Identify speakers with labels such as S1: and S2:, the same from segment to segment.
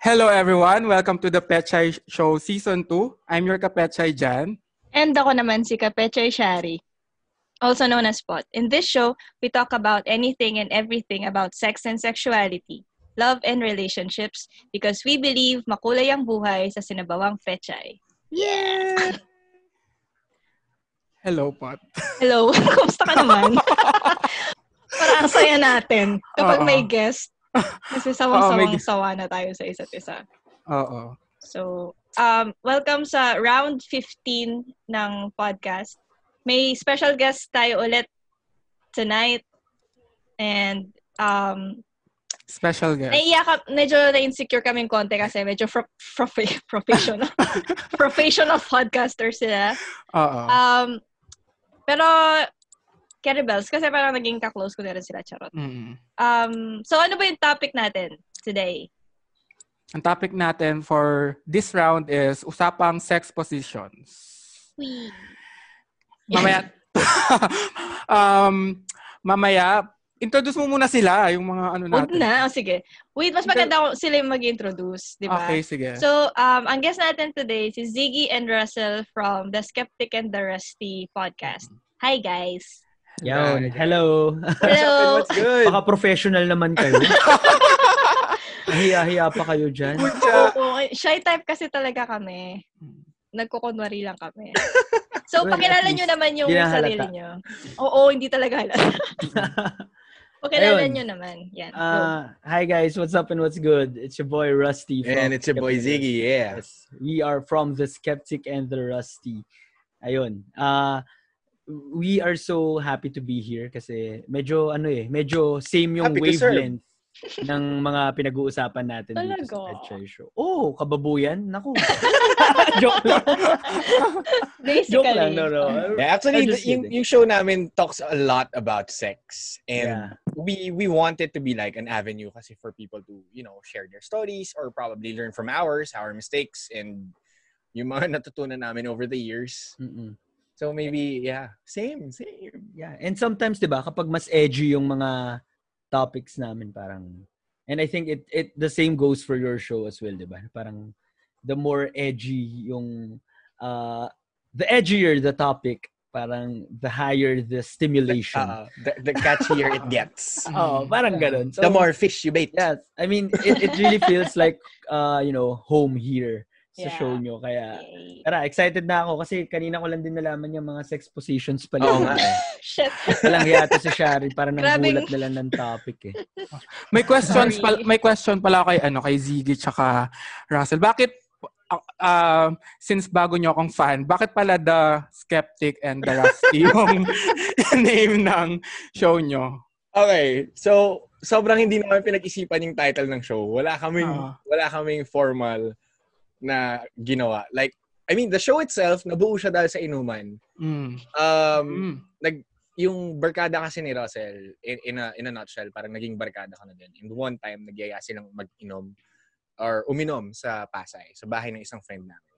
S1: Hello everyone, welcome to the Petchay Show Season 2. I'm your Kapetchay Jan.
S2: And ako naman si Kapechay Shari, also known as Pot. In this show, we talk about anything and everything about sex and sexuality, love and relationships, because we believe makulay ang buhay sa sinabawang Pechay.
S1: Yeah! Hello, Pot.
S2: Hello, kumusta ka naman? Parang ang saya natin kapag
S1: Oo.
S2: may guest. Kasi
S1: Oo, may
S2: sawang-sawang
S1: guest.
S2: sawa na tayo sa isa't isa.
S1: Oo.
S2: So, um, welcome sa round 15 ng podcast. May special guest tayo ulit tonight. And um,
S1: Special guest.
S2: naiiyak, ka- medyo na-insecure kaming konti kasi medyo fro- profe- professional. professional podcaster sila.
S1: Oo.
S2: Um, pero, kettlebells, kasi parang naging kaklose ko na rin sila, charot.
S1: Mm.
S2: Um, so, ano ba yung topic natin today?
S1: Ang topic natin for this round is usapang sex positions. Mamaya, um, mamaya, introduce mo muna sila, yung mga ano
S2: Huwag
S1: natin.
S2: na. O, sige. Wait, mas maganda kung sila yung mag-introduce, di ba?
S1: Okay, sige.
S2: So, um, ang guest natin today si Ziggy and Russell from the Skeptic and the Rusty podcast.
S1: Mm-hmm.
S2: Hi, guys.
S3: Yan. Hello.
S2: Hello.
S4: What's good?
S3: Baka professional naman kayo. Hiya-hiya pa kayo dyan.
S2: Oo, shy type kasi talaga kami. Nagkukunwari lang kami. So,
S3: Well,
S2: pakilala
S3: at
S2: nyo
S3: least,
S2: naman yung
S3: di na halata.
S2: sarili nyo. Oo, hindi talaga halata. pakilala
S3: Ayun.
S2: nyo naman. Yan. go.
S3: Ah, hi guys, what's up and what's good? It's your boy Rusty. From
S4: And it's your boy Ziggy, yeah.
S3: Yes. We are from The Skeptic and The Rusty. Ayun. Ah, we are so happy to be here kasi medyo ano eh, medyo same yung
S4: Happy to serve.
S3: wavelength ng mga pinag-uusapan natin dito sa
S2: Talaga?
S3: Petchay Show. Oh, kababuyan? Naku. Joke lang.
S2: Basically.
S3: Joke lang. No, no.
S4: Yeah, actually,
S3: I'm just
S4: yung,
S3: kidding.
S4: yung show namin talks a lot about sex.
S3: Yeah.
S4: And we we want it to be like an avenue kasi for people to, you know, share their stories or probably learn from ours, our mistakes, and yung mga natutunan namin over the years.
S3: Mm-mm.
S4: So maybe, yeah, same, same.
S3: Yeah, and sometimes 'di ba kapag mas edgy yung mga topics namin parang and I think it it the same goes for your show as well, 'di ba? Parang the more edgy yung uh the edgier the topic, parang the higher the stimulation.
S4: Uh, the, the catchier it gets.
S2: Mm-hmm.
S3: Oo, parang ganun. So,
S4: The more fish you bait.
S3: yes, I mean it it really feels like uh you know, home here sa
S2: Yeah.
S3: show nyo kaya
S2: Yay.
S3: Tara, excited na ako kasi kanina ko lang din nalaman yung mga sex positions pala.
S4: Oo nga eh.
S2: Shit.
S3: Walang hiya to si Shari para
S2: Grabing-
S3: nanggulat na lang ng topic eh.
S1: May questions
S2: Sorry.
S1: pal- may question pala kay ano kay Ziggy tsaka Russell. Bakit ah, ah, since bago nyo akong fan, bakit pala The Skeptic and The Rusty yung name ng show nyo?
S4: Okay, so sobrang hindi naman pinag-isipan yung title ng show. Wala kaming
S1: Ah.
S4: wala kaming formal na ginawa. Like I mean, the show itself nabuo siya dahil sa inuman.
S1: Mm.
S4: Um
S1: Mm.
S4: yung barkada kasi ni Russell in, in a in a nutshell, parang naging barkada ko na din. And one time nagyaya silang mag-inom or uminom sa Pasay, sa bahay ng isang friend namin.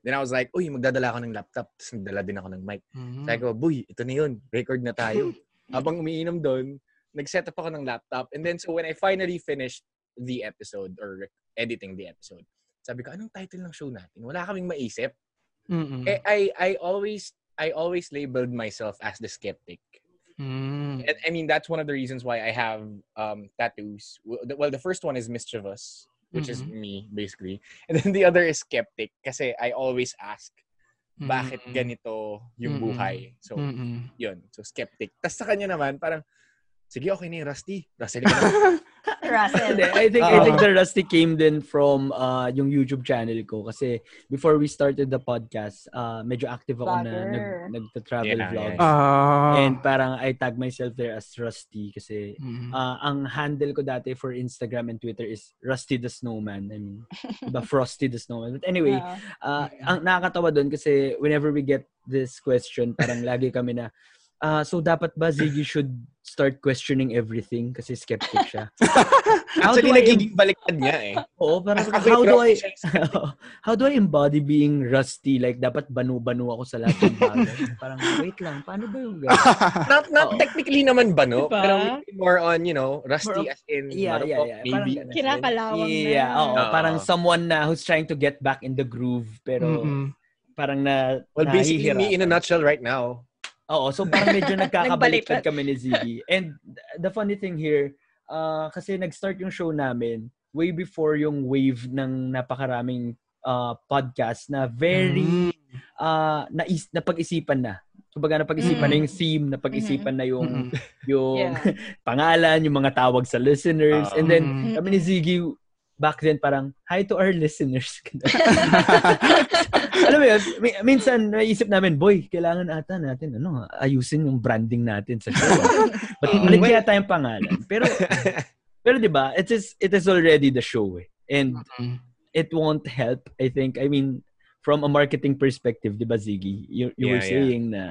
S4: Then I was like, uy, magdadala ako ng laptop. Tapos nagdala din ako ng mic.
S1: Mm.
S4: Sabi ko, boy, ito na yun. Record na tayo. Habang umiinom doon, nag-set up ako ng laptop. And then, so when I finally finished the episode or editing the episode, sabi ko, anong title ng show natin? Wala kaming maisip.
S1: Mm-mm.
S4: Eh, I, I always, I always labeled myself as the skeptic.
S1: Mm.
S4: And I mean, that's one of the reasons why I have um, tattoos. Well, the- Well, the first one is mischievous, which is
S1: Mhm.
S4: me, basically. And then the other is skeptic kasi I always ask,
S1: Mm.
S4: bakit ganito yung
S1: Mm-mm.
S4: buhay? So,
S1: Mm-mm.
S4: yun. So, skeptic. Tapos sa kanya naman, parang, sige, okay na yung Rusty. Russell, ka na.
S2: Russell.
S3: Hindi, I think I think
S1: Oo.
S3: the rusty came din from uh yung YouTube channel ko kasi before we started the podcast, uh medyo active ako na
S2: Vlogger.
S3: nag nagta-travel
S4: Yeah,
S3: vlogs.
S4: yeah.
S1: Ah.
S3: And parang I tag myself there as Rusty kasi
S1: Mm.
S3: uh, ang handle ko dati for Instagram and Twitter is Rusty the Snowman. I mean, diba, Frosty the Snowman. But anyway,
S2: Ah.
S3: Ah, ang nakakatawa doon kasi whenever we get this question, parang lagi kami na, ah, so dapat ba Ziggy should start questioning everything kasi skeptic siya? How
S4: Actually,
S3: do I
S4: nagiging baliktad niya eh.
S3: Oo, parang
S4: Ako,
S3: how do I
S4: siya yung
S3: how do I embody being rusty? Like dapat banu-banu ako sa lahat ng bagay. parang wait lang, paano ba yung ganun?
S4: not not
S3: Oo.
S4: technically naman ba no
S5: Diba?
S4: pero more on you know rusty
S3: More
S4: as in
S3: Yeah, yeah,
S4: marupok
S3: yeah.
S4: maybe
S3: Parang ganun.
S5: Kinakalawang
S3: yeah,
S5: na.
S3: oo,
S4: Oo.
S3: parang someone na who's trying to get back in the groove pero
S1: Mm-mm.
S3: parang na
S4: well basically
S3: nahihirapan.
S4: me in a nutshell right now
S3: Oo, so parang medyo nagkakabaliktad
S5: Nagbaliktad.
S3: kami ni Ziggy. And th- the funny thing here, ah, kasi nag-start yung show namin way before yung wave ng napakaraming ah, podcast na very
S1: Mm.
S3: ah, nais- napag-isipan na. Kumbaga napag-isipan na yung theme, napag-isipan na yung
S1: Mm-mm.
S3: yung
S5: Mm-hmm. Yeah.
S3: pangalan, yung mga tawag sa listeners. And then
S1: Mm-mm.
S2: Uh-huh.
S3: kami ni Ziggy back then parang hi to our listeners. Alam mo yun, mi- minsan naisip namin, boy, kailangan ata natin ano, ayusin yung branding natin sa show. But
S1: Mm.
S3: ulit kaya tayong pangalan. Pero pero 'di ba? It is it is already the show. eh. And
S1: Mm.
S3: it won't help, I think. I mean, from a marketing perspective, 'di ba, Ziggy? You, you were
S4: Yeah, yeah.
S3: saying na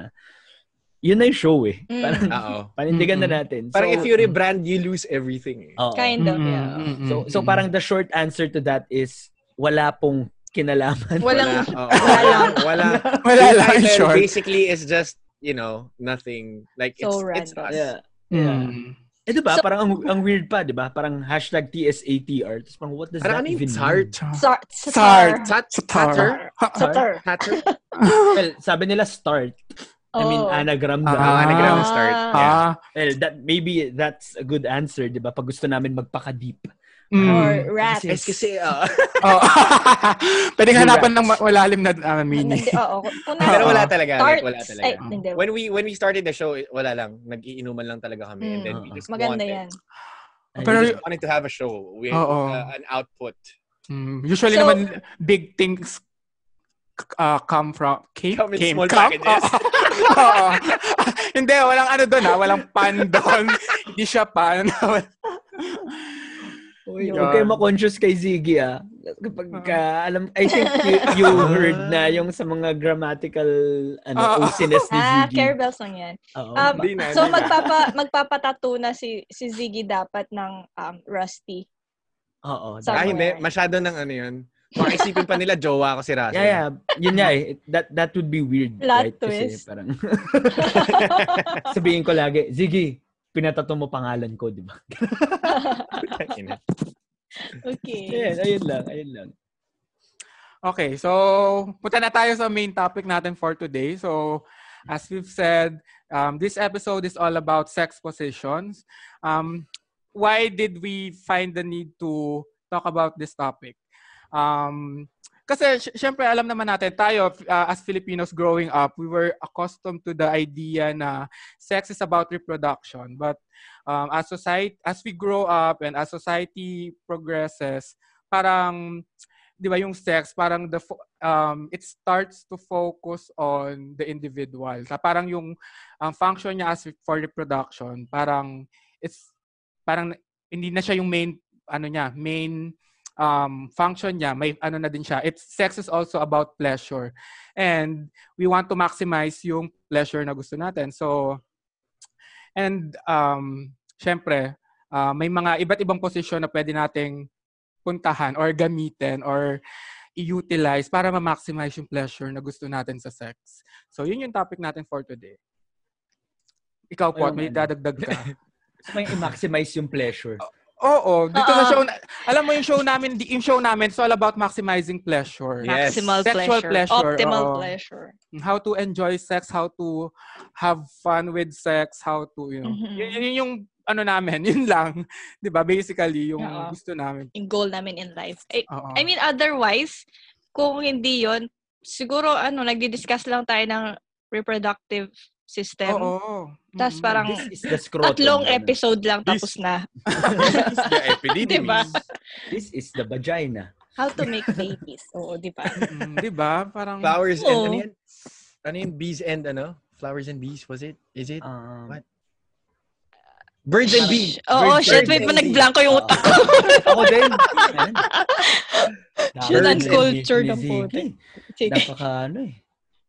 S3: yun na yung show eh.
S5: Mm.
S3: Parang
S4: oo
S3: panindigan
S1: Mm-mm.
S3: na natin.
S4: parang
S3: So-
S4: if you rebrand you lose everything eh.
S3: Oo.
S5: Kind of, yeah.
S1: Mm-mm.
S3: So so parang the short answer to that is wala pong kinalaman.
S5: Walang,
S4: Oo.
S5: Wala lang.
S4: wala
S1: wala lang in
S4: Title
S1: short.
S4: basically is just you know nothing like it's,
S5: So
S4: it's
S5: random.
S4: us
S3: Yeah. Yeah.
S1: Mm.
S3: Eh, di
S5: So-
S3: ba? parang ang, ang weird pa, di ba? Parang hashtag TSATR. Tapos parang what does that
S4: parang ano yung
S3: even
S4: tart
S3: mean?
S5: Sar-
S1: Sar-
S5: Satar.
S4: tat tatter
S1: Tatar.
S3: Tart?
S4: tatter
S3: Well, sabi nila start. I
S5: Oh.
S3: mean, anagram
S1: Ah.
S4: ah,
S3: daw.
S4: anagram
S5: Ah.
S4: start yeah.
S1: Ah.
S3: Well, that, maybe that's a good answer, di ba? Pag gusto namin magpaka-deep.
S1: Mm.
S5: Or rat.
S3: Kasi-
S4: Guys, kasi ah,
S1: Oh. Pwedeng hanapan ng ma- malalim na ah, meaning.
S5: Hindi, Oo. Kung
S1: Ah.
S4: pero
S5: nasa-
S4: wala talaga like, wala
S5: Tarts.
S4: talaga
S5: Ay, hindi.
S4: when we when we started the show it- wala lang nag-iinuman lang talaga kami and then we
S3: Mm.
S4: just
S5: Maganda
S4: wanted,
S5: yan.
S3: Ay,
S1: Pero-
S4: we just wanted to have a show we
S1: Oo.
S4: uh, an output
S1: Mm. Usually
S5: So-
S1: naman big things uh, come from came,
S4: Come in
S1: came
S4: small
S1: come?
S4: packages.
S1: Oo. Oo. Hindi walang ano doon ah, walang pan doon. Hindi siya pan.
S3: Uy,
S1: Yun.
S3: huwag kayo ma-conscious kay Ziggy, ah. Kapag ka, alam, I think you, you heard na yung sa mga grammatical, ano,
S1: Ah.
S3: osiness ni
S5: Ah,
S3: Ziggy.
S5: Carabells lang yan.
S3: Oo.
S5: Um,
S4: Hindi na,
S5: so
S4: hindi na.
S5: magpapa magpapatato na si si Ziggy dapat ng um, Rusty.
S3: Oo.
S5: Tama.
S4: Ah, hindi. Masyado ng ano yun. Baka isipin pa nila, jowa ko si Russell.
S3: Yeah, yeah. Yun nga eh. That, that would be weird.
S5: Plot
S3: right? Kasi
S5: twist.
S3: parang, sabihin ko lagi, Ziggy, pinatato mo pangalan ko, di ba?
S4: Ina.
S5: okay.
S3: Ayun, ayun lang, ayun lang.
S1: Okay, so punta na tayo sa main topic natin for today. So, as we've said, um, this episode is all about sex positions. Um, why did we find the need to talk about this topic? Um, kasi sy- syempre alam naman natin tayo f- uh, as Filipinos growing up, we were accustomed to the idea na sex is about reproduction. But um, as society as we grow up and as society progresses, parang 'di ba yung sex parang the fo- um it starts to focus on the individual. Sa parang yung ang function niya as for reproduction, parang it's parang hindi na siya yung main ano niya, main um function niya, may ano na din siya. It's sex is also about pleasure. And we want to maximize yung pleasure na gusto natin. So and um syempre ah, may mga iba't ibang posisyon na pwede nating puntahan or gamitin or i-utilize para ma-maximize yung pleasure na gusto natin sa sex. So, yun yung topic natin for today. Ikaw po,
S3: Ayun,
S1: may
S3: ano.
S1: dadagdag ka.
S3: So, may i-maximize yung pleasure.
S1: Oo, dito sa
S5: Oo.
S1: show, na- alam mo yung show namin, di- yung show namin, it's all about maximizing pleasure.
S4: Yeah. Yes.
S5: Maximal
S1: Sexual
S5: pleasure.
S1: pleasure,
S5: Optimal
S1: oo.
S5: pleasure.
S1: How to enjoy sex, how to have fun with sex, how to, you know.
S5: Mhm.
S1: Yun, yun yung ano namin, yun lang. 'Di ba Basically, yung
S5: Oo.
S1: gusto namin.
S5: Yung goal namin in life. Eh, I,
S1: Oo.
S5: I mean, otherwise, kung hindi yon siguro, ano, nagdi-discuss lang tayo ng reproductive
S1: Oo. Mm-hmm.
S5: system. Tas
S1: Mm-mm.
S5: parang
S3: This is the scrotum.
S5: Tatlong
S3: Ganun.
S5: episode lang,
S4: This-
S5: tapos na.
S4: The epidemic.
S5: Diba?
S3: This is the vagina.
S5: How to make babies. Oo, di ba?
S1: Mm, 'Di ba? Parang
S4: Flowers and
S5: Oo.
S4: ano yan? Ano yun? Bees and ano? Flowers and bees, was it? Is it?
S3: Um,
S4: What? Birds and bees.
S5: Oo,
S4: Birds
S5: shit,
S4: and
S5: wait,
S4: bees.
S5: nag-blanco yung utak.
S3: ko. Ako din. Ayun.
S5: Shoot
S3: Napaka-
S5: and culture
S3: ni-
S5: ng
S3: ni Ziggy.
S5: puti. Sige.
S3: Napaka, ano eh.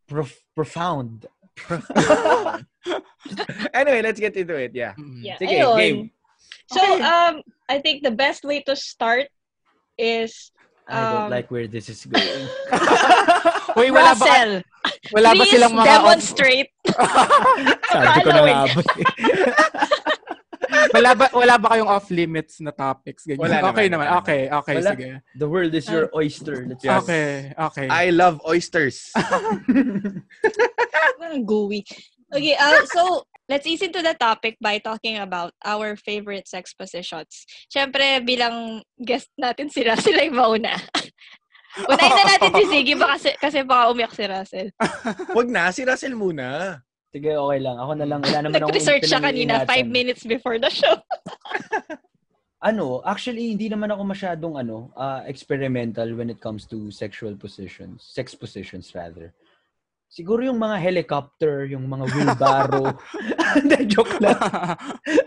S3: prof- profound.
S4: anyway, let's get into it. Yeah.
S1: Mm-hmm.
S5: Yeah.
S4: Sige,
S5: ayun.
S4: game.
S5: So, um, I think the best way to start is
S3: I
S5: Um,
S3: don't like where this is going.
S1: Uy, wala ba,
S5: Russell.
S1: wala ba
S5: please
S1: silang mga...
S5: demonstrate.
S3: Sabi ko na
S5: Following.
S3: nga ba.
S1: wala, ba, wala ba kayong off-limits na topics? Ganyan.
S4: Wala
S1: okay
S4: naman,
S1: naman.
S4: wala
S1: Okay, okay,
S3: Wala.
S1: sige.
S3: The world is your oyster. Let's
S4: Yes.
S1: Okay,
S3: eh.
S1: okay.
S4: I love oysters.
S5: Parang gooey.
S3: Mm.
S5: Okay, uh, so let's ease into the topic by talking about our favorite sex positions. Siyempre, bilang guest natin si Russell ay mauna. Unahin na natin si Ziggy baka si- kasi baka umiyak si Russell.
S4: Huwag na, si Russell muna.
S3: Sige, okay lang. Ako na lang. Wala naman akong
S5: Nag-research siya kanina,
S3: Ano, pinag-iingatan.
S5: five minutes before the show.
S3: Ano, actually, hindi naman ako masyadong ano, ah, experimental when it comes to sexual positions. Sex positions, rather. Siguro yung mga helicopter, yung mga wheelbarrow. Hindi, joke lang.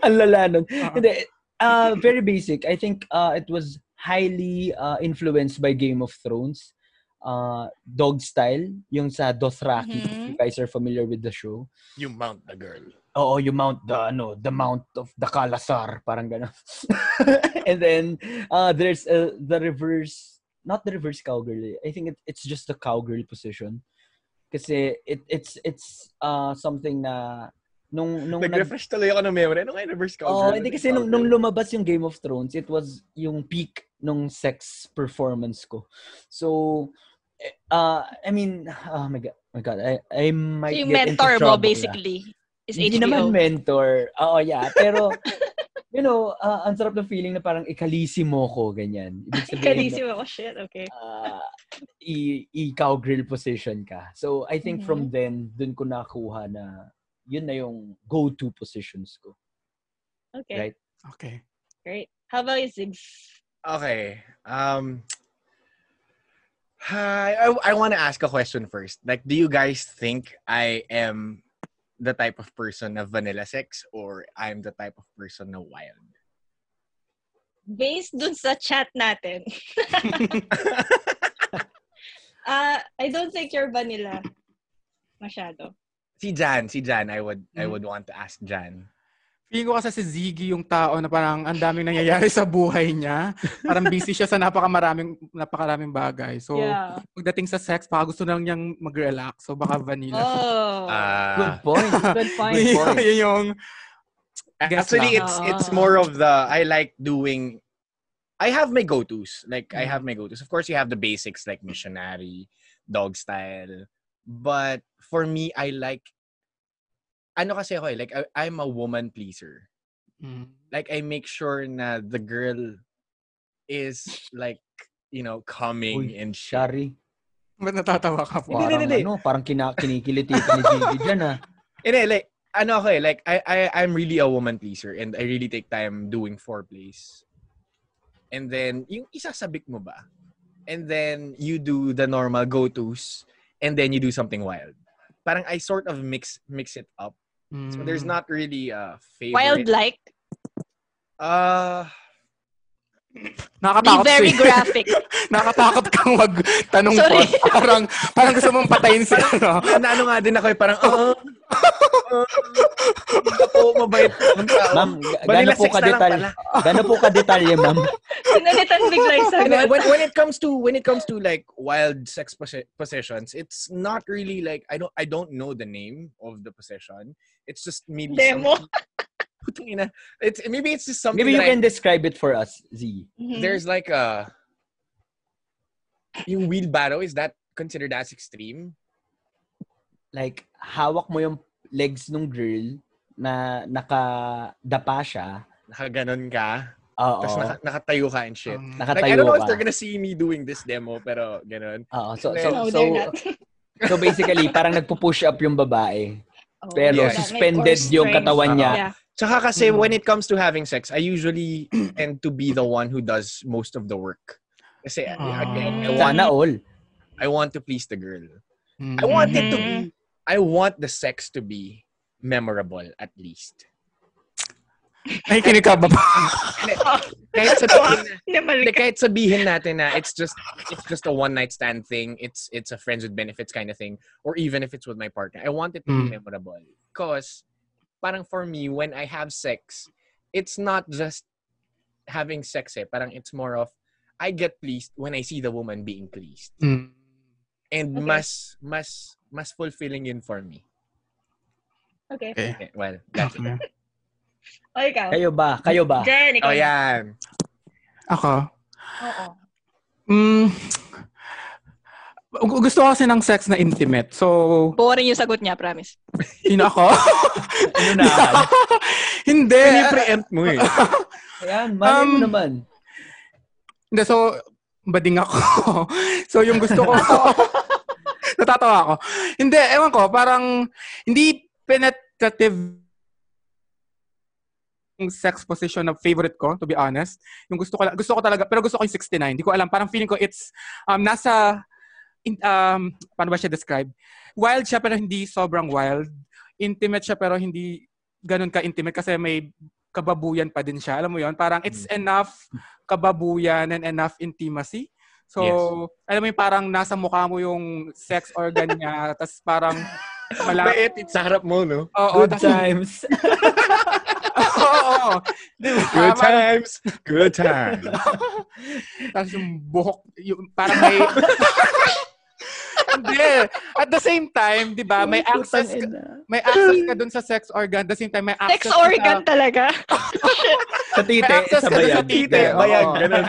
S3: Ang lala nun. Hindi, uh, very basic. I think uh, it was highly uh, influenced by Game of Thrones. Uh, dog style, yung sa Dothraki,
S5: Mhm.
S3: if you guys are familiar with the show.
S4: You mount the girl.
S3: Oo, you mount the, ano, the mount of the Kalasar. Parang gano'n. and then, uh, there's uh, the reverse, not the reverse cowgirl. eh. I think it, it's just the cowgirl position. Kasi it, it's, it's uh, something na nung, nung nag-
S4: Nag-refresh tuloy ako ng memory. Ano nga yung reverse cowgirl?
S3: Oo, hindi kasi nung, nung lumabas yung Game of Thrones, it was yung peak nung sex performance ko. So, eh, uh, I mean, oh my God, my God I, I might
S5: Yung
S3: get into
S5: mentor mo,
S3: trouble,
S5: basically,
S3: yeah.
S5: is
S3: Hindi
S5: HBO.
S3: naman mentor. Oo, yeah. Pero, you know, uh, ang sarap ng feeling na parang ikalisi mo ko, ganyan. Ibig sabihin,
S5: Kalisi mo ako, shit, okay.
S3: uh, i, i cowgirl position ka. So, I think
S4: Mm-hmm.
S3: from then, dun ko nakuha na yun na yung go-to positions ko.
S5: Okay,
S3: Right.
S1: okay.
S5: great. How about you, Ziggs?
S4: Okay. Um, hi, I, I want to ask a question first. Like, do you guys think I am the type of person of vanilla sex or I'm the type of person na wild?
S5: Based dun sa chat natin, Ah, I don't think you're vanilla. Masyado.
S4: si Jan, si Jan, I would, I
S1: Mm.
S4: would want to ask Jan.
S1: Feeling ko kasi si Ziggy yung tao na parang ang daming nangyayari sa buhay niya. Parang busy siya sa napakamaraming, napakaraming bagay. So,
S5: yeah.
S1: pagdating sa sex, baka gusto lang niyang mag-relax. So, baka vanilla.
S5: Oh.
S4: Ah.
S3: Good point.
S5: good
S1: Yun
S5: point.
S1: yung- yun yung...
S4: A-
S1: Guess
S4: Actually,
S1: lang.
S4: it's
S5: Oo.
S4: it's more of the I like doing. I have my go tos. Like I have my go tos. Of course, you have the basics like missionary, dog style. But for me, I like. Ano kasi ako eh, like I, I'm a woman pleaser.
S1: Mm.
S4: Like I make sure na the girl is like you know
S3: Uy,
S4: coming and shit.
S3: Shari.
S1: Ba't natatawa ka po?
S4: Hindi,
S3: Parang
S4: hindi, hindi.
S3: ano, parang kina- kinikiliti ka ni Gigi dyan ah.
S4: Hindi, like, ano ako eh, like, I, I, I'm really a woman pleaser and I really take time doing foreplays. And then, yung isasabik mo ba? And then, you do the normal go-tos and then you do something wild. Parang I sort of mix mix it up.
S1: Mm.
S4: So there's not really a favorite.
S5: Wild like.
S4: Uh,
S5: Be
S1: Nakakatakot
S5: very
S1: siya.
S5: graphic.
S1: Nakatakot kang wag tanong
S5: Sorry.
S1: po. Parang, parang gusto mong patayin si ano.
S4: na, ano nga din ako eh, parang, uh, uh, hindi po, mabait po ang tao.
S3: Ma'am, ga-
S4: Vanilla
S3: gaano po
S4: sex
S3: ka
S4: na lang
S3: detalye?
S4: pala.
S3: Gaano po ka detalye, ma'am?
S5: Sinalitan bigla yung
S4: And
S5: sagot.
S4: then when, when it comes to when it comes to like wild sex posi- possessions, it's not really like I don't I don't know the name of the possession. It's just maybe
S5: Demo.
S4: something- Putang ina. It's maybe it's just something.
S3: Maybe you
S4: that I-
S3: can describe it for us, Z.
S5: Mhm.
S4: There's like a yung wheelbarrow is that considered as extreme?
S3: Like, hawak mo yung legs nung girl na nakadapa siya.
S4: Nakaganon ka,
S3: Oo.
S4: tapos naka, nakatayo ka and shit.
S1: Um,
S3: Oh.
S4: Like I don't
S3: Nakatayo
S4: know if
S3: ka.
S4: they're gonna see me doing this demo, pero ganon.
S3: Oo. So, so,
S5: no,
S3: so,
S5: they're not.
S3: so basically, parang nagpo-push up yung babae.
S5: Oh,
S3: Pero
S4: Yeah.
S5: that may
S3: suspended
S5: core
S3: yung
S5: strength.
S3: katawan niya.
S5: oh, Yeah.
S4: Tsaka kasi
S1: Mm.
S4: when it comes to having sex, I usually tend to be the one who does most of the work. Kasi
S1: Ah.
S4: again, I want,
S3: Sana all.
S4: I want to please the girl.
S1: mm.
S4: I want it to
S5: Mhm.
S4: be I want the sex to be memorable at least.
S1: Nakikinig ka ba pa?
S4: Kahit sabihin na,
S5: Nabalik.
S4: hindi, kahit sabihin natin na it's just it's just a one night stand thing, it's it's a friends with benefits kind of thing, or even if it's with my partner, I want it to
S1: Mm.
S4: be memorable. Cause parang for me, when I have sex, it's not just having sex eh. Parang it's more of I get pleased when I see the woman being pleased.
S1: Mm.
S4: And
S5: Okay.
S4: mas mas mas fulfilling yun for me.
S5: Okay.
S1: Okay.
S4: Eh, Well, that's it.
S5: O, ikaw.
S3: Kayo ba? Kayo ba?
S5: Jen, ikaw.
S4: Oh,
S5: na.
S4: yan.
S1: Ako,
S5: Oo.
S1: Mm, gu- gusto ko kasi ng sex na intimate. So,
S5: Boring yung sagot niya, promise.
S1: yun ako.
S3: Ano na?
S1: Hindi.
S4: Pinipreempt mo eh.
S3: Ayan, malay mo
S1: Um,
S3: naman.
S1: Hindi, so, bading ako. so, yung gusto ko, natatawa ako. Hindi, ewan ko, parang, hindi penetrative yung sex position na favorite ko, to be honest. Yung gusto ko, la- gusto ko talaga, pero gusto ko yung 69. Hindi ko alam, parang feeling ko it's, um, nasa, in, um, paano ba siya describe? Wild siya, pero hindi sobrang wild. Intimate siya, pero hindi ganun ka-intimate kasi may kababuyan pa din siya. Alam mo yon Parang it's enough kababuyan and enough intimacy. So,
S4: Yes.
S1: alam mo yung parang nasa mukha mo yung sex organ niya, tas parang malapit.
S4: Bait, it's sa harap mo, no?
S1: Oo,
S3: Good
S1: tas-
S3: times.
S1: Oo. Di ba?
S4: Good
S1: Parang-
S4: times. Good times.
S1: Tapos yung buhok, yung, parang may... Hindi. At the same time, di ba, may access ka, may access ka dun sa sex organ. At the same time, may access
S5: Sex
S1: ka
S5: organ
S1: Sa,
S5: talaga.
S3: Sa tite,
S1: May access
S3: sa
S1: ka dun
S3: bayag.
S1: sa tite.
S3: Oo.
S4: bayag, ganun.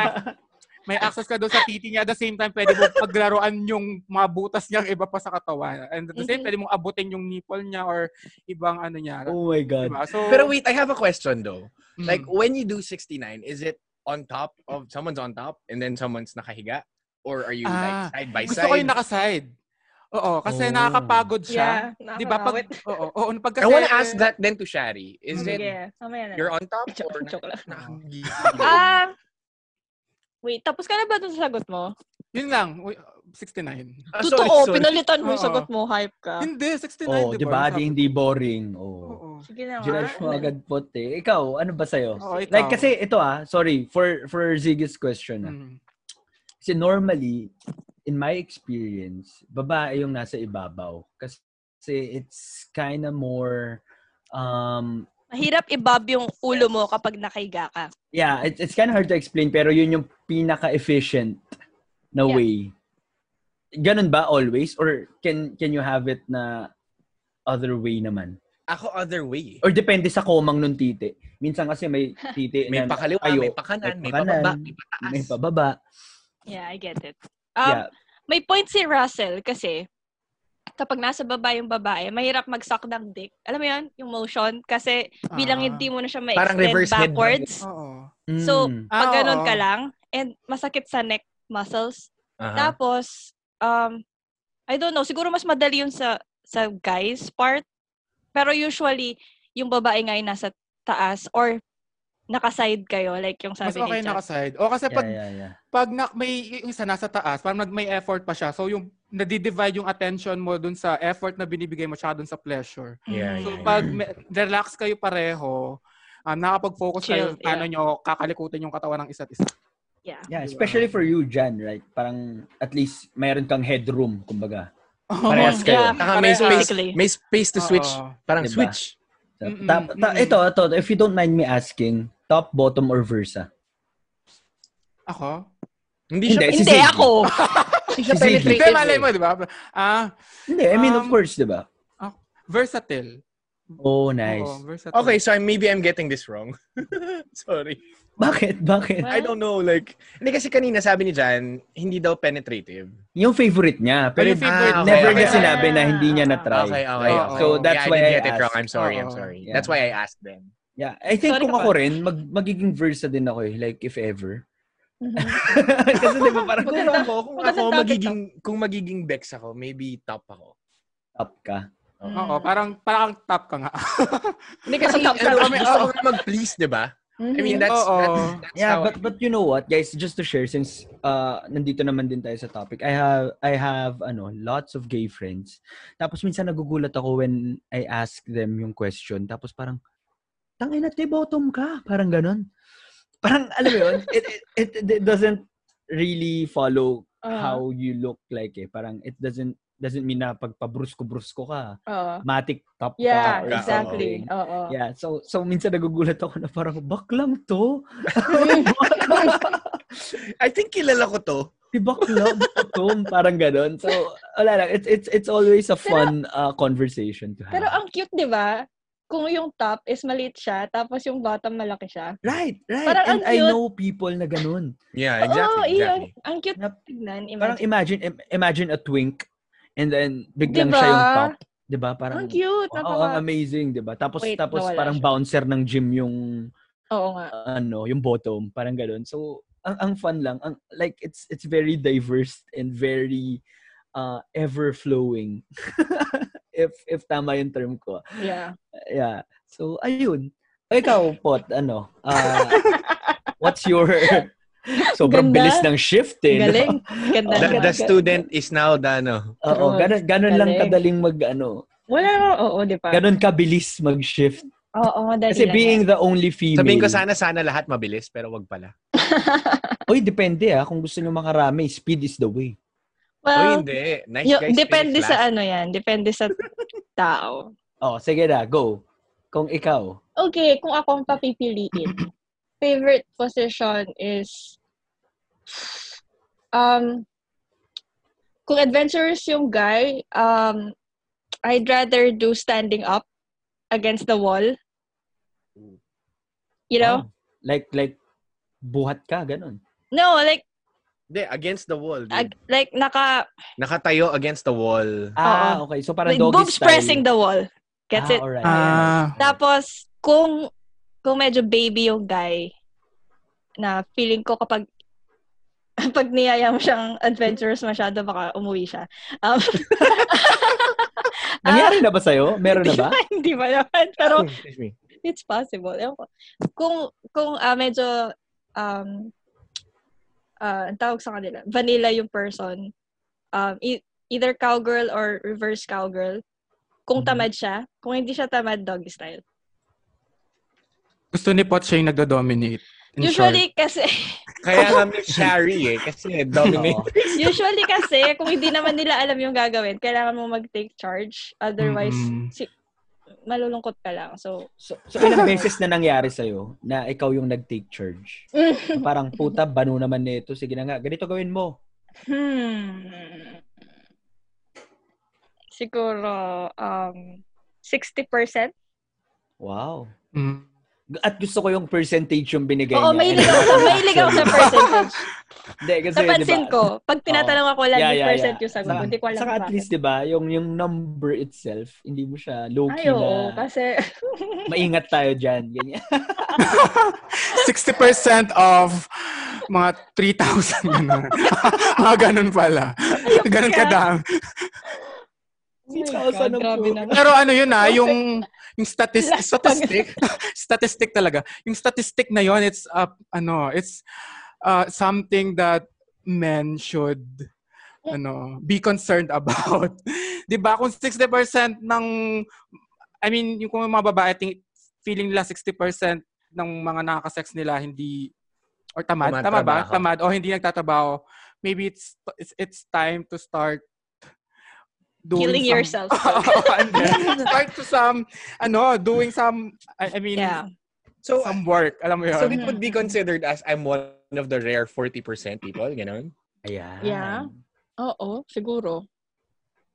S1: may access ka dun sa titi niya. At the same time, pwede mo paglaruan yung mga butas niyang iba pa sa katawan. And at the same
S5: Mhm.
S1: pwede mong abutin yung nipple niya or ibang ano niya.
S3: Oh my
S1: Di
S3: God.
S1: ba? So,
S4: Pero wait, I have a question though.
S1: mm.
S4: Like when you do 69, is it on top of someone's on top and then someone's nakahiga or are you
S1: Ah,
S4: like side by
S1: gusto
S4: side?
S1: ko yung nakaside. Oo, kasi
S3: Oh.
S1: nakakapagod siya.
S5: Yeah.
S1: Di ba? Pag, oo, oo, pag
S4: I
S1: kasi,
S4: want to ask that then to Shari. Is
S5: Sige,
S4: it
S5: mamaya na.
S4: you're on top
S5: Joke-
S4: or
S5: joke lang.
S4: nakahiga?
S5: Ah, wait, tapos ka na ba dun sa sagot mo?
S1: Yun lang, uy, 69.
S4: Ah, sorry,
S5: Totoo,
S4: sorry.
S5: pinalitan mo yung
S1: Oo.
S5: sagot mo, hype ka.
S1: Hindi, 69,
S3: Oh,
S1: di
S3: di
S1: ba?
S3: ba? Di, hindi boring. Oh.
S1: Oo.
S5: Sige na
S3: Judge mo agad puti. Ikaw, ano ba sa'yo?
S1: Oo, ikaw.
S3: Like kasi ito ah, sorry, for for Ziggy's question ah.
S1: Mm.
S3: Kasi normally, in my experience, babae yung nasa ibabaw. Kasi it's kind of more, um,
S5: Mahirap ibab yung ulo mo kapag nakahiga ka.
S3: yeah, it, it's kind of hard to explain, pero yun yung pinaka-efficient na
S5: Yeah.
S3: way. Ganun ba always? Or can can you have it na other way naman?
S4: Ako other way.
S3: Or depende sa komang nung titi. Minsan kasi may titi
S4: May
S3: na
S4: pakaliwa,
S3: tayo,
S4: may pakanan, may
S3: may pakanan,
S4: pababa, may pataas.
S3: may pababa.
S5: Yeah, I get it. Um,
S3: yeah.
S5: May point si Russell kasi kapag nasa baba yung babae, mahirap mag-suck ng dick. Alam mo yun? Yung motion. Kasi bilang
S1: Ah.
S5: hindi mo na siya
S4: Parang
S5: ma-extend
S4: reverse head
S5: backwards.
S1: Oo.
S5: So,
S3: Mm.
S1: Ah,
S5: Pag ganun
S1: oo.
S5: ka lang. And masakit sa neck muscles.
S4: Aha.
S5: Tapos, um, I don't know, siguro mas madali yun sa, sa guys part. Pero usually, yung babae nga yung nasa taas or nakaside kayo, like yung sabi
S1: Mas okay
S5: ni Cha.
S1: nakaside. O kasi
S3: Yeah,
S1: pag,
S3: yeah, yeah.
S1: pag na, may yung isa nasa taas, parang nag, may effort pa siya. So yung nadidivide yung attention mo dun sa effort na binibigay mo siya dun sa pleasure.
S5: Mhm.
S4: Yeah,
S1: So
S4: yeah,
S1: pag me- relax kayo pareho, um, nakapag-focus
S5: Chill,
S1: kayo kung paano nyo kakalikutin yung katawan ng isa't isa.
S5: Yeah.
S3: Yeah,
S1: Diba?
S3: especially for you, Jan, right? Parang at least mayroon kang headroom, kumbaga. Parehas
S1: Oo.
S3: kayo.
S5: Yeah,
S4: Saka may space,
S5: basically.
S4: may space to switch.
S1: Oo.
S4: Parang
S3: Diba?
S4: switch.
S3: So,
S1: Mm-mm,
S3: ta- ta-
S1: mm-mm.
S3: ito, ito, if you don't mind me asking, top, bottom, or versa?
S1: Ako?
S4: Hindi siya
S3: Hindi, si
S5: Hindi,
S3: Ziggy.
S5: ako.
S4: hindi siya
S3: si Ziggy.
S1: Hindi,
S4: penetrated.
S1: malay
S4: eh.
S1: mo, di ba? Ah,
S3: Hindi, I mean, of
S1: Um,
S3: course, di ba?
S1: versatile.
S3: Oh, nice.
S1: Oo, versatile.
S4: Okay, so I'm- maybe I'm getting this wrong. Sorry.
S3: Bakit? Bakit?
S5: Well,
S4: I don't know, like, hindi kasi kanina sabi ni Jan, hindi daw penetrative.
S3: Yung favorite niya.
S1: Pero
S3: Pero
S1: yung favorite
S4: Ah, okay,
S3: never
S4: okay,
S3: niya
S4: okay.
S3: sinabi na hindi niya na-try.
S4: Okay, okay,
S1: Oo.
S4: okay.
S1: So,
S3: that's
S4: yeah,
S3: why
S4: I, did
S3: I
S4: get it wrong.
S3: asked.
S4: I'm sorry, I'm
S1: Oo.
S4: sorry.
S3: Yeah.
S4: That's why I asked them.
S3: Yeah, I think
S5: Sorry
S3: kung
S5: ka
S3: ako rin, mag, magiging versa din ako eh. Like, if ever.
S4: Mm-hmm.
S3: Kasi di ba parang
S4: Kung
S5: Maganda.
S4: ako, kung ako
S5: Maganda
S4: magiging, kung magiging Bex ako, maybe top ako.
S3: up ka.
S1: Oo, parang parang top ka nga.
S4: Hindi kasi,
S5: Top ka
S4: ano,
S5: lang.
S4: gusto ko nga mag-please, di ba?
S2: mm-hmm.
S4: I mean, that's,
S1: Oo.
S4: that's, that's
S3: Yeah,
S4: how
S3: but but you know what, guys, just to share since uh nandito naman din tayo sa topic. I have I have ano, lots of gay friends. Tapos minsan nagugulat ako when I ask them yung question. Tapos parang tangin na, bottom ka. Parang ganon. Parang, alam mo yun, it, it, it, it doesn't really follow
S2: Oo.
S3: how you look like eh. Parang it doesn't doesn't mean na pagpabrusko-brusko ka,
S2: Oo.
S3: matic top
S2: Yeah,
S3: ka. or
S2: exactly.
S3: something.
S2: Oo.
S3: Yeah, so so minsan nagugulat ako na parang baklang to.
S4: I think kilala ko to.
S3: Di bakla ba to? Parang ganun. So wala lang, it's it's it's always a fun uh, conversation to have.
S2: Pero ang cute, di ba? Kung yung top is maliit siya, tapos yung bottom malaki siya.
S3: right, right.
S2: parang
S3: And
S2: ang
S3: I
S2: cute.
S3: know people na ganun.
S4: Yeah, Ah, exactly.
S2: Oo,
S4: exactly.
S2: Iyon. Ang cute
S3: Nap-
S2: tignan.
S3: Parang
S2: Imagine.
S3: imagine im- imagine a twink and then biglang siya
S2: Diba?
S3: yung top. 'Di ba? Parang
S2: ang cute.
S3: Wow,
S2: napaka-
S3: ang amazing, 'di ba? Tapos
S2: Wait,
S3: tapos
S2: nawala
S3: parang
S2: siya.
S3: bouncer ng gym yung
S2: Oo nga.
S3: ano, yung bottom, parang gano'n. So ang ang fun lang, ang like it's it's very diverse and very uh ever flowing. if if tama yung term ko.
S2: Yeah.
S3: Yeah. So ayun. O, Ikaw, Pot, ano? Uh, what's your Sobrang
S2: Ganda.
S3: bilis ng shift eh. no?
S2: Galing. Ganda.
S3: The-
S2: ganda.
S4: The, the student is now the, ano,
S3: Oo, ganun, ganun lang
S2: Galing.
S3: kadaling mag ano.
S2: Wala naman. Oo, di ba?
S3: Ganun kabilis mag-shift.
S2: Oo, dali
S3: Kasi
S2: lang
S3: being the only female.
S4: sabihin ko sana, sana lahat mabilis, pero wag pala.
S3: Uy, depende ah. Kung gusto nyo makarami, speed is the way.
S2: yan. Well,
S4: oh, hindi. Nice
S2: yo-
S4: guys.
S2: Uh, depende
S4: finish
S2: sa
S4: last.
S2: ano yan. Depende sa tao.
S3: Oh, sige na, go. Kung ikaw.
S2: Okay, kung akong papipiliin, favorite position is um kung adventurous yung guy, um I'd rather do standing up against the wall. You know?
S3: Oh, like, like, buhat ka, ganun.
S2: No, like
S4: Hindi, against the wall. dude.
S3: Hmm.
S2: ag- like naka
S4: Nakatayo against the wall.
S3: Ah, okay. So parang
S2: like,
S3: doggy
S2: boobs
S3: style.
S2: pressing the wall. Gets
S3: ah,
S2: it?
S3: Alright.
S1: Ah.
S2: Tapos kung kung medyo baby yung guy na feeling ko kapag pag niyaya mo siyang adventurous masyado, baka umuwi siya. Um,
S3: Nangyari
S2: ah.
S3: na ba sa'yo? Meron na ba?
S2: Di Ah, Hindi ba naman? Pero
S4: Oh, excuse me.
S2: it's possible. Ewan ko. Kung, kung ah, medyo, um, ah, ang tawag sa kanila, vanilla yung person, um, e- either cowgirl or reverse cowgirl, kung
S3: Mhm.
S1: Mm-hmm.
S2: tamad siya, kung hindi siya tamad, doggy style.
S1: Gusto ni Pot siya yung nagdo-dominate. In short.
S2: Usually kasi,
S4: Kaya nga may Shari eh. Kasi dominate.
S3: Oo.
S2: usually kasi, kung hindi naman nila alam yung gagawin, kailangan mo mag-take charge. Otherwise,
S1: Mm-mm.
S2: si- malulungkot ka lang. So,
S3: So, so ilang beses na nangyari sa'yo na ikaw yung nag-take charge? Na Parang, puta, banu naman nito. Sige na nga, ganito gawin mo.
S2: Hmm. Siguro, um, 60%?
S3: Wow.
S1: Mm.
S3: At gusto ko yung percentage yung binigay
S2: Oo,
S3: niya.
S2: may ligaw ako. May ligaw sa percentage.
S3: Hindi, kasi,
S2: Napansin
S3: diba,
S2: ko, pag tinatanong ako, lagi percent yung sagot ko.
S3: Saka-
S2: Hindi ko alam
S3: saka at
S2: bakit.
S3: least, di ba, yung, yung number itself, hindi mo siya
S2: Ay,
S3: low-key
S2: oo.
S3: na
S2: Kasi,
S3: maingat tayo dyan. Ganyan.
S1: 60% of mga 3,000 ganun. mga ganun pala. Ganun kadami.
S2: oh my God,
S3: 6,000 ang
S2: grabe
S3: puro.
S2: naman.
S1: Pero ano yun ah, yung yung statis-
S2: Last
S1: statistic statistic talaga. Yung statistic na yun it's uh, ano, it's uh, something that men should ano, be concerned about. 'Di ba? Kung 60% ng I mean, yung kung yung mga babae ting- feeling nila 60% ng mga nakaka-sex nila hindi or tamad,
S4: Tamad,
S1: tama ba?
S4: trabaho.
S1: Tamad o hindi nagtatrabaho. Maybe it's it's, it's time to start doing
S2: Killing
S1: some-
S2: yourself.
S1: Oo, and then start to some, ano, doing some, I, I mean,
S2: yeah.
S4: So,
S1: some work. Alam mo yun?
S4: so it would be considered as I'm one of the rare 40% people, ganun?
S3: Ayan.
S2: Yeah. Oo, siguro.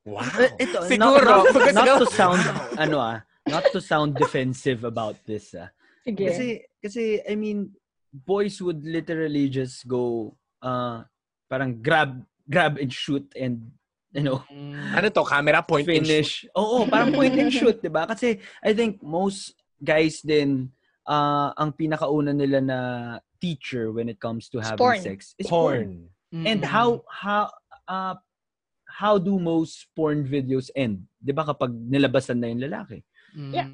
S4: Wow.
S3: Eh, Ito, not-
S1: Siguro,
S3: Not,
S1: because-
S3: not to sound, ano ah, not to sound defensive about this ah.
S2: Sige.
S3: Kasi, kasi, I mean, boys would literally just go, uh, parang grab, grab and shoot and, you know,
S1: Mm.
S4: Ano to? Camera point and shoot.
S3: finish. Oo, parang point and shoot, 'di ba? Kasi I think most guys din ah, ang pinakauna nila na teacher when it comes to having
S2: Porn.
S3: sex is porn.
S4: Porn.
S3: And how how ah, how do most porn videos end? 'Di ba kapag nilabasan na 'yung lalaki?
S1: Mm.
S2: Yeah.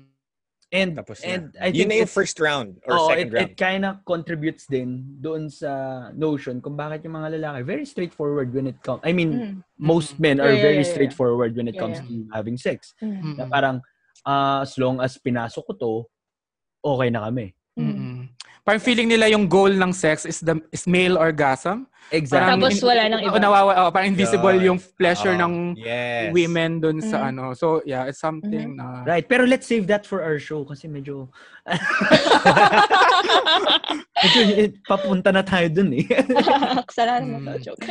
S3: And
S4: Tapos na.
S3: and I
S4: Yun
S3: think
S4: na yung
S3: it's-
S4: first round or
S3: oo,
S4: second
S3: it,
S4: round.
S3: it kind of contributes din doon sa notion kung bakit 'yung mga lalaki very straightforward when it comes I mean
S2: Mm,
S3: most men are
S2: Yeah, yeah,
S3: very
S2: yeah, yeah.
S3: straightforward when it
S2: Yeah,
S3: comes to having sex.
S2: mm.
S3: Na parang ah, as long as pinasok ko to, okay na kami.
S1: Mm-mm. Parang feeling nila yung goal ng sex is the is male orgasm.
S3: Exactly.
S5: Tapos wala nang iba.
S1: Oh, nawawa, oh, parang invisible
S4: Yun.
S1: yung pleasure
S3: Ah,
S4: Oo.
S1: ng
S4: yes.
S1: women dun sa
S5: Mm.
S1: ano. So, yeah, it's something na...
S3: Right. Pero let's save that for our show kasi medyo, medyo eh, papunta na tayo dun eh.
S6: Kasalanan mo to,
S1: Mm.
S6: joke.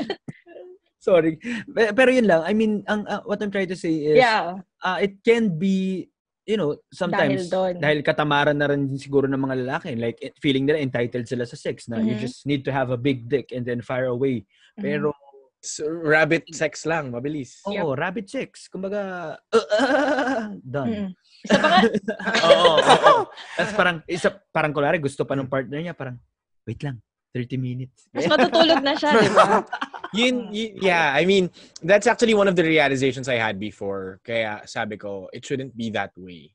S3: Sorry. Pe- Pero yun lang. I mean, ang ah, what I'm trying to say is
S6: Yeah.
S3: ah, it can be you know, sometimes
S6: Dahil dun.
S3: katamaran na rin siguro ng mga lalaki. Like, it- feeling nila entitled sila sa sex na you
S6: Mhm.
S3: just need to have a big dick and then fire away. Pero,
S4: So, rabbit sex lang, mabilis.
S3: oo, rabbit sex. Kumbaga, done.
S6: Mm. Isa pa nga,
S3: Oo, oo, oo. Tapos parang, isa, parang kunwari, gusto pa ng partner niya, parang, wait lang, 30 minutes.
S6: mas matutulog na siya, di ba?
S4: Yun, y- yeah, I mean, that's actually one of the realizations I had before. Kaya sabi ko, it shouldn't be that way.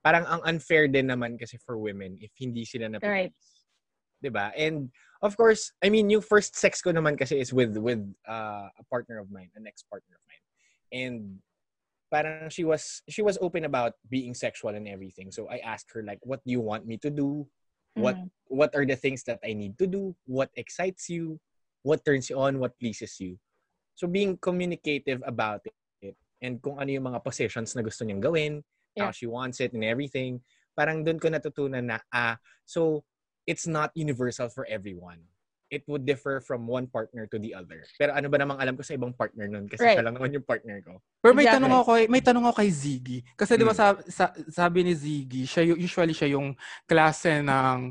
S4: Parang ang unfair din naman kasi for women if hindi sila na
S6: Right.
S4: 'Di ba? And of course, I mean, yung first sex ko naman kasi is with with uh, a partner of mine, an ex-partner of mine. And parang she was she was open about being sexual and everything. So I asked her like, "What do you want me to do? What
S6: Mm.
S4: what are the things that I need to do? What excites you? What turns you on? What pleases you? So being communicative about it and kung ano yung mga positions na gusto niyang gawin,
S6: Yeah.
S4: how she wants it and everything, parang doon ko natutunan na, ah, so it's not universal for everyone. It would differ from one partner to the other. Pero ano ba namang alam ko sa ibang partner nun kasi
S6: Right.
S4: siya lang naman yung partner ko.
S1: Pero may
S6: Exactly.
S1: tanong ako, kay- may tanong ako kay Ziggy. Kasi di ba
S4: Mm.
S1: sa, sa- sabi ni Ziggy, siya yu- usually siya yung klase ng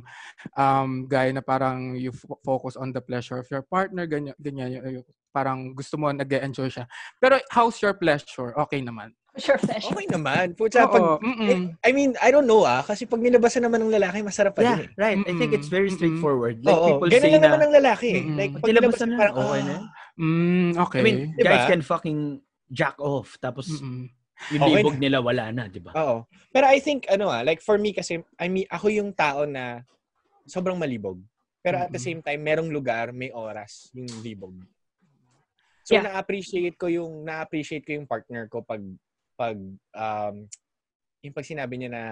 S1: um, guy na parang you fo- focus on the pleasure of your partner, ganyan, ganyan yung, yung- parang gusto mo, nag-enjoy siya. Pero how's your pleasure? Okay naman.
S6: Sure flesh.
S4: Okay naman. Pucha,
S1: Oo,
S4: pag,
S1: mm-mm.
S4: I mean, I don't know ah. Kasi pag nilabasan naman ng lalaki, masarap pa
S3: Yeah,
S4: din eh.
S3: right. I think it's very
S1: Mm-mm.
S3: straightforward. Like,
S4: Like, Oo,
S3: people
S4: ganun
S3: say
S4: lang naman
S3: na,
S4: ng lalaki. eh.
S1: Mm-mm.
S4: Like,
S1: Pag
S4: pag nilabasan,
S3: nilabasan na,
S4: parang,
S3: okay
S4: ah.
S3: na.
S1: Mm,
S3: I
S1: okay.
S3: mean,
S4: Diba?
S3: guys can fucking jack off. Tapos,
S1: Mm-mm.
S3: yung
S4: Okay
S3: libog nila wala na, diba? di ba?
S4: Oo. Pero I think, ano ah, like for me kasi, I mean, ako yung tao na sobrang malibog. Pero at the
S1: Mm-mm.
S4: same time, merong lugar, may oras, yung libog. So,
S6: Yeah.
S4: na-appreciate ko yung, na-appreciate ko yung partner ko pag, pag, um, yung pag sinabi niya na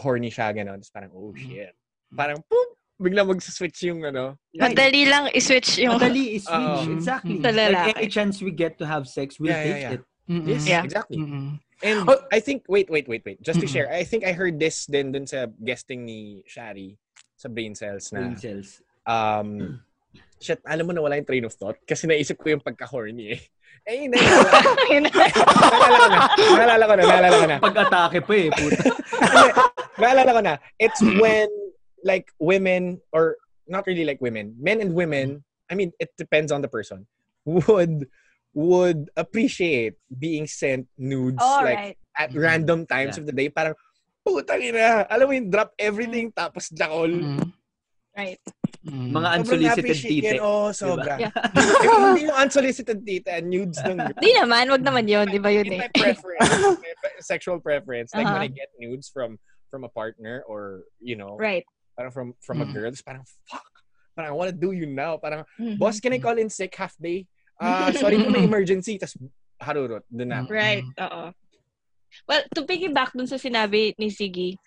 S4: horny siya, gano'n. Tapos parang, oh shit. Parang, poop! Bigla magsaswitch yung, ano.
S3: Right.
S5: Madali lang i-switch yung...
S3: Madali i-switch.
S4: Oo.
S3: Exactly.
S1: Sa
S5: lalaki.
S3: Like, any chance we get to have sex, we'll
S4: Yeah, yeah,
S3: take
S4: yeah.
S3: it.
S1: Mm-mm.
S4: Yes,
S5: Yeah.
S4: exactly.
S1: Mm-mm.
S4: And
S1: Oh.
S4: I think, wait, wait, wait, wait. Just to
S1: Mm-mm.
S4: share, I think I heard this din dun sa guesting ni Shari sa Brain Cells na,
S3: Brain cells. Hmm.
S4: um, shit, alam mo na wala yung train of thought kasi naisip ko yung pagka-horny eh. Eh, na, naalala ko na. Naalala ko na, naalala ko na.
S3: Pag-atake pa eh, puta.
S4: Naalala ko na. It's when, like, women, or not really like women, men and women, I mean, it depends on the person, would would appreciate being sent nudes
S6: All right.
S4: like at random times
S3: Yeah.
S4: of the day. Parang, putang ina. Alam mo yung drop everything tapos jack all.
S1: Mm-mm.
S6: Right.
S1: Mm-mm.
S3: Mga
S4: Sobrang
S3: Hmm. unsolicited eh.
S4: na-appreciate
S3: tite.
S4: yun. Oo, sobra.
S6: Yeah.
S4: Yung- Hindi yung unsolicited tita and nudes ng
S5: Di naman, wag naman yun, di ba yun
S4: It's
S5: eh?
S4: my preference. my pre- sexual preference. Like when
S6: Uh-huh.
S4: I get nudes from from a partner or, you know,
S6: Right.
S4: parang from from
S1: Mm.
S4: a girl, it's parang fuck. Parang I wanna do you now. Parang,
S6: Mhm.
S4: boss, can I call in sick half day? Ah, sorry po, may emergency. Tapos, harurot. Doon na.
S6: Right.
S4: Mm-hmm.
S6: Oo. Well, to piggyback dun sa sinabi ni Siggy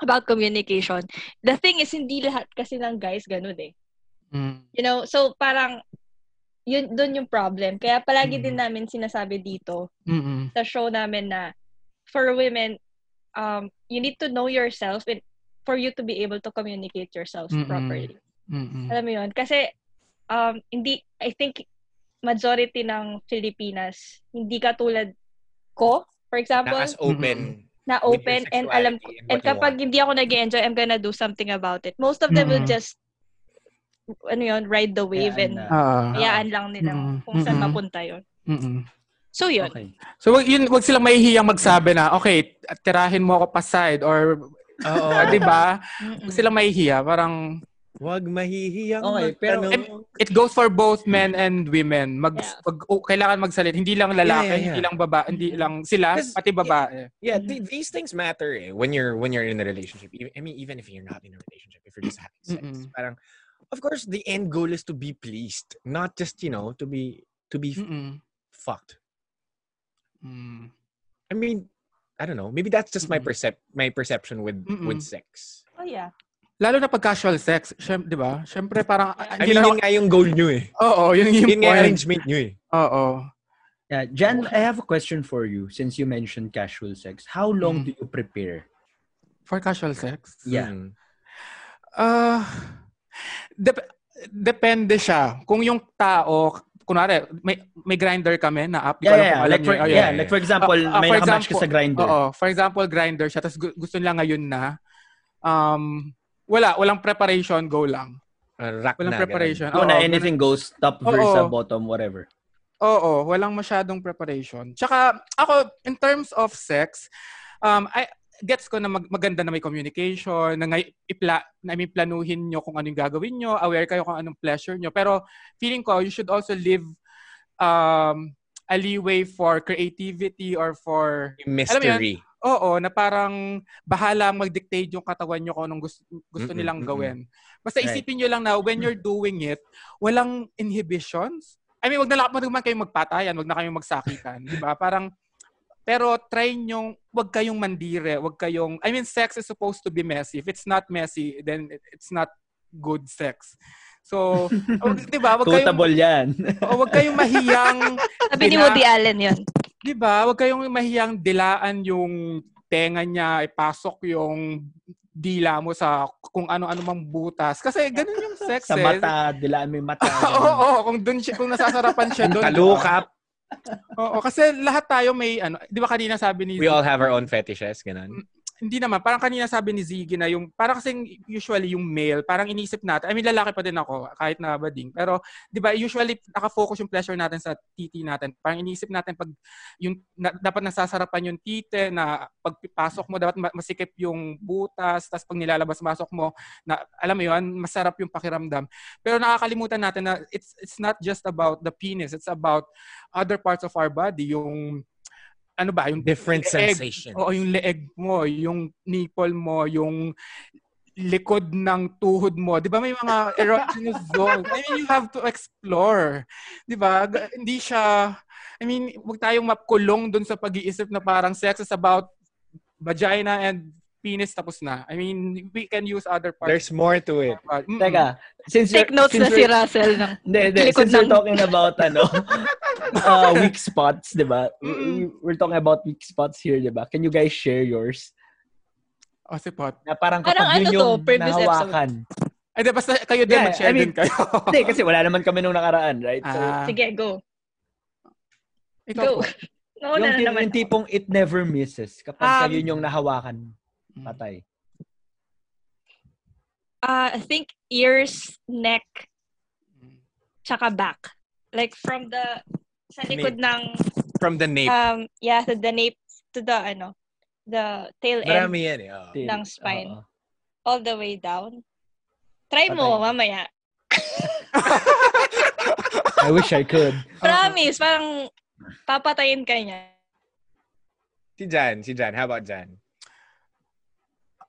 S6: about communication, the thing is, hindi lahat kasi ng guys ganun eh.
S1: Mm.
S6: You know, so parang, yun, dun yung problem. Kaya palagi
S1: Mm.
S4: Mm-hmm.
S6: din namin sinasabi dito
S1: Mm-mm.
S6: sa show namin na for women, um, you need to know yourself and for you to be able to communicate yourself
S1: Mm-mm.
S6: properly.
S1: Mm-mm.
S6: Alam mo yun? Kasi, um, hindi, I think, majority ng Filipinas, hindi katulad ko, for example,
S4: Na as open.
S6: na mm-hmm.
S4: with your
S6: open and alam ko.
S4: sexuality and
S6: And
S4: what you
S6: kapag
S4: want.
S6: hindi ako nag enjoy I'm gonna do something about it. Most of them will
S1: Mm-mm.
S6: just, ano yun, ride the wave and
S3: Hayaan na.
S1: Ah.
S6: hayaan lang nila
S1: Mm-mm.
S6: kung saan
S1: Mm-mm.
S6: mapunta yun.
S1: Mm-mm.
S6: So, yun.
S3: Okay.
S1: So, wag, yun, wag silang mahihiyang magsabi na, okay, tirahin mo ako pa side or,
S4: Oo.
S1: or di ba?
S6: Mm-mm.
S1: Wag silang mahihiya. Parang,
S4: Huwag mahihiyang
S3: Okay, pero-
S4: magtanong.
S1: it goes for both men and women. Mag,
S6: Yeah.
S1: pag, oh, kailangan magsalit. Hindi lang lalaki,
S4: Yeah, yeah, yeah.
S1: hindi lang babae, hindi lang sila,
S4: Because-
S1: pati babae.
S4: Yeah, th-
S1: Mm-hmm.
S4: these things matter eh, when you're when you're in a relationship. Even- I mean, even if you're not in a relationship, if you're just having sex,
S1: Mm-mm.
S4: parang, of course, the end goal is to be pleased, not just you know to be to be
S1: Mm-mm.
S4: fucked.
S1: Mm.
S4: I mean, I don't know. Maybe that's just my
S1: Mm-mm.
S4: percep my perception with
S1: Mm-mm.
S4: with sex.
S6: Oh, yeah.
S1: Lalo na pag casual sex, syem- di ba? Syempre parang,
S4: I mean, yun nga yung goal nyo eh.
S1: oo, yun yung
S4: Yun nga yung
S1: point.
S4: arrangement nyo eh.
S1: Oo.
S3: Yeah, Jan, I have a question for you since you mentioned casual sex. How
S1: Mm.
S3: long
S4: Mm-hmm.
S3: do you prepare?
S1: For casual sex?
S3: Yeah.
S4: Mm.
S1: Ah, dep- depende siya. Kung yung tao, kunwari, may, may grinder kami na app. di ko alam kung
S3: Yeah, yeah, yeah.
S1: alam
S3: Like
S1: niyo
S3: for,
S1: yun. Oh,
S3: yeah,
S4: yeah,
S3: like for example,
S1: Ah, ah,
S3: may
S1: for
S3: nakamatch ka
S1: example,
S3: sa grinder.
S1: Oo. For example, grinder siya. Tapos gu- gusto nila ngayon na um, wala. Walang preparation. Go lang.
S4: Uh, rack
S1: Walang
S4: na.
S1: preparation. Oo,
S3: Oh, na
S1: ganun.
S3: anything goes, top
S1: Oo.
S3: versa, bottom, whatever.
S1: Oo. Walang masyadong preparation. Tsaka, ako, in terms of sex, um, I, gets ko na mag- maganda na may communication, na ngay, ipla, na I mean, planuhin nyo kung ano yung gagawin nyo, aware kayo kung anong pleasure nyo. Pero feeling ko, you should also leave um, a leeway for creativity or for
S4: Ganun. Mystery.
S1: Oo, na parang bahala mag-dictate yung katawan nyo kung anong gusto, gusto
S4: Mm-mm,
S1: nilang
S4: mm-mm.
S1: gawin. Basta
S3: Right.
S1: isipin nyo lang na when you're doing it, walang inhibitions. I mean, wag na lang wag naman kayong magpatayan, wag na kayong magsakitan, di ba? Parang, pero try nyo, wag kayong mandire, wag kayong, I mean, sex is supposed to be messy. If it's not messy, then it- it's not good sex. So, wag, di ba? Wag kayong,
S3: Quotable yan.
S1: oh, wag kayong mahiyang,
S5: Sabi ni
S1: Bina-
S5: Woody Allen yun.
S1: Di ba? Huwag kayong mahiyang dilaan yung tenga niya, ipasok yung dila mo sa kung ano-ano mang butas. Kasi ganun yung sex
S3: sa
S1: eh.
S3: mata, dilaan may mata.
S1: Oo,
S3: ganun.
S1: oo, kung doon siya, kung nasasarapan siya doon.
S4: Talukap.
S1: Oo, kasi lahat tayo may ano, 'di ba kanina sabi ni
S4: We all have our own fetishes. Ganun.
S1: hindi naman, parang kanina sabi ni Ziggy na yung, parang kasing usually yung male, parang inisip natin, I mean lalaki pa din ako, kahit na bading. Pero, di ba, usually nakafocus yung pleasure natin sa titi natin. Parang inisip natin pag yung, na, dapat nasasarapan yung tite, na pagpasok mo, dapat ma- masikip yung butas, tapos pag nilalabas-masok mo, na, alam mo yun, masarap yung pakiramdam. Pero nakakalimutan natin na it's, it's not just about the penis, it's about other parts of our body, yung ano ba, yung
S4: Different
S1: leeg,
S4: sensations.
S1: Oo, yung leeg mo, yung nipple mo, yung likod ng tuhod mo. Di ba may mga erogenous zone? I mean, you have to explore. Di ba? G- Hindi siya, I mean, huwag tayong mapkulong dun sa pag-iisip na parang sex is about vagina and penis tapos na. I mean, we can use other parts.
S4: There's more to it.
S1: of our- Mm-mm.
S3: Teka, since
S5: Take
S3: you're-
S5: notes
S3: since
S5: na si
S3: we're-
S5: Russell. ng
S3: Hindi, hindi.
S5: Likod
S3: Since we're
S5: ng-
S3: talking about, ano, uh, weak spots, di ba?
S1: Mm-mm.
S3: We're talking about weak spots here, di ba? Can you guys share yours?
S1: O, Oh, si Pot.
S3: Na parang kapag
S6: Parang
S3: yun
S6: ano
S3: yung
S6: to, previous
S3: nahawakan.
S1: Ay, di, basta kayo din,
S3: Yeah,
S1: mag-share
S3: I mean-
S1: din kayo.
S3: Hindi, kasi wala naman kami nung nakaraan, right? So,
S1: Ah,
S6: Sige, go. Go.
S1: ikaw po.
S6: No,
S3: yung,
S6: na
S3: tip-
S6: naman.
S3: yung tipong it never misses. Kapag
S1: Um,
S3: yun yung nahawakan, patay.
S6: Uh, I think ears, neck,
S1: Mm.
S6: tsaka back. Like from the, sa likod ng,
S4: From the
S2: Uh,
S4: nape.
S6: um, yeah, to the nape, to the, ano, the tail end,
S4: Marami yan eh. oo.
S3: Tail.
S6: Ng spine.
S3: Oo.
S6: all the way down. Try mo,
S3: Patay.
S6: mamaya.
S3: I wish I could.
S6: Promise, parang papatayin ka niya.
S4: Si Jan. Si Jan. How about Jan?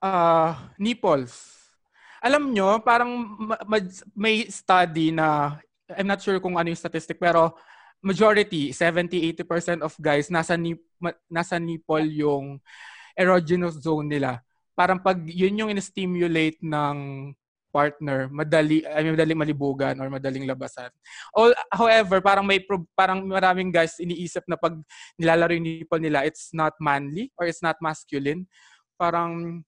S1: Ah, nipples. Alam nyo, parang ma- ma- may study na, I'm not sure kung ano yung statistic, pero majority, 70-80% of guys, nasa, ni- ma- nasa nipple yung erogenous zone nila. Parang pag yun yung in-stimulate ng partner, madali, I mean, madaling malibugan or madaling labasan. All, however, parang may prob- parang maraming guys iniisip na pag nilalaro yung nipple nila, it's not manly or it's not masculine. Parang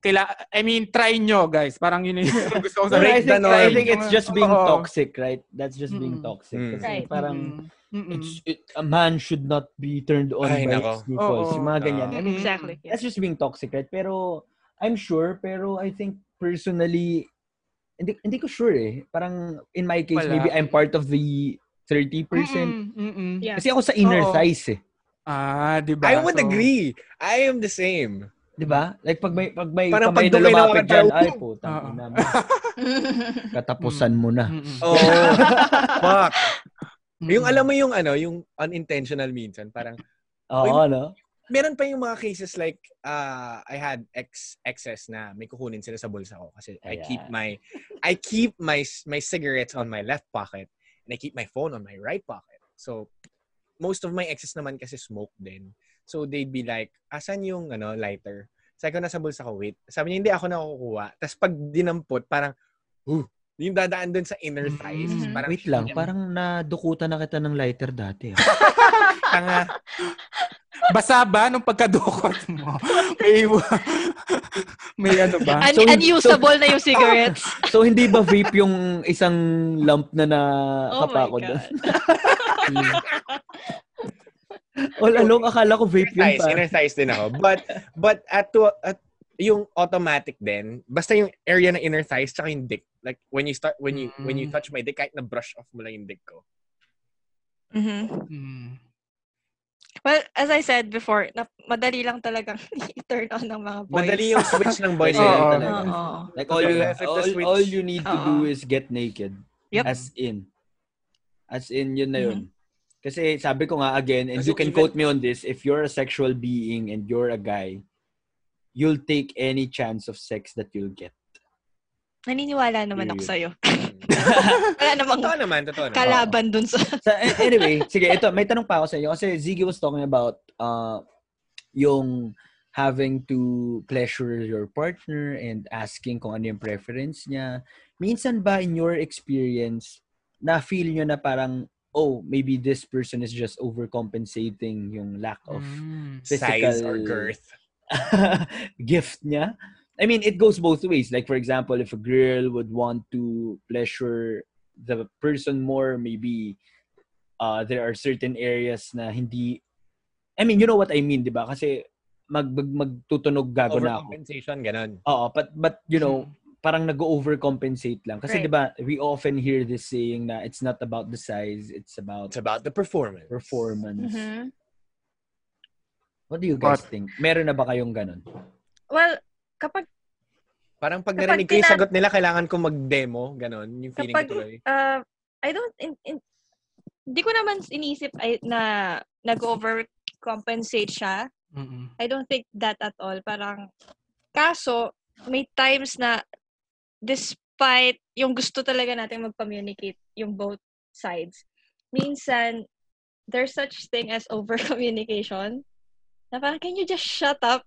S1: kaila I mean, try nyo, guys. Parang yun yung gusto ko
S3: No,
S1: sabihin.
S3: I
S4: Break the
S3: think, I
S4: norm.
S3: think it's just being
S1: Oo.
S3: toxic, right? That's just being
S1: Mm.
S3: toxic.
S4: Mm.
S3: Kasi
S6: Right.
S3: parang,
S1: Mm-mm.
S3: it's, it, a man should not be turned on
S4: Ay,
S3: by
S4: nako.
S3: his nipples.
S1: Oo.
S3: Yung mga ganyan.
S4: Oo.
S3: I mean,
S1: Exactly.
S3: that's just being toxic, right? Pero, I'm sure, pero I think personally, hindi, hindi ko sure eh. Parang, in my case,
S1: Wala.
S3: maybe I'm part of the 30%.
S1: Mm-mm. Mm-mm.
S6: Yeah.
S3: Kasi ako sa inner
S1: Oo.
S3: thighs eh.
S1: Ah, di ba?
S4: I would
S1: So,
S4: agree. I am the same.
S3: Di ba? Like, pag may, pag may
S4: Parang
S3: kamay
S4: pag
S3: na
S4: dumay na
S3: lumapit
S4: wakan,
S3: dyan, ay,
S4: parang,
S3: putang
S1: Oo. Mm.
S3: ina mo. Katapusan mo na.
S1: Mm-mm.
S4: Oo. Oh, fuck.
S1: Mm-mm.
S4: Yung alam mo yung ano, yung unintentional minsan, parang
S3: Oo, no?
S4: meron pa yung mga cases like uh, I had ex excess na may kukunin sila sa bulsa ko kasi I
S3: Ayan.
S4: keep my I keep my my cigarettes on my left pocket and I keep my phone on my right pocket. So most of my exes naman kasi smoke din. So they'd be like, "Asan yung ano lighter?" Sabi ko, nasa bulsa ko, wait. Sabi niya, hindi ako nakukuha. Tapos pag dinampot, parang, huh, yung dadaan dun sa inner thighs.
S5: Mhm.
S4: Parang,
S3: Hmm. Wait lang,
S4: shit,
S3: parang nadukutan na kita ng lighter dati. ah.
S4: tanga.
S1: Basa ba nung pagkadukot mo? May, may ano ba?
S3: So,
S6: Un- unusable na yung cigarettes.
S3: so, hindi ba vape yung isang lump
S6: oh
S3: na
S6: my
S3: nakapako doon?
S6: God.
S1: Mm.
S3: All along, akala ko vape yun
S4: Thighs,
S3: pa.
S4: inner thighs din ako. But, but at, to, at yung automatic din, basta yung area ng inner thighs tsaka yung dick. Like, when you start, when you, when you touch my dick, kahit na brush off mo lang yung dick ko.
S6: Mhm.
S1: Hmm.
S6: Well, as I said before, na, madali lang talagang i-turn on ng mga boys.
S4: Madali yung switch ng boys.
S3: Oo.
S4: eh.
S6: Oo. oo.
S3: Like, all you,
S4: Effort to
S3: all,
S4: switch.
S3: all you need to do
S6: Oo.
S3: is get naked.
S6: Yep. Mm-hmm.
S3: As in. As in, yun na yun. Kasi sabi ko nga again, and
S4: As
S3: you
S4: in,
S3: can
S4: even-
S3: quote me on this, if you're a sexual being and you're a guy, you'll take any chance of sex that you'll get.
S6: Naniniwala naman ako sa'yo.
S3: Period.
S6: Wala namang
S4: Totoo naman, totoo naman.
S6: kalaban dun sa...
S3: So, a- anyway, sige, ito, may tanong pa ako sa inyo. Kasi Ziggy was talking about uh, yung having to pleasure your partner and asking kung ano yung preference niya. Minsan ba in your experience, na feel nyo na parang, oh, maybe this person is just overcompensating yung lack of
S1: Hmm.
S4: size or
S3: physical-
S4: girth.
S3: gift niya. I mean, it goes both ways. Like, for example, if a girl would want to pleasure the person more, maybe uh, there are certain areas na hindi... I mean, you know what I mean, di ba? Kasi mag, mag, magtutunog gago na ako.
S4: Overcompensation, ganun.
S3: Oo, but, but you know, parang nag-overcompensate lang. Kasi
S6: Right.
S3: di ba, we often hear this saying na it's not about the size, it's about
S4: It's about the performance.
S3: performance.
S6: Mhm.
S2: Mm-hmm.
S3: What do you guys
S1: But-
S3: think? Meron na ba kayong ganun?
S6: Well, kapag
S4: Parang pag
S6: Kapag
S4: narinig ko yung
S6: tina-
S4: sagot nila, kailangan ko mag-demo, ganun. Yung feeling
S6: Kapag-
S4: ko tuloy.
S6: uh, I don't in, in- di ko naman iniisip ay, na nag-overcompensate siya.
S1: Mm-mm.
S6: I don't think that at all. Parang kaso may times na despite yung gusto talaga natin mag-communicate yung both sides. Minsan there's such thing as over-communication. Na parang, can you just shut up?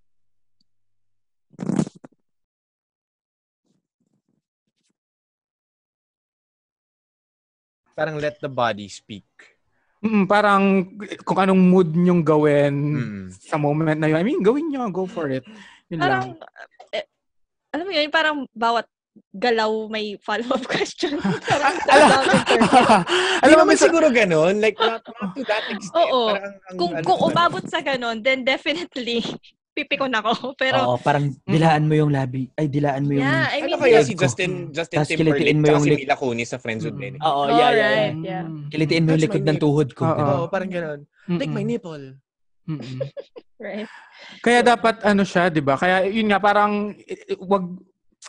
S4: Parang let the body speak.
S1: Mm, parang kung anong mood niyong gawin
S4: Mm.
S1: sa moment na yun. I mean, gawin niyo, go for it. Yun lang.
S6: Parang, eh, alam mo yun, parang bawat galaw may follow-up question. parang
S1: Alam-
S6: down in person.
S4: Alam
S1: Alam mo,
S4: naman
S1: minsan,
S4: siguro ganun. Like, not, not to that extent.
S6: Oo.
S4: Parang ang- ang-
S6: kung
S4: ano,
S6: kung
S4: ano.
S6: umabot sa ganun, then definitely pipikon ako.
S1: Oh.
S6: Pero
S3: Oo, parang dilaan mo yung labi. Ay, dilaan mo yung...
S6: yeah, I
S4: Ano
S6: mean,
S3: Love
S4: kaya si
S3: ko.
S4: Justin
S1: Mm-hmm.
S4: Justin
S3: Tas
S4: Timberlake
S3: kilitiin mo
S4: tsaka
S3: yung
S4: si
S3: lip.
S4: Mila Kunis sa Friends with
S1: Mm.
S6: Mm-hmm.
S3: Oo,
S4: Benedict?
S3: yeah, yeah, yeah.
S6: Alright, yeah.
S3: Kilitiin mo yung
S4: Touch my
S3: likod ng
S4: nipple.
S3: tuhod ko. diba? di ba?
S4: Oo, parang ganun. Like
S6: Mm-hmm.
S4: my nipple.
S1: Mm-mm.
S6: right.
S1: Kaya dapat ano siya, 'di ba? Kaya yun nga parang eh, eh, wag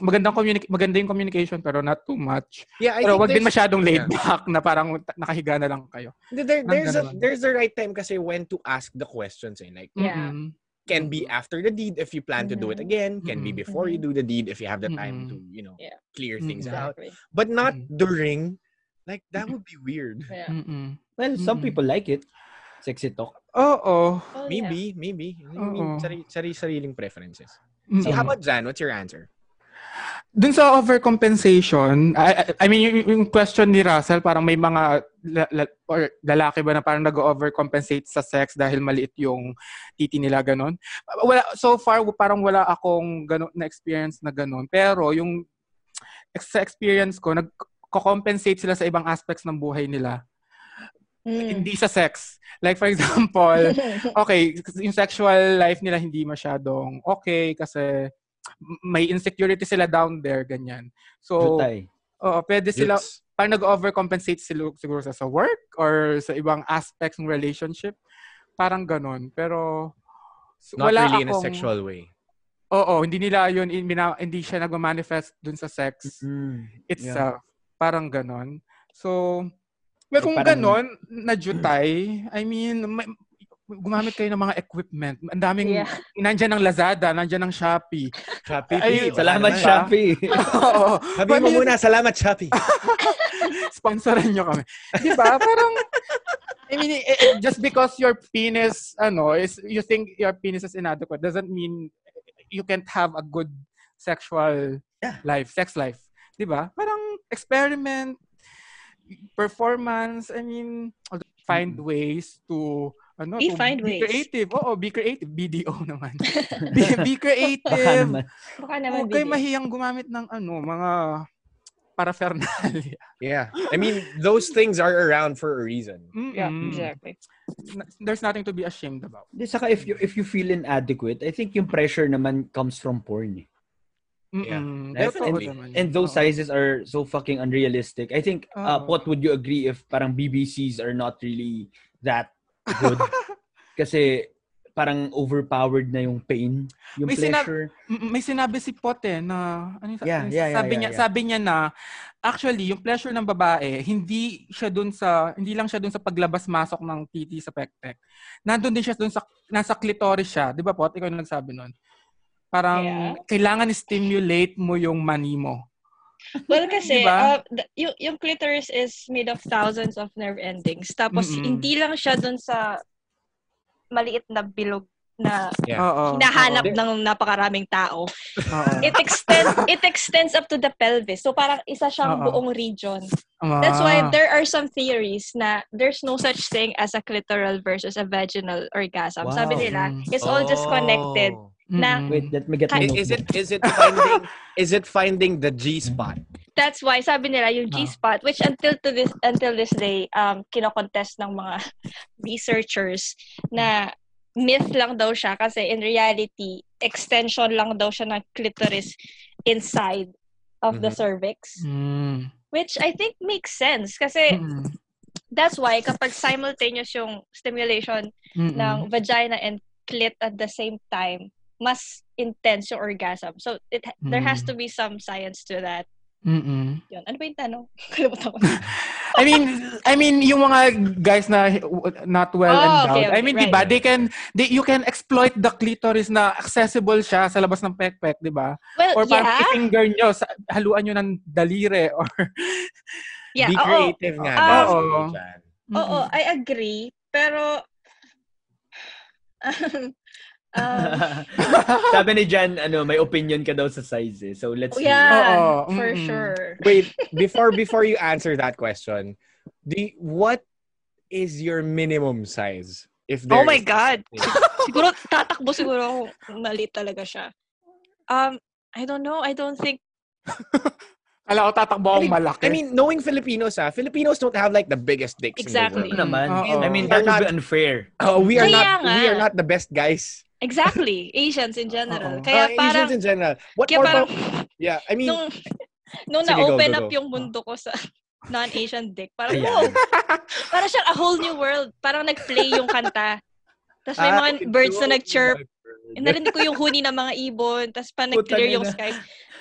S1: magandang communi- maganda yung communication pero not too much.
S4: Yeah, I
S1: Pero
S4: think
S1: wag din
S4: there's-
S1: masyadong laid
S4: Yeah.
S1: back na parang ta- nakahiga na lang kayo.
S4: There, there-
S1: Ang
S4: there's, a,
S1: ganun.
S4: there's the right time kasi when to ask the questions. Eh. Like,
S6: Yeah.
S1: Mm-mm.
S4: can be
S6: Mm-hmm.
S4: after the deed if you plan to do it again. Can
S1: Mhm.
S4: be before you do the deed if you have the time
S1: Mhm.
S4: to, you know,
S6: Mm-hmm. Yeah. Mm-hmm.
S4: clear
S1: Mhm.
S4: things out.
S6: Exactly.
S4: But not
S1: Mhm.
S4: during. Like, that would be weird.
S6: Yeah.
S1: Mm-mm.
S3: Well,
S1: Mm-mm.
S3: some people like it. Sexy talk.
S1: Oo.
S6: Oh, yeah.
S4: Maybe, maybe. I
S1: Oo.
S4: mean, sari, sari, sariling preferences.
S1: Mm-mm.
S4: See, how about Jan? What's your answer?
S1: Dun sa overcompensation, I, I- I mean, yung, yung question ni Russell, parang may mga la- la- or lalaki ba na parang nag-overcompensate sa sex dahil maliit yung titi nila, ganun. Wala, so far, parang wala akong ganun, na-experience na ganun. Pero yung ex- sa experience ko, nag-compensate sila sa ibang aspects ng buhay nila.
S2: Hmm.
S6: Mm.
S1: Hindi sa sex. Like, for example, okay, yung sexual life nila hindi masyadong okay kasi may insecurity sila down there, ganyan. So,
S3: Jutay.
S1: oo, pwede sila,
S4: Yucks.
S1: parang nag-overcompensate sila siguro sa, sa work or sa ibang aspects ng relationship. Parang ganun. Pero, s-
S4: Not
S1: wala
S4: really in
S1: akong,
S4: a sexual way.
S1: Oo, hindi nila yun, in- mina- hindi siya nagmamanifest dun sa sex
S3: Mm.
S1: itself. Parang ganon. So, well,
S3: So,
S1: kung
S3: parang-
S1: ganon, na-jutay, I mean, may- gumamit kayo ng mga equipment. Ang daming,
S6: Yeah.
S1: nandyan ng Lazada, nandyan ng Shopee.
S4: Shopee.
S1: Ay,
S4: wala
S3: Salamat,
S4: naman.
S1: siya.
S3: Shopee.
S1: Oo.
S4: Sabihin mo
S1: Pati-
S4: muna, salamat, Shopee.
S1: Sponsoran nyo kami. Di ba? Parang, I mean, eh, eh, just because your penis, ano, is, you think your penis is inadequate doesn't mean you can't have a good sexual
S3: Yeah.
S1: life, sex life. 'Di ba? Parang experiment, performance, I mean, find ways to ano,
S2: We
S1: to
S2: find
S1: be
S2: ways.
S1: creative. Oo, be creative. BDO naman. be, be creative.
S3: naman.
S2: Baka naman
S1: Huwag kayo
S2: bigay.
S1: mahiyang gumamit ng ano, mga paraphernalia.
S4: Yeah. I mean, those things are around for a reason.
S1: Mm-mm.
S2: Yeah, exactly.
S1: N- There's nothing to be ashamed about.
S3: Di, saka if you, if you feel inadequate, I think yung pressure naman comes from porn. eh.
S4: Yeah,
S1: Mm-mm.
S4: definitely.
S1: Totoo naman yun.
S3: And those
S1: Oo.
S3: sizes are so fucking unrealistic. I think, uh,
S1: Oo.
S3: what would you agree if parang BBCs are not really that good? Kasi parang overpowered na yung pain, yung
S1: May sinab-
S3: pleasure.
S1: Mm, may sinabi si Pote na ano yung sa-
S3: Yeah,
S1: yung
S3: yeah, yeah,
S1: sabi
S3: yeah,
S1: niya
S3: yeah.
S1: sabi niya na actually yung pleasure ng babae hindi siya dun sa hindi lang siya dun sa paglabas-masok ng titi sa pekpek. Nandun din siya dun sa nasa clitoris siya, 'di ba Pot? Ikaw yung nagsabi nun. Parang
S2: Yeah.
S1: kailangan stimulate mo yung mani mo.
S2: Well, kasi
S1: Diba?
S2: uh, the- yung, yung clitoris is made of thousands of nerve endings. Tapos,
S1: Mm-mm.
S2: hindi lang siya dun sa maliit na bilog na
S4: Yeah.
S1: Oo.
S2: hinahanap
S1: oo,
S2: ng napakaraming tao.
S1: oo.
S2: It extends it extends up to the pelvis. So parang isa
S1: Oo.
S2: siyang
S1: Ah.
S2: buong region. That's why there are some theories na there's no such thing as a clitoral versus a vaginal orgasm.
S3: Wow.
S2: Sabi nila,
S1: Mm.
S2: it's all just
S4: Oh.
S2: connected. na-
S1: Mm-mm.
S3: Wait, let me get my
S2: Ka-
S4: I-
S3: notebook.
S4: Is it is it finding is it finding the G spot?
S2: That's why sabi nila
S1: Ah.
S2: yung G-spot which until to this until this day um kinokontest ng mga researchers na myth lang daw siya kasi in reality extension lang daw siya ng clitoris inside of the
S1: Mm-hmm.
S4: Mhm.
S2: cervix.
S1: Mm.
S2: Which I think makes sense kasi
S1: Mm-mm.
S2: that's why kapag simultaneous yung stimulation
S1: Mm-mm.
S2: ng vagina and clit at the same time, mas intense yung orgasm. So it there has
S1: Mm.
S2: to be some science to that.
S1: Mm-mm.
S2: Yun. Ano ba yung tanong? Kalimutan ko.
S1: I mean, I mean, yung mga guys na not well
S2: Oh,
S1: endowed.
S2: okay, okay,
S1: I mean,
S2: right.
S1: di ba? They can, they, you can exploit the clitoris na accessible siya sa labas ng pekpek, di ba? Or
S2: Well,
S1: parang
S2: yeah.
S1: i-finger nyo, sa, haluan nyo ng dalire. Or,
S2: Yeah,
S4: Be
S2: oo.
S4: creative nga.
S2: Um,
S4: daw.
S1: Oo.
S2: Oo, I agree. Pero, um,
S3: Sabi ni Jan, ano, may opinion ka daw sa size eh. So let's
S2: Oh,
S3: hear. it.
S2: yeah,
S1: Oo,
S2: for
S1: mm-mm.
S2: sure.
S4: Wait, before before you answer that question, do you- what is your minimum size? If
S2: Oh
S4: there
S2: my
S4: is-
S2: God. siguro, tatakbo siguro ako. Mali talaga siya. Um, I don't know. I don't think
S1: Kala ko tatakbo akong malaki.
S4: I mean, knowing Filipinos, ah, Filipinos don't have like the biggest dicks
S2: Exactly.
S3: Ano
S4: in the
S3: naman?
S4: world.
S1: Oo.
S3: I mean, that
S4: We're
S3: would
S4: not-
S3: be unfair.
S4: Uh, we are
S2: Kaya
S4: not
S2: nga.
S4: we are not the best guys.
S2: exactly Asians in
S1: Oo.
S2: general.
S4: Uh,
S2: Kaya
S4: Asians
S2: parang
S4: in general. What
S2: kaya
S4: more
S2: parang
S4: about- Yeah, I mean,
S2: nung nung
S4: Sige, go,
S2: na-open
S4: go,
S2: up
S4: go.
S2: yung mundo ko sa non-Asian dick, parang
S3: Ayan.
S2: wow, parang siya a whole new world. Parang nag-play yung kanta. Tapos
S1: Ah,
S2: may mga
S4: I
S2: birds
S4: know
S2: na nag-chirp.
S4: my bird.
S2: Narinig ko yung huni ng mga ibon, tapos pa nag-clear
S3: Putang
S2: yung
S3: ina.
S2: sky.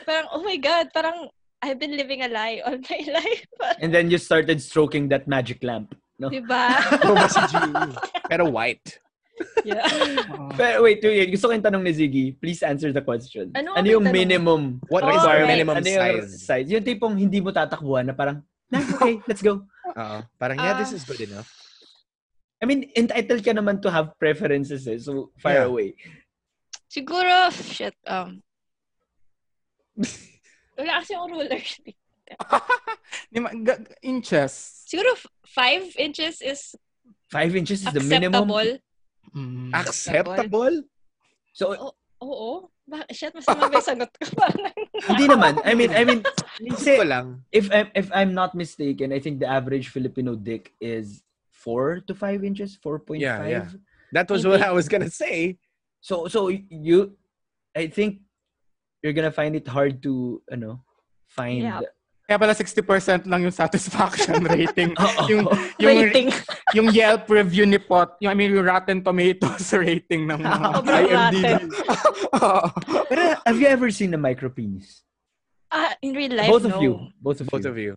S2: Parang, oh my God, parang I've been living a lie all my life.
S3: And then you started stroking that magic lamp. No?
S2: diba?
S4: Ano ba si Jimmy? Pero white.
S2: Yeah.
S1: Oo.
S3: Pero wait, wait, gusto ko yung tanong ni Ziggy. Please answer the question.
S2: Ano ang
S3: yung
S2: tanong?
S3: minimum?
S4: What
S2: Oh,
S4: is your
S2: right.
S4: minimum
S3: ano yung
S4: size?
S3: size? Yung tipong hindi mo tatakbuhan na parang, nah, okay, let's go.
S4: Oo. Parang, yeah, this
S2: Ah.
S4: is good enough.
S3: I mean, entitled ka naman to have preferences eh. So, fire
S4: Yeah.
S3: away.
S2: Siguro, shit, um, wala kasi yung ruler.
S1: Di ma- ga- inches.
S2: Siguro, f- five inches is
S3: Five inches is the minimum.
S2: acceptable.
S1: Mm.
S4: Acceptable?
S3: So,
S2: Oo. Ba- shit, masama ba yung sagot ko? Parang,
S3: hindi naman. I mean, I mean,
S4: Isip ko lang.
S3: if I'm, if I'm not mistaken, I think the average Filipino dick is four to five inches, four point five.
S4: Yeah, yeah. That was what I was gonna say.
S3: So so you, I think you're gonna find it hard to you know find.
S2: Yeah.
S1: Kaya pala 60% lang yung satisfaction rating.
S3: Oo.
S1: yung, yung,
S2: rating.
S1: yung Yelp review ni Pot, yung, I mean, yung Rotten Tomatoes rating ng mga
S2: Sobrang
S1: IMDb.
S2: rotten.
S1: Oo.
S3: Pero oh. have you ever seen a micro penis?
S2: Ah, in real life,
S3: Both
S2: no.
S3: of you. Both of
S4: Both
S3: you.
S4: of you.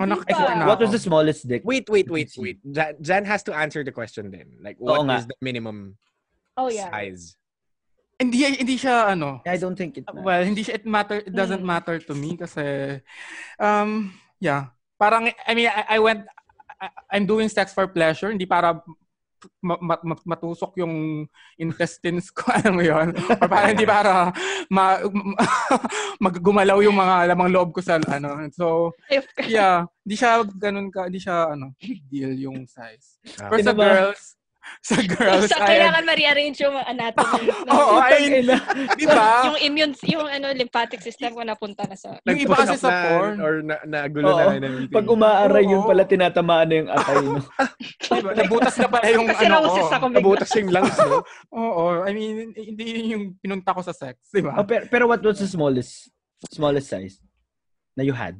S1: Oh,
S2: Hindi
S1: nakita
S2: pa.
S1: ko na.
S3: What was the smallest dick?
S4: Wait, wait,
S3: You can
S4: wait,
S3: see.
S4: wait. Jan, Jan has to answer the question then. Like,
S3: Oo
S4: what
S3: nga.
S4: is the minimum
S2: Oh, yeah.
S4: size?
S1: Hindi, hindi siya, ano,
S3: I don't think it. matters.
S1: well, hindi siya, it matter, it doesn't
S2: Hmm.
S1: matter to me kasi, um, yeah. Parang, I mean, I, I went, I, I'm doing sex for pleasure, hindi para ma- ma- ma- matusok yung intestines ko, alam mo yun? Or parang hindi para ma- maggumalaw yung mga lamang loob ko sa ano. So, yeah, hindi siya ganun ka, hindi siya ano, big deal yung size.
S4: Ah.
S1: Pero sa
S3: Sino ba?
S1: girls, sa girls,
S2: so,
S1: ay,
S2: kailangan ma-rearrange yung anatomy. ng-
S1: Oo,
S4: oh,
S3: Putang
S1: ay,
S3: ina.
S1: di ba?
S2: yung immune, yung ano, lymphatic system ko napunta na sa...
S1: Yung iba kasi
S4: Nag-push up
S1: sa
S4: na
S1: porn.
S4: Or na, nagulo na
S3: Oo.
S4: kayo ng meeting.
S3: Pag umaaray yun
S1: Oo.
S3: pala,
S4: Oh.
S3: tinatamaan na yung atay.
S1: Di
S3: No?
S1: ba? Nabutas na pala yung
S2: Kasi
S1: ano ko.
S2: nausis ako bigla.
S4: Nabutas yung lungs, no?
S1: Oo, I mean, hindi yun yung pinunta ko sa sex, di ba?
S3: Oh, pero, pero what was the smallest smallest size na you had?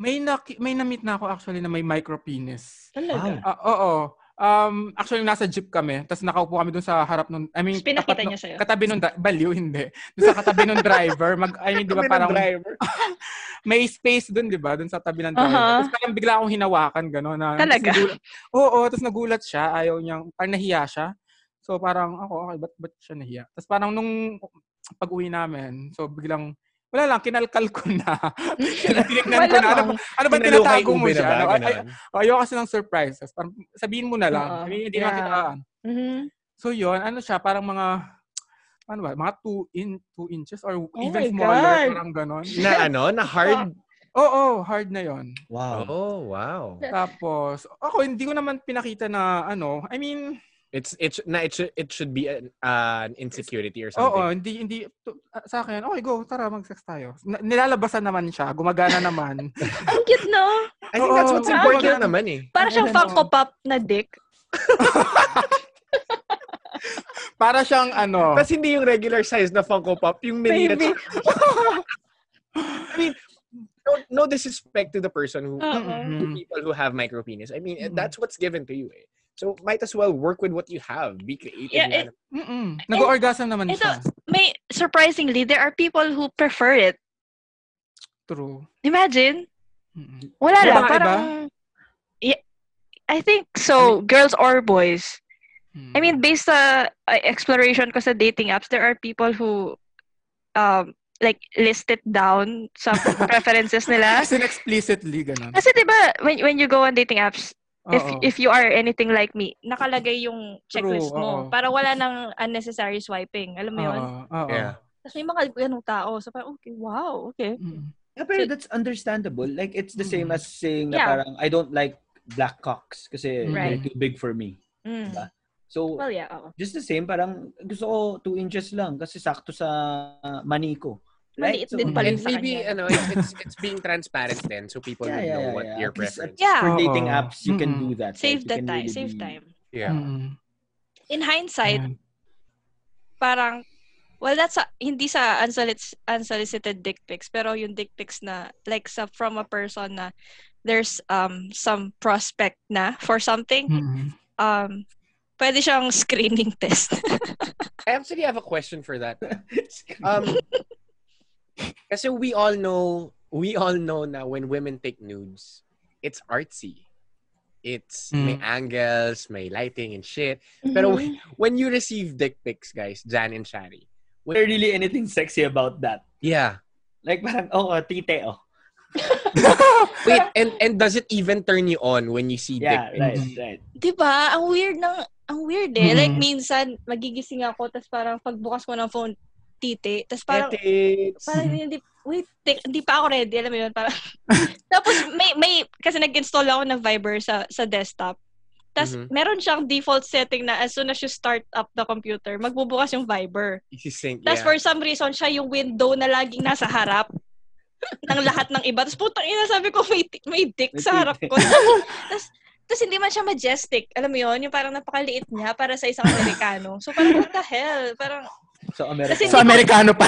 S1: May, na, may na-meet na ako actually na may micro penis.
S2: Talaga.
S1: Ah, oo. Um, actually, nasa jeep kami. Tapos nakaupo kami dun sa harap nung... I mean,
S2: Tapos pinakita
S1: tapat nung-
S2: niya sa'yo.
S1: Katabi nung... dri- Baliw, hindi. Dun sa katabi nung driver. Mag, I mean, di ba
S4: Kami ng
S1: parang
S4: driver.
S1: may space dun, di ba? Dun sa tabi ng driver.
S2: Aha.
S1: Tapos parang bigla akong hinawakan, gano'n. Na, tas
S2: Uh-huh. Talaga?
S1: nagulat- oo, tapos nagulat siya. Ayaw niyang... Parang nahiya siya. So parang ako, okay, ba't, ba't siya nahiya? Tapos parang nung pag-uwi namin, so biglang, wala lang, kinalkal ko na. Tinignan ko na. Ano, ba- ano ba
S4: Kinalukay
S1: tinatago mo
S4: ube na
S1: siya?
S4: ba?
S1: Ano, ay- ay-
S4: Ganun.
S1: Oh, Ayoko kasi ng surprises. Parang sabihin mo na lang.
S2: Oo.
S1: I mean, hindi
S2: Yeah.
S1: makitaan.
S2: Mhm.
S1: So yun, ano siya, parang mga, ano ba, mga 2 in, two inches or even
S2: Oh my
S1: smaller,
S2: God.
S1: parang ganon.
S4: Na ano? Na hard?
S1: Oo, oh, hard na yon.
S3: Wow.
S4: Oh, wow.
S1: Tapos, ako, hindi ko naman pinakita na, ano, I mean,
S4: It's, it's, na, it, should, it should be an, uh, an insecurity or
S1: oo,
S3: Oh,
S4: something.
S1: hindi, hindi, to- ah, sa akin, okay, go, tara, mag-sex tayo. Na- nilalabasan naman siya, gumagana naman.
S2: Ang cute, no?
S4: I think
S3: oh,
S4: that's what's
S1: Oo.
S2: Thank
S4: important
S2: you.
S4: na naman eh.
S2: Para siyang
S1: Ano naman?
S2: Funko Pop na dick.
S1: Para siyang,
S3: Oh.
S1: ano,
S4: Tapos hindi yung regular size na Funko Pop, yung miniature. I mean, no, no disrespect to the person who,
S2: Oo.
S4: to
S3: Mm-hmm.
S1: mm,
S4: people who have micro penis. I mean,
S1: Mm-mm.
S4: that's what's given to you eh. So, might as well work with what you have. Be creative.
S2: Yeah,
S4: yan.
S1: mm, mm, nag-orgasm naman
S2: Ito-
S1: siya.
S2: May, surprisingly, there are people who prefer it.
S1: True.
S2: Imagine.
S1: Mm, mm.
S2: Wala
S1: Wala
S2: lang.
S1: ba
S2: Parang, yeah, I think so, girls or boys.
S1: Mm.
S2: I mean, based sa uh, exploration ko sa dating apps, there are people who um, like list it down sa preferences nila.
S1: As in explicitly, ganun.
S2: Kasi 'di ba, when when you go on dating apps, if
S1: Oo.
S2: if you are anything like me, nakalagay yung checklist
S1: True,
S2: mo
S1: oo.
S2: para wala nang unnecessary swiping. Alam mo ano 'yun?
S1: Oo,
S3: Oh.
S1: oo.
S4: Yeah.
S2: Tapos may mga ganung tao. So parang, okay, wow, okay.
S1: Mm.
S2: So-
S3: Yeah, Ah, pero
S2: Mm-hmm.
S3: that's understandable. Like, it's the
S1: Mm.
S3: same as saying
S2: Yeah.
S3: na parang, I don't like black cocks kasi
S2: Right.
S3: they're too big for me.
S2: Mm.
S3: Diba? So,
S2: Well, yeah, oo.
S3: just the same, parang gusto ko two inches lang kasi sakto sa uh, mani ko. Right?
S2: Maliit
S1: Mm.
S2: din pala yun
S4: And
S2: sa
S4: maybe,
S2: kanya.
S4: ano, it's, it's being transparent then so people
S3: Yeah,
S4: will
S3: yeah,
S4: know
S3: yeah,
S4: what
S3: yeah.
S4: your
S3: At least-
S4: preference
S2: Yeah.
S3: For
S1: Oo.
S3: dating apps, you can
S1: Mm-mm.
S3: do that.
S2: Save
S3: right? You
S2: the
S3: can
S2: time,
S3: really
S2: save
S3: be-
S2: time.
S4: Yeah.
S3: Mm.
S1: Mm-mm.
S2: In hindsight,
S1: Mm.
S2: parang well that's a, hindi sa unsolicited, unsolicited dick pics pero yung dick pics na like sa from a person na there's um some prospect na for something
S1: Mm-mm.
S2: um pwede siyang screening test
S4: I actually have a question for that. Um, kasi we all know, we all know na when women take nudes, it's artsy. It's may
S1: Mm.
S4: angles, may lighting and shit. Pero
S2: Mhm.
S4: When you receive dick pics, guys, Jan and Shari.
S3: there really anything sexy about that?
S4: Yeah.
S3: Like parang, oh, oh, tite, oh.
S4: Wait, and and does it even turn you on when you see
S3: Yeah,
S4: dick pics?
S3: right,
S1: pics.
S3: right.
S2: 'di ba Diba? ang weird ng ang weird eh
S1: Mhm.
S2: like minsan magigising ako tas parang pagbukas ko ng phone titi tas parang
S4: Tits.
S2: parang
S3: Mm-hmm.
S1: Mhm.
S2: hindi wait te- hindi pa ako ready alam mo yun parang tapos may may kasi nag-install ako ng Viber sa sa desktop Tapos
S3: Mm-hmm.
S4: Mhm.
S2: meron siyang default setting na as soon as you start up the computer, magbubukas yung Viber.
S4: You think,
S2: Tapos
S4: yeah.
S2: for some reason, siya yung window na laging nasa harap ng lahat ng iba. Tapos putang ina, sabi ko, may, ti- may dick
S3: May
S2: sa harap
S3: titi.
S2: ko. Tapos tapos hindi man siya majestic. Alam mo yun? Yung parang napakaliit niya para sa isang Amerikano. So parang, what the hell? Parang,
S3: So, America.
S2: Kasi-
S1: So, Amerikano pa.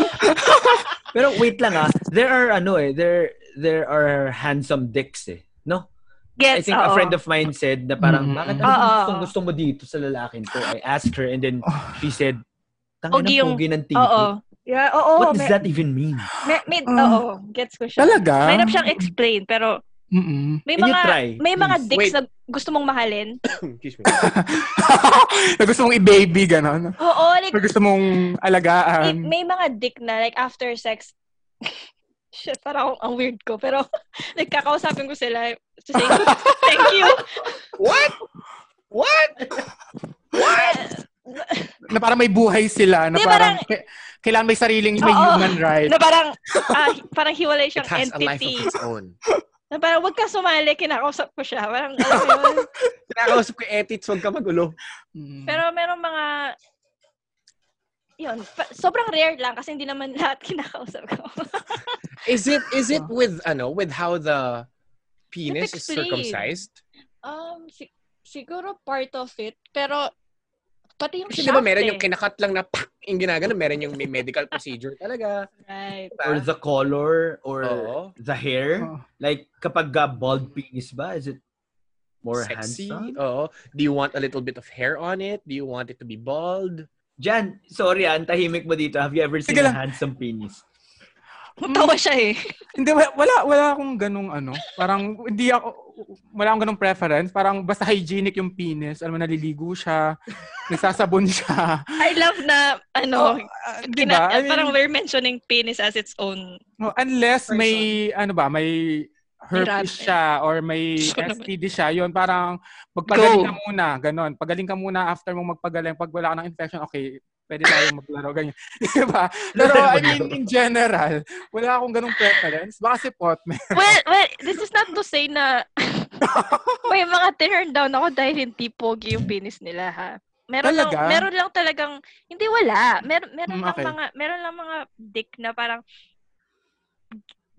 S3: Pero wait lang ah, there are ano eh, there there are handsome dicks eh. No?
S2: gets,
S3: I think a
S2: oo.
S3: friend of mine said na
S1: Mm.
S3: parang, bakit
S1: Oo,
S3: ano
S2: oo.
S3: gusto, gusto mo dito sa lalaking to? I asked her and then she said, tangin
S2: Pogi
S3: ng
S2: yung-
S3: pogi ng titi.
S2: Oo. Yeah, oo.
S3: What
S2: may,
S3: does that even mean?
S2: may- may-
S1: Ah.
S2: oo, gets ko siya.
S1: Talaga?
S2: Mahirap siyang explain, pero
S1: Mm-mm.
S2: may
S3: Can you
S2: mga,
S3: try,
S2: may mga
S3: please?
S2: dicks
S4: Wait.
S2: na gusto mong mahalin.
S4: Excuse me.
S1: Na gusto mong i-baby, ganon.
S2: Oo, like,
S1: Or gusto mong
S2: may,
S1: alagaan.
S2: may mga dick na like after sex shit parang ang, ang weird ko pero nagkakausapin ko sila to say thank you
S4: What? What? What?
S1: Na parang may buhay sila. Na
S2: Di,
S1: parang,
S2: parang-
S1: ki- kailangan may sariling may
S2: Oo.
S1: human rights.
S2: na parang, ah, parang hiwalay
S4: It
S2: siyang
S4: has a life
S2: entity.
S4: of its own.
S2: Na parang, wag ka sumali, kinakausap ko siya. Parang, alam mo yun.
S4: Kinakausap ko yung ethics, huwag ka magulo.
S1: Mm.
S2: Pero merong mga, yun, pa- sobrang rare lang kasi hindi naman lahat kinakausap ko.
S4: Is it is it with ano with how the penis is
S2: explain.
S4: circumcised?
S7: Um, si- siguro part of it. Pero, pati yung
S4: Kasi
S7: shaft
S4: di ba meron
S7: eh.
S4: yung kinakat lang na pak yung ginagano, meron yung may medical procedure talaga.
S7: Right.
S4: Diba?
S3: Or the color or
S4: Oo.
S3: the hair?
S1: Oh.
S3: Like kapag uh, bald penis ba, is it more
S4: Sexy.
S3: handsome?
S4: Oo. Do you want a little bit of hair on it? Do you want it to be bald?
S3: Jan, sorry ah, ang tahimik mo dito. Have you ever seen
S1: Sige
S3: a
S1: lang.
S3: handsome penis?
S2: Tawa siya eh.
S1: Hindi, wa- wala, wala akong ganung ano. Parang, hindi ako, wala akong ganung preference. Parang basta hygienic yung penis. Alam mo, naliligo siya. Nagsasabon siya.
S2: I love na, ano,
S4: Oh,
S1: Ah,
S4: diba?
S1: di
S2: kina-
S1: ba? I mean,
S2: parang we're mentioning penis as its own.
S1: no, unless may, ano ba, may herpes
S2: Grabe.
S1: siya or may
S2: Gusto ko naman.
S1: STD siya, yun, parang magpagaling
S2: Go.
S1: ka muna, ganon. Pagaling ka muna after mong magpagaling. Pag wala ka ng infection, okay, pwede tayong maglaro, ganyan. Di ba? Pero I mean, in general, wala akong ganung preference. Baka si Pot, may
S2: Well, well, this is not to say na may mga turn down ako dahil hindi pogi yung penis nila ha. Meron lang,
S1: Talaga?
S2: meron lang talagang hindi wala. Meron meron
S3: Hmm,
S1: Mm,
S2: lang
S1: okay.
S2: mga meron lang mga dick na parang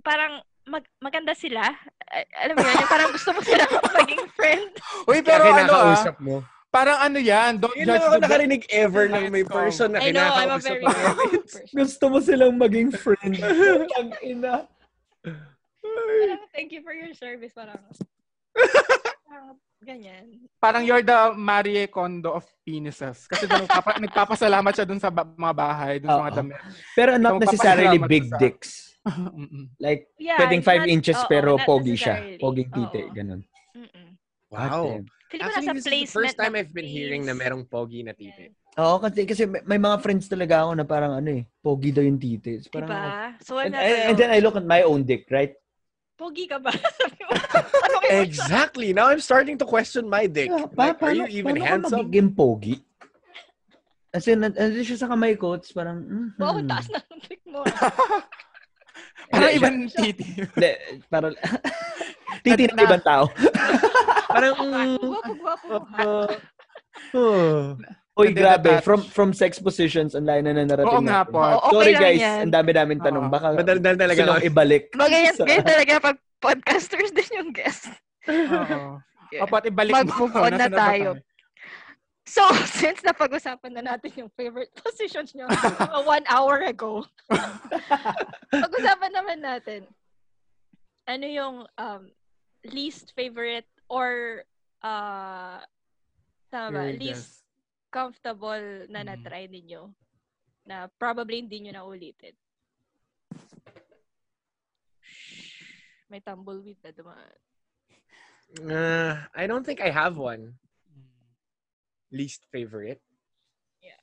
S2: parang mag, maganda sila. A- alam mo yun, yung parang gusto mo sila maging friend.
S1: Uy, pero
S4: Kaya
S1: ano ah,
S4: kinakausap mo.
S1: parang ano yan, don't
S4: Yun
S1: judge
S4: lang ako
S1: the book.
S4: nakarinig ever ng may
S1: Yes, oh.
S4: person na
S2: I know, I'm a
S4: kinakausap
S2: very
S4: mo.
S2: weird person.
S3: Gusto mo silang maging friend. Ang ina.
S2: Parang, thank you for your service. Parang, parang ganyan.
S1: Parang you're the Marie Kondo of penises. Kasi dun, nagpapa- nagpapasalamat siya dun sa ba- mga bahay, dun sa mga
S3: Oo.
S1: damit.
S3: Pero not
S1: Ikaw
S3: necessarily
S1: papasalamat
S3: big
S1: sa-
S3: dicks.
S1: Mm-mm.
S3: Like,
S2: Yeah,
S3: pwedeng 5
S2: not-
S3: inches
S2: oo,
S3: pero
S2: not
S3: pogi siya.
S2: necessarily.
S3: Poging titi,
S2: Oo.
S3: ganun.
S2: Mm-mm.
S4: Wow.
S3: Goddamn.
S2: Feeling ko
S4: Actually,
S2: nasa
S4: this
S2: placement
S4: is the first time
S2: ng
S4: I've been hearing na
S2: place.
S4: merong pogi na titi.
S3: Oo, kasi, kasi may, may mga friends talaga ako na parang ano eh, pogi daw yung titi. It's Parang,
S2: Diba?
S3: ako-
S2: So,
S3: and,
S2: ano,
S3: and, and then I look at my own dick, right?
S2: pogi ka ba? Sabi mo, ano kayo?
S4: Exactly. Now I'm starting to question my dick.
S3: Yeah, Ah,
S4: Like,
S3: pa-
S4: are you
S3: paano
S4: even
S3: ka
S4: handsome?
S3: magiging pogi? As in, and, siya sa kamay ko, it's parang, mhm.
S2: Wow, Ano ang taas na ng pick mo.
S1: Parang
S3: Eh,
S1: ibang titi.
S3: Hindi, parang, titi ng
S1: Na-
S3: ibang tao.
S4: Parang,
S2: Gwapo, gwapo mo, ha?
S4: uh, uh,
S3: Uy,
S1: Hindi
S3: grabe.
S1: na-touch.
S3: From from sex positions, ang layo na na narating
S1: Oo nga
S3: natin.
S1: po.
S2: Oo, okay
S3: Sorry
S2: lang
S3: guys,
S2: yan.
S3: ang dami namin tanong.
S1: Oo.
S3: Baka
S4: Madaldal talaga
S3: gusto nung
S4: kami.
S3: ibalik.
S2: Magayon,
S3: Sa-
S2: ganyan talaga pag podcasters din yung guest.
S1: Oo. Opo, at ibalik
S2: Mag-move
S1: mo.
S2: on
S1: Nasaan
S2: na
S1: ba
S2: tayo. So, since napag-usapan na natin yung favorite positions nyo uh, one hour ago, pag-usapan naman natin, ano yung um, least favorite or uh, tama ba?
S1: Very guess.
S2: least comfortable na
S1: Mm.
S4: Mm-hmm.
S2: na-try ninyo na probably hindi nyo na ulitin? May tumbleweed na dumaan.
S4: uh, I don't think I have one. Least favorite.
S2: Yeah.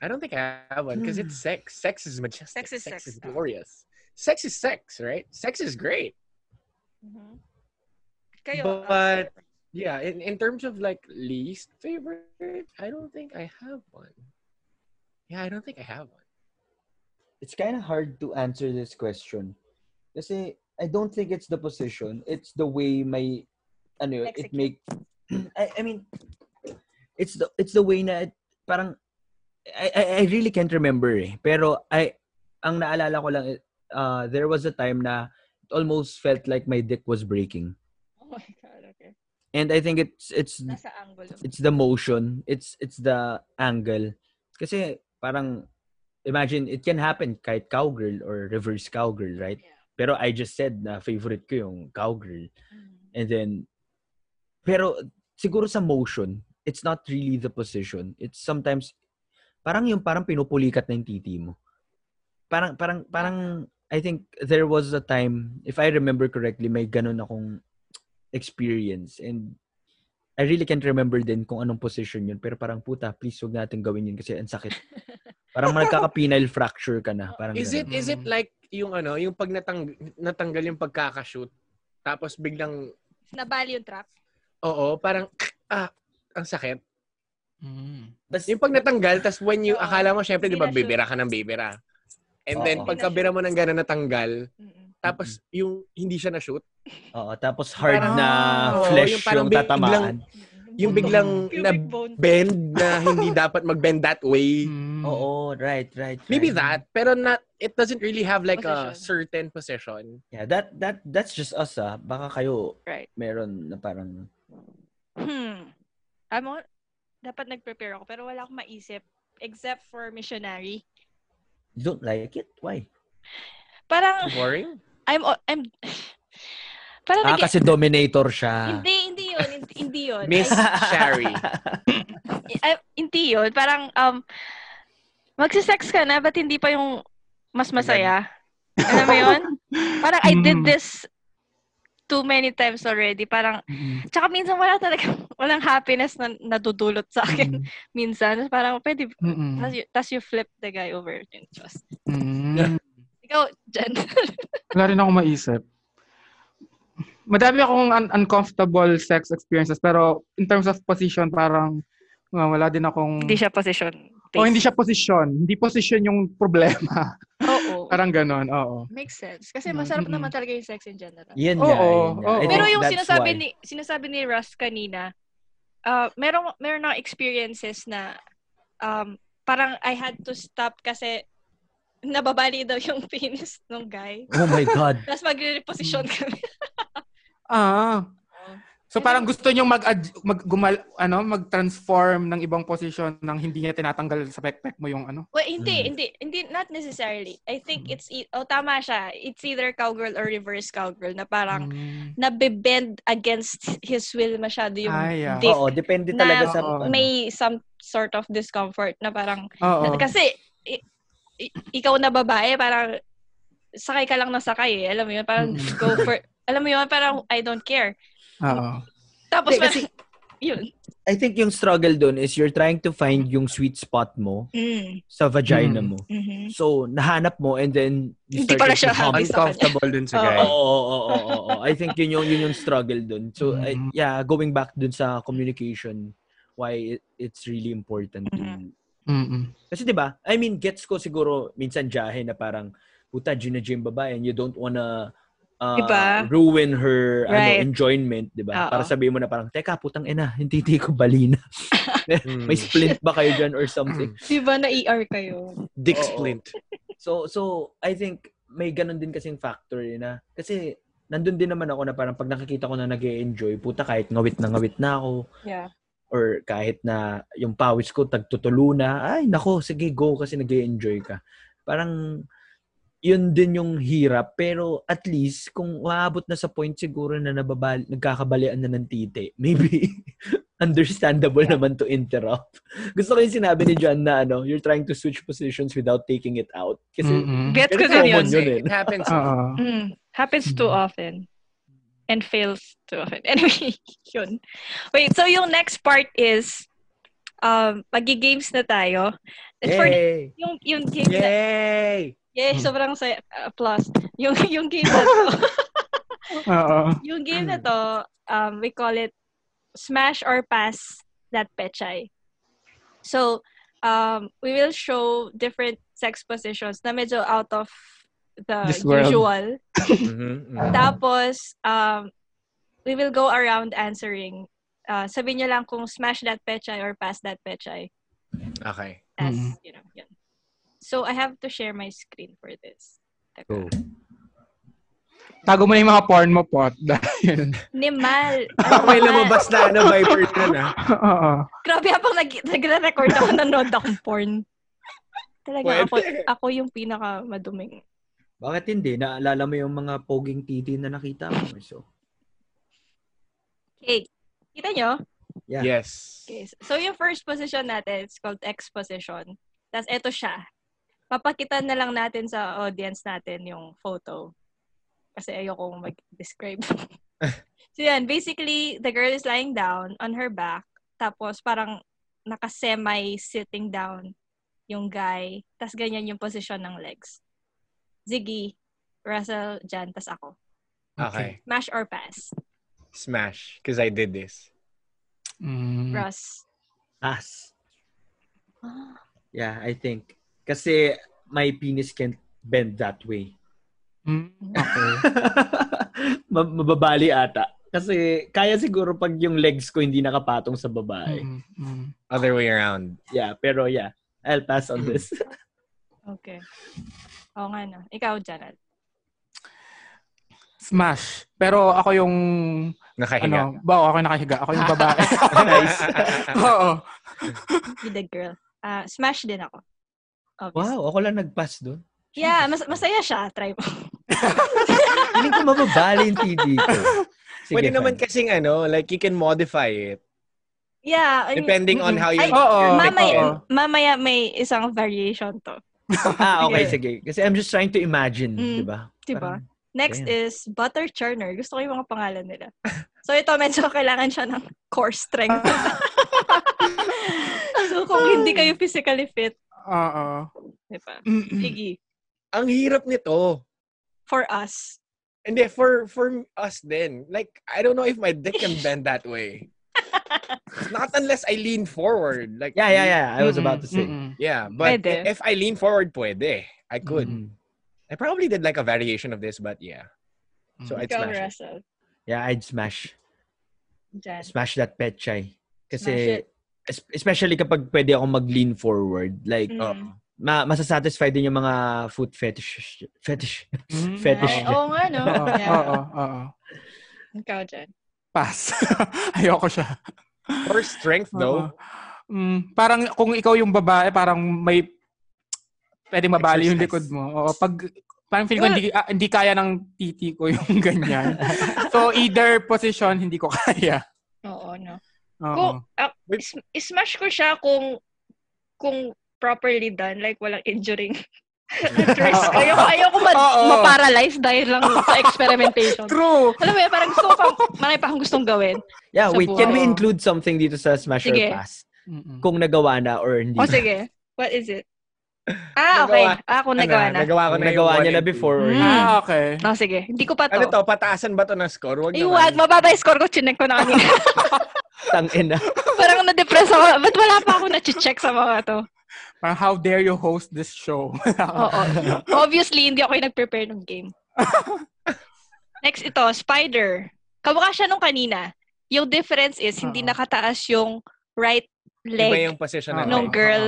S4: I don't think I have one because it's sex. Sex is majestic.
S2: Sex is sex.
S4: is glorious. Sex is sex, right? Sex is great.
S2: Mm-hmm. Kayo,
S4: But- Yeah, in, in terms of like least favorite, I don't think I have one. Yeah, I don't think I have one.
S3: It's kind of hard to answer this question. Kasi I don't think it's the position. It's the way my ano yun, it
S2: Execute.
S3: make I, I mean it's the it's the way na it, parang I, I I really can't remember eh. Pero I ang naalala ko lang uh, there was a time na it almost felt like my dick was breaking.
S2: oh my God, okay.
S3: And I think it's it's
S2: Nasa angulo.
S3: it's the motion it's it's the angle kasi parang imagine it can happen kahit cowgirl or reverse cowgirl right
S2: Yeah.
S3: pero i just said na favorite ko yung cowgirl and then pero siguro sa motion it's not really the position it's sometimes parang yung parang pinupulikat na yung titi mo parang parang parang i think there was a time if i remember correctly may ganun akong experience and I really can't remember din kung anong position yun. Pero parang, puta, please huwag natin gawin yun kasi ang sakit. Parang nagkaka-penile fracture ka na. Parang
S4: Is it
S1: ganun.
S3: ganun.
S4: is it
S1: Mm.
S4: like yung ano, yung pag natang, natanggal yung pagkakashoot, tapos biglang
S2: Nabali yung trap.
S4: oo, parang ah, ang sakit.
S1: Mm.
S3: Bas,
S4: Yung pag natanggal, tas when you,
S2: Oo.
S4: akala mo, syempre, di
S2: Hindi
S4: ba,
S2: na sure.
S4: bibira ka ng bibira. And
S3: Oo.
S4: then,
S3: Hindi na
S4: pagkabira mo ng gano'n natanggal,
S2: Mm-mm.
S4: tapos yung hindi siya na-shoot,
S3: oo, tapos hard
S4: parang-
S3: na
S4: Oo,
S3: flesh
S4: yung parang
S3: yung,
S4: big-
S3: tatamaan.
S4: yung
S1: Mm.
S4: biglang
S2: Pubic bone.
S4: na-bend na hindi dapat mag-bend that way.
S1: Mm.
S3: Oo, right, right, right.
S4: Maybe that, pero not, it doesn't really have like a
S2: Position.
S4: certain position.
S3: Yeah, that that that's just us ah. Baka kayo
S2: Right.
S3: meron na parang
S2: Hmm. I'm on, dapat nag-prepare ako pero wala akong maisip except for missionary.
S3: you don't like it. Why?
S2: Parang
S4: Boring?
S2: I'm o- I'm parang
S3: Ah,
S2: nag-
S3: kasi dominator
S1: Ah.
S3: siya.
S2: hindi hindi 'yun, hindi, hindi 'yun.
S4: Miss Shari.
S2: I- I- hindi 'yun. Parang um magse-sex ka na ba't hindi pa yung mas masaya? Alam mo 'yun? Parang I did
S1: Mm.
S2: this too many times already. Parang
S1: Mm.
S2: tsaka minsan wala talaga walang happiness na nadudulot sa
S1: Hmm.
S2: akin minsan. Parang pwede
S1: Mm-mm.
S2: tas you, tas you flip the guy over and just
S1: Mm.
S2: Ikaw, Jen.
S1: Wala rin akong maisip. Madami akong un- uncomfortable sex experiences pero in terms of position parang uh, wala din akong
S2: hindi siya position.
S1: Oh, hindi siya position. Hindi position yung problema.
S2: Oo.
S1: Parang ganon, oo.
S2: Makes sense. Kasi
S1: Mm,
S2: masarap
S1: mm-mm.
S2: naman talaga yung sex in general.
S3: Yan
S1: Oo,
S3: nga, yan nga.
S1: oo.
S3: I think
S2: Pero yung
S3: that's
S2: sinasabi
S3: why.
S2: ni sinasabi ni Russ kanina, uh, meron meron na experiences na um, parang I had to stop kasi nababali daw yung penis nung guy.
S3: Oh my God.
S2: Tapos magre-reposition
S3: Hmm.
S2: kami.
S1: Ah. So
S2: Yun
S1: parang
S2: ang-
S1: gusto niyong mag, mag gumal, ano, mag-transform ng ibang position nang hindi niya tinatanggal sa backpack mo yung ano.
S2: Well, hindi,
S3: Mm.
S2: hindi, hindi, not necessarily. I think it's, e- oh, tama siya. It's either cowgirl or reverse cowgirl na
S3: Hmm.
S2: parang
S1: Mm.
S2: nabibend against his will masyado yung
S1: Ay, ah.
S2: dick.
S3: Oo, depende
S2: Na
S3: talaga sa...
S1: Oo.
S3: ano.
S2: May some sort of discomfort na parang
S1: Oo.
S2: Kasi, i- i- ikaw na babae, parang, sakay ka lang na sakay eh. Alam mo yun, parang,
S1: Mm-mm.
S2: go for, alam mo yun, parang, I don't care.
S1: Oo.
S2: Tapos,
S3: Hindi, kasi-
S2: parang, yun.
S3: I think yung struggle dun is you're trying to find yung sweet spot mo sa vagina
S1: Mm.
S3: mo. So, nahanap mo and then you
S2: Hindi
S3: started
S2: pala siya
S3: to hump.
S2: happy sa kanya.
S4: Uncomfortable dun sa
S2: Oo.
S4: guy.
S3: Oo, oo, oo, oo, oo. I think yun yung, yun yung struggle dun. So, I-
S1: Mm.
S2: Mm-hmm.
S3: yeah, going back dun sa communication, why it- it's really important
S2: Mm-hmm.
S3: to
S1: Mm-mm.
S3: Kasi 'di ba? I mean, gets ko siguro minsan jahe na parang puta gina gym babae and you don't wanna uh,
S2: Diba?
S3: ruin her
S2: Right.
S3: ano enjoyment, 'di
S2: Oo.
S3: ba? Para sabihin mo na parang teka putang ina, hindi hindi ko balina. May
S4: Mm.
S3: splint ba kayo dyan or something?
S2: Di ba na ER kayo?
S4: Dick
S3: Oo.
S4: splint.
S3: So so I think may ganun din kasing factor yun na kasi nandun din naman ako na parang pag nakikita ko na nag enjoy puta kahit ngawit na ngawit na ako
S2: Yeah.
S3: or kahit na yung pawis ko tagtutulo na, ay nako, sige go kasi nag enjoy ka. Parang yun din yung hirap pero at least kung maabot na sa point siguro na nababal nagkakabalian na ng titi maybe understandable naman to interrupt gusto ko yung sinabi ni John na ano you're trying to switch positions without taking it out kasi
S1: Mm-mm.
S2: Gets ko din Mm-hmm. yun.
S3: Ganun common yun eh.
S4: It happens.
S1: Oo.
S2: Mm. Happens too often. And fails too often. Anyway, yun. Wait, so yung next part is, um, magi-games na tayo. And for
S3: yay
S2: yung, yung game na-
S3: yay
S2: Yay,
S1: Mm.
S2: sobrang saya. Applause. Yung, yung game na to,
S1: Oo.
S2: yung game na to, um, we call it Smash or Pass That Pechay. So, um, we will show different sex positions na medyo out of the
S1: This world.
S2: usual.
S4: Mhm, mhm.
S2: Tapos, um, we will go around answering. Uh, sabihin nyo lang kung smash that pechay or pass that pechay.
S4: Okay.
S2: As,
S1: Mm.
S2: you know, yun. So, I have to share my screen for this. Teka.
S3: Go.
S1: Tago mo na yung mga porn mo, pot. Dahil,
S2: Nimal.
S4: May
S2: Nimal.
S4: lumabas na ano, ah. Viper na na.
S1: oo.
S2: Grabe, habang nag- nagre-record ako, nanood akong porn. Talaga, ako,
S4: Pwede.
S2: ako yung pinaka maduming.
S3: bakit hindi naalala mo yung mga poging titi na nakita mo so
S2: Okay. Kita nyo?
S3: Yeah.
S4: Yes.
S2: Okay. So, yung first position natin, it's called X position. Tapos, eto siya. Papakita na lang natin sa audience natin yung photo. Kasi ayokong mag-describe. so, yan. Basically, the girl is lying down on her back. Tapos, parang naka-semi-sitting down yung guy. Tapos, ganyan yung position ng legs. Ziggy, Russell, Jan, tas ako.
S4: Okay.
S2: Smash or pass?
S4: Smash. Because I did this.
S1: Mm.
S8: Crust.
S3: Ass.
S8: Ah.
S3: Yeah, I think. Kasi my penis can't bend that way.
S1: Mm, okay.
S3: Ma- Mababali ata. Kasi kaya siguro pag yung legs ko hindi nakapatong sa babae.
S1: Mm, mm.
S4: Other way around.
S3: Yeah, pero yeah. I'll pass on this.
S8: Okay. Oo nga no. Ikaw, Janal.
S1: Smash. Pero ako yung, ano,
S4: Nakahinga.
S1: ba, ako yung nakahiga. Ako yung babae.
S3: nice. Ah,
S1: Oo.
S8: Be the girl. Ah, smash din ako. Obviously.
S3: Wow, ako lang nag-pass doon.
S8: Yeah, mas masaya siya. Try mo.
S3: Feeling ko mababali yung TD ko. Sige,
S4: Pwede
S3: fine.
S4: naman kasing ano, like you can modify it.
S8: Yeah. I mean,
S4: Depending on how you...
S8: Ay,
S1: Oo.
S4: your dick
S8: mamaya,
S1: Oo.
S4: is.
S8: mamaya may isang variation to.
S3: Ah,
S8: Sige.
S3: okay, sige. Hmm. Kasi I'm just trying to imagine,
S8: Mm,
S3: di ba?
S8: Diba?
S3: Parang-
S8: Next
S3: Damn.
S8: is butter churner. Gusto ko yung mga pangalan nila. So ito, medyo kailangan siya ng core strength. so kung hindi kayo physically fit,
S1: Oo.
S8: diba?
S1: Mm-mm.
S8: Sige.
S4: Ang hirap nito.
S8: For us.
S4: Hindi, for for us then Like, I don't know if my dick can bend that way. Not unless I lean forward. Like,
S3: Yeah, yeah, yeah. I was
S1: Mm-mm,
S3: about to say.
S1: mm-mm.
S4: Yeah, but
S8: Pwede.
S4: if I lean forward, pwede. I could.
S3: Hmm.
S1: Mm.
S3: Mm-hmm.
S4: I probably did like a variation of this, but yeah. So I'd
S8: Ikaw,
S4: smash it.
S8: Russell.
S3: Yeah, I'd smash.
S8: Jan.
S3: Smash that pechay.
S8: Smash
S3: Kasi, es- especially kapag pwede ako mag-lean forward. Like, uh,
S8: Mm.
S4: Oo.
S3: ma masasatisfy din yung mga foot fetish. Fetish.
S1: Mm.
S3: Fetish
S8: Ay,
S3: niya.
S8: Oo nga, no?
S1: Oo,
S8: Yeah.
S1: oo, oo.
S8: Ikaw, Jan.
S1: Pass. Ayoko siya.
S4: For strength
S1: Oo.
S3: Uh-huh.
S4: though,
S1: Mm, parang kung ikaw yung babae, parang may pwedeng mabali yung likod
S4: Exercise.
S1: mo. Oo, pag parang feeling ko hindi, ah, hindi kaya ng titi ko yung ganyan. so either position hindi ko kaya.
S2: Oo, no.
S1: Oo.
S2: Kung, ah, is- smash ko siya kung kung properly done, like walang injuring at risk.
S1: Oo.
S2: Ayoko, ayoko ma-
S1: Oo.
S2: ma-paralyze dahil lang sa experimentation.
S1: True.
S2: Alam mo yun, parang gusto ko pa, marami pa akong gustong gawin.
S3: Yeah,
S2: Sa
S3: wait. Can we
S1: buhay.
S3: include something dito sa smash or
S2: Sige.
S3: pass?
S1: Mm-mm.
S3: Kung nagawa na or hindi.
S2: O sige, what is it? Ah, okay.
S4: Nagawa.
S2: Ah, kung
S4: ano,
S2: nagawa na. Mm-hmm.
S4: nagawa ko
S3: Kung
S4: na yung
S3: nagawa
S4: one
S3: niya na
S4: and two.
S3: before or
S1: Mm.
S3: hindi.
S1: Ah, okay.
S2: O sige, hindi ko pa to.
S4: Ano to? Pataasan ba to na score? Wag naman.
S2: Iwag, mababa yung score ko, chinek ko na kanina.
S3: Tangina.
S2: parang na-depress ako. Ba't wala pa ako na-check sa mga to?
S1: Parang how dare you host this show?
S2: Oo. Obviously, hindi ako yung nag-prepare ng game. Next ito, spider. Kamukha siya nung kanina. Yung difference is, hindi
S1: Oo.
S2: nakataas yung right
S4: Iba
S2: leg.
S4: yung position
S1: Oo.
S4: ng
S2: nung
S4: leg.
S2: girl.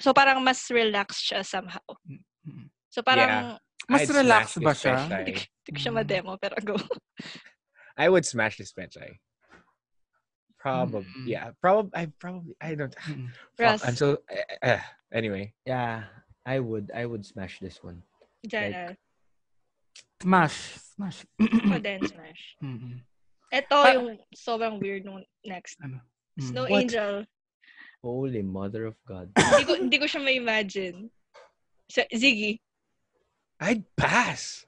S2: So, parang mas relaxed siya somehow.
S1: Mm-mm.
S2: So, parang,
S1: Mas
S4: I'd
S1: relax
S4: smash
S1: ba
S4: this
S1: siya?
S4: pechay.
S2: hindi ko- hindi ko siya ma-demo, pero go.
S4: I would smash this pechay. Probably.
S1: Mm.
S4: Yeah. Probably. I probably. I don't.
S1: Mm-mm.
S4: Fuck,
S2: Russ,
S4: I'm so. eh, eh, anyway.
S3: Yeah, I would. I would smash this one.
S2: Jana,
S1: Smash. Smash. Mm.
S2: o then smash.
S1: Mm-mm.
S2: Ito
S4: Ah.
S2: yung sobrang weird nung next.
S1: Ano?
S2: Snow
S1: Mm.
S3: What?
S2: Angel.
S3: Holy mother of God.
S2: Hindi ko, hindi ko siya ma-imagine. So, Ziggy.
S4: I'd pass.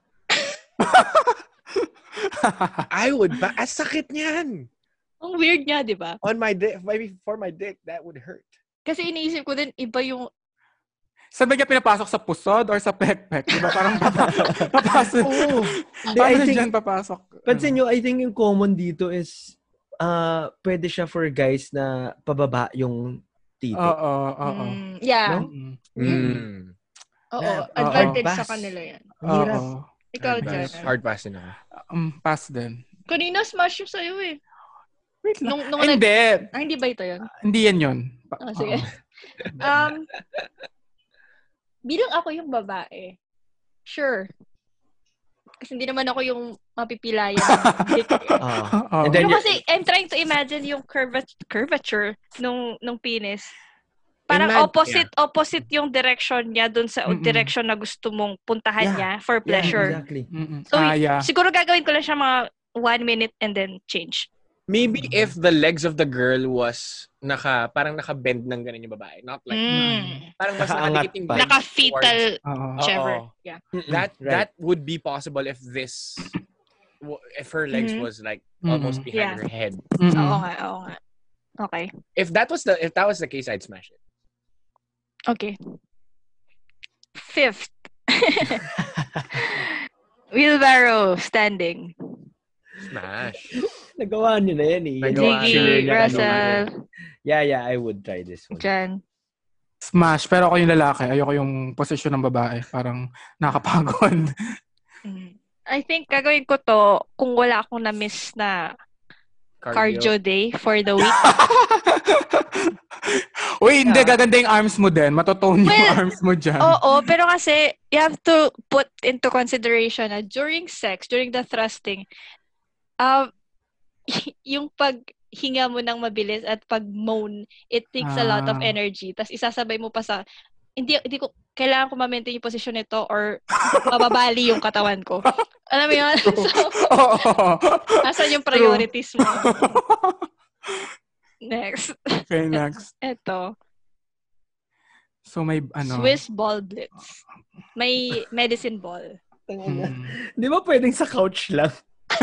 S4: I would pass. As sakit niyan.
S2: Ang weird niya, di ba?
S4: On my dick. Maybe for my dick, that would hurt.
S2: Kasi iniisip ko din, iba yung
S1: Saan ba niya pinapasok sa pusod or sa pekpek? Diba? Parang papa- papasok.
S4: Oh.
S3: Hindi, I
S1: Paano
S3: think,
S1: dyan Ah. papasok?
S3: pansin nyo, I think yung common dito is, ah pwede siya for guys na pababa yung titi.
S1: Oo, oo,
S2: Mm, yeah.
S3: No?
S1: Mm.
S4: Mm.
S2: Oo.
S3: Yeah,
S2: advantage
S3: oo.
S2: sa kanila yan.
S3: Ang hirap.
S1: Oo.
S2: Ikaw,
S4: Hard pass.
S2: Jana.
S4: Hard pass ah. din ako.
S1: Um, pass din.
S2: Kanina, smash yung sa'yo eh.
S1: Wait lang.
S2: Nung, nung
S1: Ay,
S2: nag-
S1: hindi.
S2: ah, hindi ba ito yun?
S1: Hindi yan yun. Pa-
S2: Ah, sige.
S1: oo.
S2: Um, bilang ako yung babae, sure. Kasi hindi naman ako yung mapipilayan. ng dick.
S3: Ah.
S1: Oo.
S3: And then
S2: Pero
S3: you're-
S2: kasi, I'm trying to imagine yung curvat- curvature nung, nung penis. Parang
S4: Imagine-
S2: opposite opposite yung direction niya dun sa
S1: Mm-mm.
S2: direction na gusto mong puntahan
S3: Yeah.
S2: niya for
S3: Yeah,
S2: pleasure.
S3: exactly.
S1: Mm-mm.
S2: So,
S1: ah, yeah.
S2: Siguro gagawin ko lang siya mga one minute and then change.
S4: Maybe if the legs of the girl was naka, parang naka-bend ng ganun yung babae. Not like,
S2: Mm.
S4: parang mas
S3: Nakaangat
S4: nakadikit yung
S3: pa.
S4: legs towards-
S2: Naka-fetal,
S1: Oo.
S4: Ah,
S2: whichever.
S4: Oo.
S2: Yeah.
S4: That,
S3: Right.
S4: that would be possible if this, w- if her legs
S2: Mhm.
S4: was like
S1: Mhm.
S4: almost
S2: Yeah.
S4: behind her head.
S1: Mm-mm.
S2: Oo nga, oo nga. Okay.
S4: If that was the, if that was the case, I'd smash it.
S2: Okay. Fifth. Wheelbarrow standing.
S4: Smash.
S3: Nagawa niyo na yan eh.
S4: Nagawa Gawa niyo. Sige,
S5: Ziggy,
S4: Sure,
S3: ano
S5: Russell,
S3: Yeah, yeah, I would try this one.
S5: Jan.
S1: Smash. Pero ako yung lalaki. Ayoko yung posisyon ng babae. Parang nakapagod.
S2: I think gagawin ko to kung wala akong na-miss na cardio day for the week.
S1: Uy, hindi.
S2: Yeah.
S1: Gaganda yung arms mo din. Matotone yung
S2: Well, oh.
S1: arms mo dyan.
S2: Oo, pero kasi you have to put into consideration na during sex, during the thrusting, um, yung paghinga mo ng mabilis at pag-moan, it takes a lot of
S1: Ah.
S2: energy. Tapos isasabay mo pa sa, hindi, hindi ko, kailangan ko ma-maintain yung position nito or mababali yung katawan ko. Alam mo yun? so,
S1: Oo.
S2: asan yung priorities mo? Next.
S1: okay, next.
S2: Eto.
S1: So may ano.
S2: Swiss ball blitz. May medicine ball.
S3: Mm.
S1: Hmm.
S3: Di ba pwedeng sa couch lang?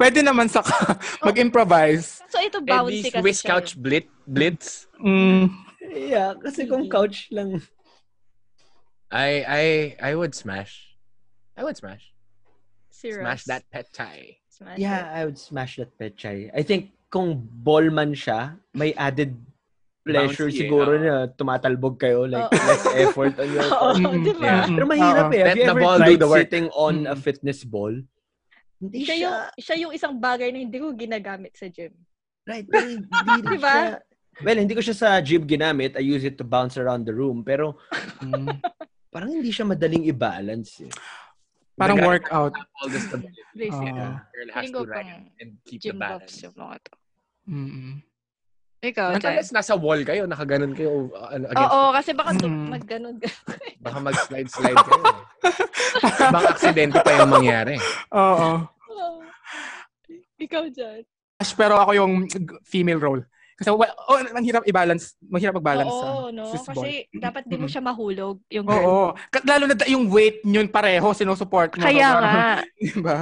S1: Pwede naman sa mag-improvise.
S2: So, ito
S4: Eddie
S2: bouncy kasi
S4: Swiss
S2: siya eh.
S4: couch blit, blitz.
S1: Mm.
S3: Yeah, kasi kung
S2: Sige.
S3: couch lang.
S4: I I I would smash. I would smash.
S2: eh. Si
S4: Smash
S2: Ross.
S4: that pet tie.
S2: Smash
S3: Yeah, I would smash that pechay. I think kung ballman siya, may added pleasure
S4: Bouncy eh,
S3: siguro
S4: oo.
S3: na tumatalbog kayo. Like,
S2: Oo.
S3: less effort on your
S2: Oo, diba?
S3: part.
S1: Mm,
S2: di ba?
S1: yeah.
S3: Pero mahirap
S1: Oo.
S3: eh. Have
S4: Let
S3: you
S4: the
S3: ever
S4: ball do
S3: tried
S4: the work.
S3: sitting on a
S1: Mm.
S3: fitness ball? Hindi
S6: Siya yung, siya yung isang bagay na hindi ko ginagamit sa gym.
S3: Right, pero hindi rin
S6: Diba?
S3: siya. Well, hindi ko siya sa gym ginamit. I use it to bounce around the room. Pero
S2: eh.
S1: Mm.
S3: parang hindi siya madaling i-balance. Eh.
S1: Parang
S4: The guy-
S1: workout.
S4: All the stability.
S2: Please,
S1: Oo.
S2: yeah.
S4: Girl has
S2: Feeling ko
S4: to ride
S2: pang
S4: and keep the
S2: Gym
S4: Ah. balance.
S2: box yung mga to.
S1: Mm.
S2: Ikaw,
S4: Ang
S2: Jan.
S4: talas nasa wall kayo, nakaganon kayo uh, ano, against
S2: Oo,
S4: the-
S2: kasi baka tu-
S1: Mm.
S2: magganon.
S4: Baka mag-slide-slide kayo. Baka aksidente pa yung mangyari.
S1: Oo.
S6: Oh. Ikaw, John.
S1: Smash, Pero ako yung female role. Kasi well, oh, ang hirap i-balance. Mahirap mag-balance sa
S2: Oo, no?
S1: sis ball.
S2: Kasi dapat di mo
S1: Mm.
S2: siya mahulog yung girl.
S1: Oo. Ka- Lalo na da- yung weight nyo pareho, sinusupport mo.
S2: Kaya
S1: So,
S2: nga.
S1: parang- Diba?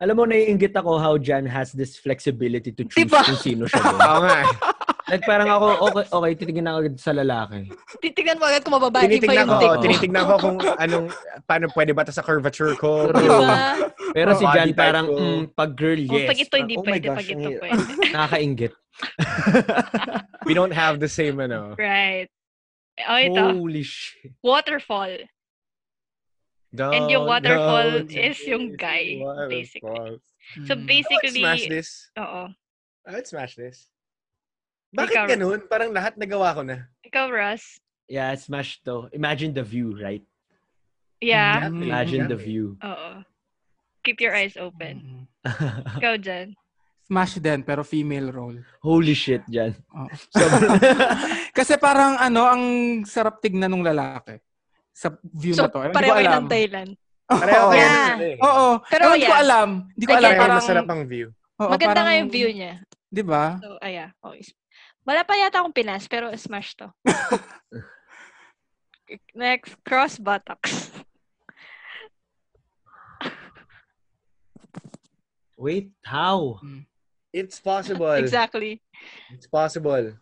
S3: Alam mo, naiingit ako how Jan has this flexibility to choose
S2: Diba?
S3: kung sino siya doon.
S4: Oo nga.
S3: Like parang ako, okay, okay, titignan ako agad sa lalaki.
S2: Titignan mo agad kung mababali pa
S4: Tinitingnan
S2: yung
S4: ko,
S2: dick.
S4: oo, tinitingnan ko kung anong, paano pwede ba ito sa curvature ko.
S2: Diba?
S3: Pero si
S4: Body
S3: Jan
S4: type
S3: parang,
S4: ko.
S3: mm, pag girl,
S2: Oh,
S3: yes.
S2: pag ito hindi
S3: Parang, my
S2: pwede,
S3: gosh, eh.
S2: pag ito
S3: ang-
S2: pwede.
S3: Nakakaingit.
S4: We don't have the same, ano,
S2: Right. O, Oh, ito.
S3: Holy shit.
S2: Waterfall. And yung waterfall is yung guy, basically. So,
S1: Mm.
S4: I would Oh, smash
S2: basically,
S4: this.
S2: oo.
S4: I would smash this. Bakit
S2: Ikaw-
S4: ganun? Parang lahat nagawa ko na.
S2: Ikaw, Russ.
S3: Yeah, smash to. Imagine the view, right?
S2: Yeah.
S1: Mm.
S3: Imagine the view.
S4: Exactly.
S2: Oo. Keep your eyes open.
S1: Mm.
S2: Ikaw, Jan.
S1: Smash din, pero female role.
S3: Holy shit, Jan.
S1: Oo.
S3: Sobrang-
S1: Kasi parang ano, ang sarap tignan ng lalaki sa view na
S2: So,
S1: to. Ewan,
S2: pareho kayo ng
S1: tayo.
S2: Thailand.
S4: Pareho
S1: Oo.
S4: kayo.
S2: Yeah.
S4: nun eh.
S1: Oo.
S2: Pero
S1: Pero Ewan, ko
S2: yeah.
S1: alam. Hindi ko
S2: I
S1: alam.
S2: get it.
S1: Parang,
S4: masarap ang view.
S1: oo,
S2: Maganda nga
S1: parang-
S2: yung view niya.
S1: Di ba?
S2: So, ayan. Oh, is- Wala pa yata akong pinas, pero smash to. Next, cross buttocks.
S3: Wait, how?
S4: It's possible.
S2: Exactly.
S4: It's possible.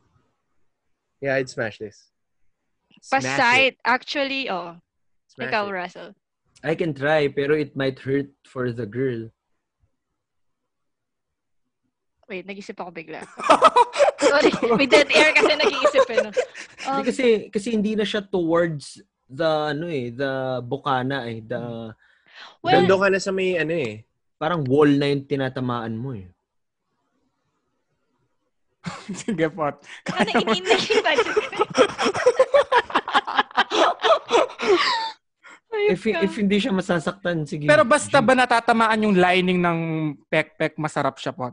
S4: Yeah, I'd smash this. Smash it.
S2: Pasite, actually, oh.
S4: Smash
S2: ikaw,
S4: it.
S2: Russell.
S3: I can try, pero it might hurt for the girl.
S2: Wait, nag-isip ako bigla. Sorry, with dead air kasi nag-iisip eh. No? Um,
S3: Hindi kasi, kasi hindi na siya towards the, ano eh, the bukana eh. The,
S2: well,
S4: Nandun ka na sa may ano eh.
S3: parang wall na yung tinatamaan mo eh.
S1: Sige po.
S2: ano, ini-imagine ko yun. Ayun
S3: If,
S2: ka.
S3: if hindi siya masasaktan, sige.
S1: Pero basta
S3: G.
S1: ba natatamaan yung lining ng pek-pek, masarap siya po.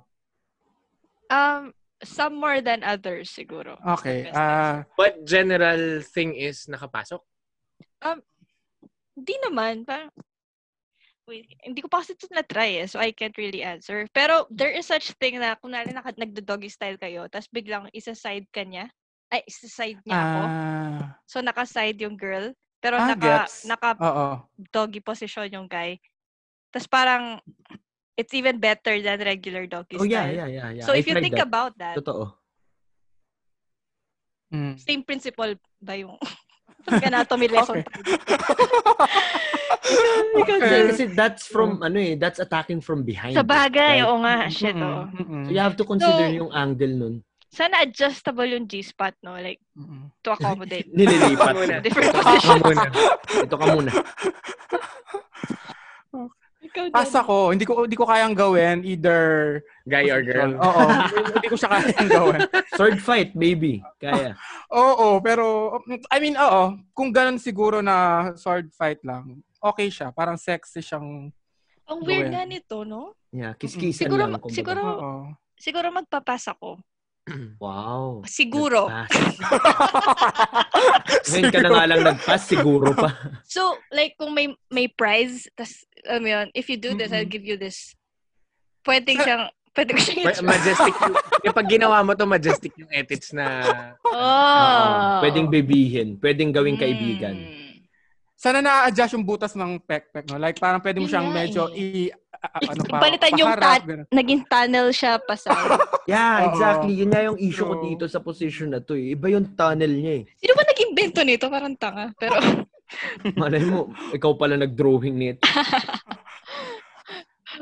S2: um, some more than others, siguro.
S1: Okay.
S2: Best
S1: Ah,
S4: But general thing is nakapasok.
S2: Hindi naman. Parang, wait, hindi ko pa kasi ito na-try eh, so I can't really answer. Pero there is such thing na kunwari naka, nagdo-doggy style kayo, tapos biglang isa-side ka niya. Ay, isa-side niya ako.
S1: ah,
S2: So naka-side yung girl, pero
S1: Ah,
S2: naka,
S1: gets. oo.
S2: naka-doggy position yung guy. Tapos parang, it's even better than regular doggy
S3: Oh, yeah,
S2: style.
S3: yeah, yeah. yeah.
S2: So
S3: I
S2: if you
S3: tried
S2: think
S3: that.
S2: about that,
S3: Totoo.
S1: Mm.
S2: same principle ba yung Anatomy lesson.
S1: Okay.
S2: Ikaw,
S1: Okay.
S2: sir.
S3: Kasi that's from, ano eh, that's attacking from behind.
S2: Sa bagay,
S3: Right?
S2: oo nga. Ah, Shit, oo.
S1: Mm-mm, mm-mm,
S3: So you have to consider
S2: So-
S3: yung angle nun.
S2: Sana adjustable yung G-spot, no? Like,
S1: mm-mm.
S2: to accommodate.
S3: Nililipat.
S4: Muna.
S2: Different
S4: Ako
S2: position.
S4: muna.
S3: Ito ka muna.
S2: Ikaw,
S1: Pass ako. Hindi ko hindi ko kayang gawin either.
S4: Guy or girl.
S1: Oo. hindi ko siya kayang gawin.
S3: Sword fight, baby. Kaya.
S1: Oo, pero I mean, oo, kung ganun siguro na sword fight lang, okay siya. Parang sexy siyang
S2: Ang weird
S1: Gawin.
S2: nga nito, no?
S3: Yeah, kiss-kissan
S2: Siguro-
S3: lang. kumbaga.
S2: siguro-
S1: oo.
S2: Siguro magpapas ako.
S3: Wow.
S2: Siguro.
S3: Nagpas. Ngayon ka na nga lang nagpas, siguro pa.
S2: So, like, kung may may prize, tas, alam mo yun, if you do this, I'll
S1: Mm-mm.
S2: give you this. Pwedeng
S1: Sa-
S2: siyang, pwede ko siyang
S4: Ma- Majestic. yung- yung pag ginawa mo to, majestic yung edits na
S2: Oh.
S3: Pwedeng bibihin. Pwedeng gawing kaibigan.
S2: Mm.
S1: Sana na-adjust yung butas ng pekpek, no? Like, parang pwede mo
S2: Yun
S1: siyang
S2: nga
S1: medyo i...
S2: eh.
S1: a- a- ano pa,
S2: Palitan yung
S1: paharap,
S2: tat.
S1: ganun.
S2: Naging tunnel siya pasay.
S3: Yeah,
S1: Oo.
S3: exactly. Yun nga yung issue ko
S1: True.
S3: dito sa position na to. eh. Iba yung tunnel niya eh.
S2: Sino ba nag-invento nito? Parang tanga. Pero,
S3: Malay mo, ikaw pala nag-drawing nito.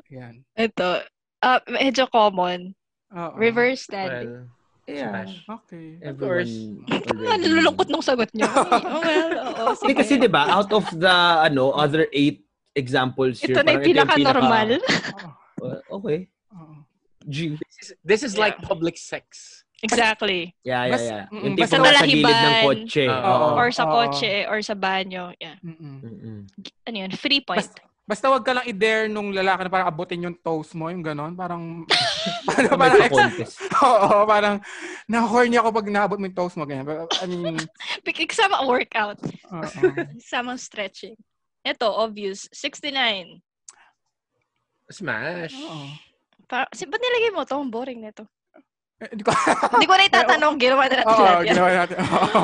S1: Yan.
S2: ito. Uh, medyo common.
S1: Oo.
S2: Reverse standing.
S4: well,
S1: Yeah.
S4: smash.
S1: Okay.
S4: Of course.
S2: Ang
S3: Everyone already-
S2: Ah, nalulungkot eh. nung sagot niyo. oh, well, oo.
S3: Hindi
S2: Sige.
S3: kasi 'di ba, out of the ano other eight examples here,
S2: ito na yung
S3: parang ito
S2: pinaka-normal.
S1: Oo.
S3: Uh, okay.
S1: Oo.
S3: G.
S4: This is, this is like public sex.
S2: Exactly.
S3: Yeah, yeah,
S1: Mas-
S3: yeah.
S1: mm,
S3: Yung
S1: basta
S3: tipong nasa gilid ng
S2: talahiban.
S3: kotse.
S4: Oo.
S3: Oo.
S2: Or sa
S1: Oo.
S2: kotse, or sa banyo. Yeah.
S1: Mm-mm.
S3: Mm-mm.
S2: Ano yun? Free point.
S1: Basta- Basta wag ka lang i-dare nung lalaki na parang abutin yung toes mo, yung ganon. Parang, parang,
S3: May
S1: parang, ex-
S3: pa-contest.
S1: oo, parang, na-horny ako pag naabot mo yung toes mo, ganyan. Pero, I mean,
S2: Pick sama workout.
S1: oo.
S2: Samang stretching. Ito, obvious. 69.
S4: Smash.
S1: Oo.
S2: Pa- si, ba't nilagay mo to? Ang boring nito.
S1: Eh, Hindi ko,
S2: Hindi ko na itatanong. Ginawa na natin
S1: oo,
S2: lahat yan.
S1: ginawa natin. Oo.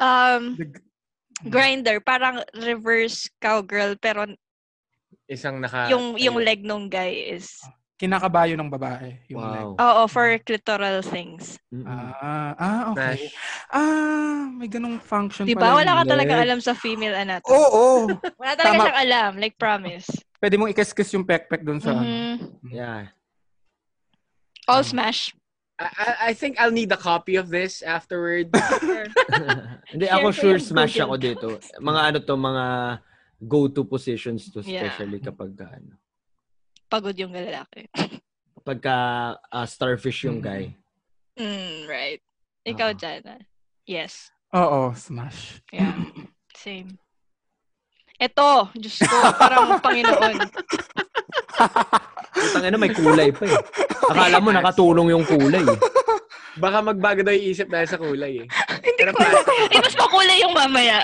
S2: Um,
S1: The-
S2: grinder. Parang reverse cowgirl. Pero
S4: Isang naka...
S2: yung, yung leg nung guy is...
S1: Kinakabayo ng babae. Yung
S3: Wow.
S1: leg.
S2: Oo, for clitoral things.
S3: Mm-mm.
S1: Ah, ah, okay.
S4: Smash.
S1: Ah, may ganong function pala.
S2: Di ba? Diba? Wala
S1: yun.
S2: ka talaga
S3: leg.
S2: alam sa female anatomy.
S1: Oo, oo.
S2: Wala talaga
S1: Tama.
S2: siyang alam. Like, promise.
S1: Pwede mong ikis-kiss yung pekpek doon sa ano.
S2: Mhm.
S3: Yeah.
S2: All
S1: Tama.
S2: smash.
S4: I, I- I think I'll need a copy of this afterward.
S3: Hindi
S2: Share ko
S3: ako sure
S2: yung
S3: smash
S2: Google
S3: ako dito. Mga ano to, mga go-to positions to
S2: Yeah.
S3: especially kapag uh, ano.
S2: Pagod yung lalaki.
S3: Pagka uh, starfish yung guy.
S2: Mm, right.
S1: Ah.
S2: Ikaw,
S3: Oo.
S2: Jana. Yes.
S1: Oo, smash.
S2: Yeah. Same. Eto, Diyos ko, parang Panginoon.
S3: Putang ina, may kulay pa eh. Akala mo nakatulong yung kulay. eh.
S4: Baka magbago daw yung isip dahil sa kulay eh.
S2: Hindi
S4: Pero
S2: ko alam.
S4: pasa,
S2: Eh, mas makulay yung mamaya.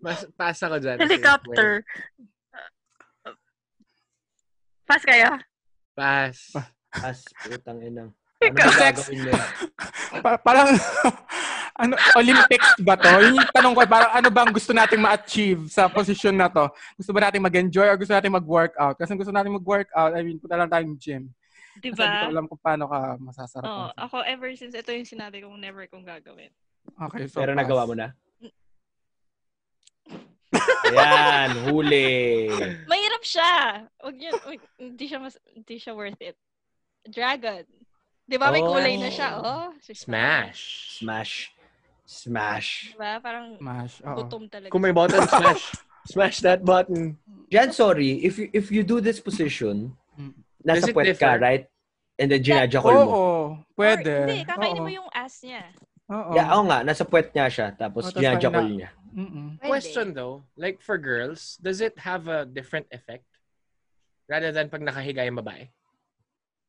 S4: mas, pasa ko dyan.
S2: Helicopter. Pass kayo?
S4: Pass.
S3: As putang ina. Ano
S2: Ikaw,
S3: ba
S1: sex.
S3: gagawin nila?
S1: Pa- parang, ano, Olympics ba to? Yun yung tanong ko, parang ano bang gusto nating ma-achieve sa position na to? Gusto ba nating mag-enjoy or gusto nating mag-workout? Kasi kung gusto nating mag-workout, I mean, punta lang tayong gym.
S2: Di
S1: Kasi hindi ko
S2: ba?
S1: alam kung paano ka masasarap.
S2: Diba? Oo,
S1: ng sex.
S2: ako ever since ito yung sinabi kong never kong gagawin.
S1: Okay, so
S3: Pero
S1: pass.
S3: nagawa mo na? Ayan, huli.
S2: Mahirap siya. Huwag yun. Huwag- Hindi siya, mas, hindi siya worth it. Dragon. Di ba may kulay na siya? Oh,
S4: Smash.
S3: Smash. Smash.
S2: Di ba? Diba? Parang
S1: Smash, oo.
S2: gutom talaga.
S4: Kung may button, smash. Smash that button.
S3: Jan, sorry, if you, if you do this position,
S1: Mm.
S4: Hmm.
S3: nasa
S4: Does it
S3: puwet ka,
S4: differ?
S3: right? And then ginajakol
S1: Oo,
S3: mo.
S1: pwede.
S2: Or, hindi, kakainin
S1: Oo,
S2: mo yung ass niya.
S1: Oo.
S3: Yeah, oo nga, nasa puwet niya siya,
S1: Oh,
S3: tapos
S1: tapos
S3: ginajakol
S1: parang
S3: niya.
S1: Mm-mm.
S2: Pwede.
S4: Question though, like for girls, does it have a different effect? Rather than pag nakahiga yung babae?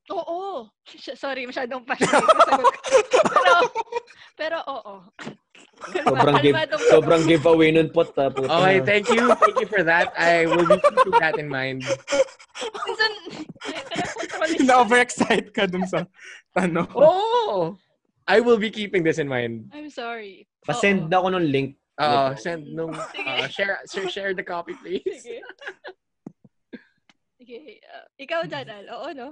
S2: Oo. Sorry, masyadong passionate. yung sagot ko. pero, pero oo.
S3: Sobrang, give,
S2: Kalmadong-
S3: sobrang giveaway nun po. ta, puta.
S4: Okay, thank you. Thank you for that. I will be keeping that in mind.
S2: Minsan, ay, parang control is-
S1: Na-overexcite ka dun sa tanong.
S4: Oh! I will be keeping this in mind.
S2: I'm sorry.
S3: Pasend
S2: Oo.
S3: na ako nung link.
S4: Uh, send nung,
S2: Sige.
S4: uh, share, share, share the copy, please.
S2: Sige. Sige, Sige. ah, ikaw, Janal. Oo, no?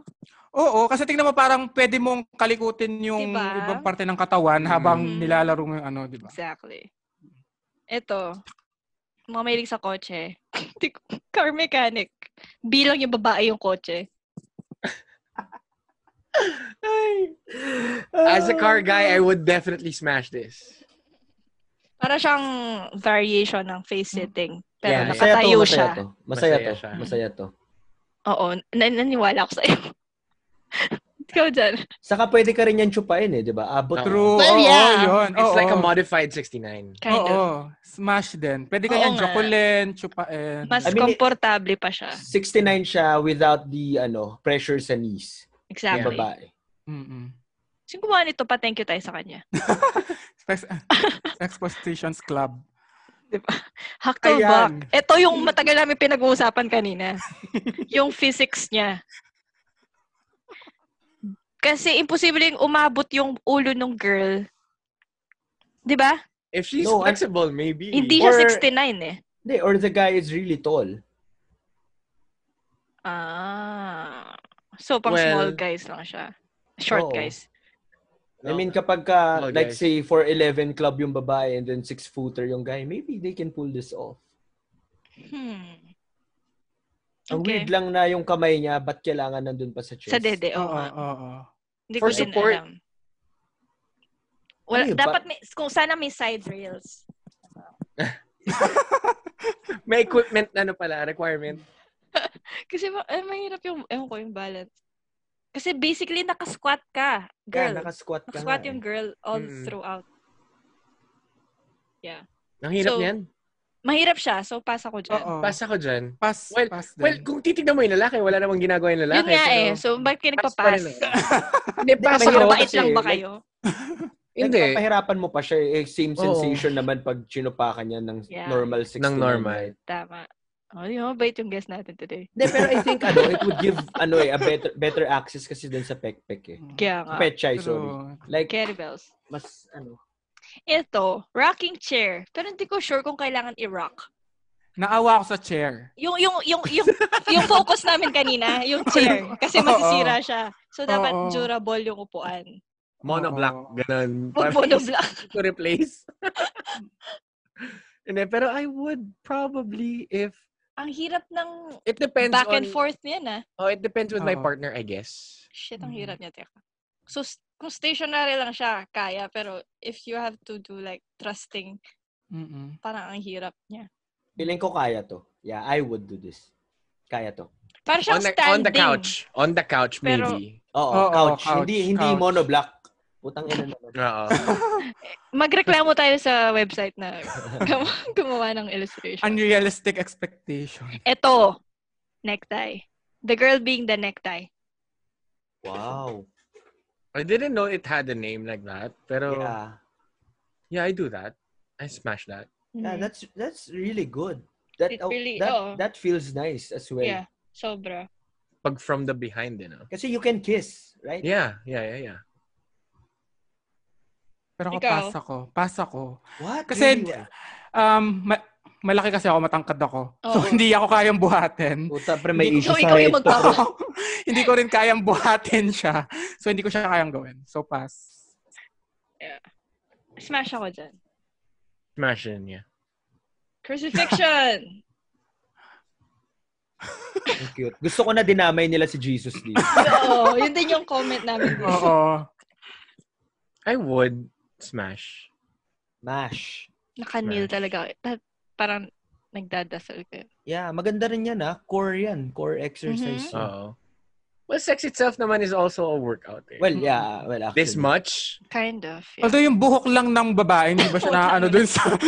S1: Oo, kasi tingnan mo parang pwede mong kalikutin yung
S2: Diba?
S1: ibang parte ng katawan habang
S2: Mhm.
S1: nilalaro mo yung ano, di ba?
S2: Exactly. Ito. Mga mahilig sa kotse. Di ko- Car mechanic. Bilang yung babae yung kotse.
S4: As a car guy, I would definitely smash this.
S2: Para siyang variation ng face sitting. Pero
S4: Yeah,
S3: masaya to,
S2: nakatayo
S3: masaya
S2: siya.
S3: to. Masaya,
S4: Masaya
S3: to,
S4: siya.
S3: masaya to.
S2: Oo. nan- Naniwala ako sa'yo. ikaw, Janal.
S3: Saka pwede ka rin yan chupain eh, di ba? Abot.
S4: Oo.
S1: True.
S2: Well,
S1: oo,
S2: yeah.
S1: yun.
S4: It's
S1: oo.
S4: like a modified 69.
S2: Kind
S1: oo,
S2: of.
S1: smash din. Pwede ka
S2: Oo
S1: yan
S2: nga.
S1: jokulin, chupain.
S2: Mas
S3: I mean, it-
S2: komportable pa siya.
S3: 69 siya without the ano pressure sa knees ng
S2: Exactly.
S3: babae.
S1: Mm-mm.
S2: Sino gumawa nito pa thank you tayo sa kanya.
S1: Sex, Expositions Club.
S2: Hucklebuck.
S1: Ayan.
S2: Diba? Ito yung matagal namin pinag-uusapan kanina. yung physics niya. Kasi imposible yung umabot yung ulo ng girl. 'Di ba?
S4: If she's
S3: No, I-
S4: flexible, maybe.
S2: Hindi siya
S3: Or-
S2: 69 eh.
S3: Hindi, or the guy is really tall.
S2: Ah. So, pang
S4: Well-
S2: small guys lang siya. Short
S3: Oo.
S2: guys.
S3: I mean, kapag ka,
S4: Small
S3: like
S4: guys.
S3: say, 4'11 club yung babae and then 6-footer yung guy, maybe they can pull this off.
S2: Hmm.
S3: Ang
S2: Okay.
S3: weird lang na yung kamay niya, ba't kailangan nandun pa sa chest?
S2: Sa dede, oo.
S1: Oo,
S3: Uh,
S2: nga.
S1: oo, oo.
S2: Hindi
S4: For
S2: ko din
S4: support.
S2: alam. Wala,
S3: Ano yun,
S2: dapat may, kung sana may side rails.
S4: May equipment na ano pala, requirement.
S2: Kasi ma- eh, mahirap yung, ewan ko, yung balance. Kasi basically, nakasquat ka,
S3: Girl.
S2: girl.
S3: nakasquat ka
S2: nakasquat
S3: nga eh.
S2: yung girl all
S4: Mm-mm.
S2: throughout.
S4: Ang hirap
S2: So,
S4: niyan.
S2: Mahirap siya, so pasa ko dyan.
S1: Oo.
S4: Pasa ko dyan.
S1: Pass,
S4: Well,
S1: pass din.
S4: Well, kung titignan mo yung lalaki, wala namang ginagawa yung lalaki.
S2: Yun nga
S4: pero-
S2: eh. So, bakit ka
S4: Pass pa
S2: nagpa-pass?
S4: rin eh. Hindi, pass
S3: Mahirap
S4: ako.
S3: Pero
S2: Mabait
S3: kasi,
S2: lang ba
S3: eh. like,
S2: kayo?
S4: Hindi.
S3: Nagpapahirapan mo pa siya. eh. same
S4: Oo.
S3: sensation naman pag chinupakan niya ng
S2: Yeah.
S3: normal 69.
S4: Ng normal.
S3: right?
S2: Tama. Oh, yun, mabait yung guest natin today.
S3: Hindi, pero I think, ano, it would give, ano eh, a better, better access kasi dun sa pekpek eh.
S2: Kaya nga.
S3: Pechay, sorry.
S1: Mm. True.
S3: Like,
S2: Kettlebells.
S3: mas, ano,
S2: Ito, rocking chair. Pero hindi ko sure kung kailangan i-rock.
S1: Naawa ako sa chair.
S2: Yung, yung, yung, yung, yung focus namin kanina, yung chair. Kasi
S1: Oo.
S2: masisira siya. So, dapat
S1: Oo.
S2: durable yung upuan.
S4: Monoblock.
S1: Oo.
S4: Ganun.
S2: Huwag
S4: Parang
S2: monoblock.
S4: easy To replace. Hindi, pero I would probably if
S2: Ang hirap ng
S4: it depends
S2: back
S4: on
S2: and forth niya na.
S4: Oh, it depends with my
S1: Oo.
S4: partner, I guess.
S2: Shit, ang
S1: Mm.
S2: hirap niya. Teka. So, s- kung stationary lang siya, kaya. Pero if you have to do like thrusting,
S1: Mm-mm.
S2: parang ang hirap niya.
S3: feeling ko kaya to. Yeah, I would do this. Kaya to.
S2: Parang
S4: On
S2: siyang
S4: the,
S2: standing.
S4: on the couch. On the couch,
S2: Pero-
S4: maybe.
S3: Oo,
S1: Oo,
S3: couch.
S1: couch,
S3: Hindi, hindi
S1: couch.
S3: monoblock. Putang ina naman.
S4: Oo.
S2: Magreklamo tayo sa website na gumawa- gumawa ng illustration.
S1: Unrealistic expectation.
S2: Ito, necktie. The girl being the necktie.
S3: Wow.
S4: I didn't know it had a name like that. Pero, yeah,
S3: Yeah.
S4: I do that. I smash that.
S3: Yeah,
S2: Mhm.
S3: that's that's really good. That
S2: It
S3: oh,
S2: really-
S3: that,
S2: oo.
S3: that feels nice as well.
S2: Yeah, sobra.
S4: Pag from the behind, you know.
S3: Kasi you can kiss, right?
S4: Yeah, yeah, yeah, yeah.
S1: Pero ako,
S2: Ikaw?
S1: pass ako. Pass ako.
S3: What?
S1: Kasi-
S3: Really?
S1: Um, ma- malaki kasi ako, matangkad ako. So,
S2: Oo.
S1: hindi ako kayang buhatin.
S3: Puta, pre, may
S1: Hindi-
S3: issue
S2: So,
S3: sa
S2: ikaw yung
S3: head.
S2: magpapa-
S1: Oo. hindi ko rin kayang buhatin siya. So, hindi ko siya kayang gawin. So, pass.
S2: Smash ako dyan.
S4: Smash it, yeah.
S2: Crucifixion!
S3: Ang cute. Gusto ko na dinamay nila si Jesus dito.
S2: Oo, yun din yung comment namin. dito.
S1: Oo.
S4: I would smash.
S3: Mash.
S2: Nakanil talaga. ako. Lahat- Parang nagdadasal kayo.
S3: Yeah, maganda rin yan ah. Core yan. Core exercise.
S2: Mhm.
S3: yan.
S4: Oo. Well, sex itself naman is also a workout. Eh.
S3: Well, yeah. Well, actually.
S4: this much?
S2: Kind of. yeah.
S1: Although yung buhok lang ng babae, hindi ba siya
S2: Puta
S1: na ano dun sa,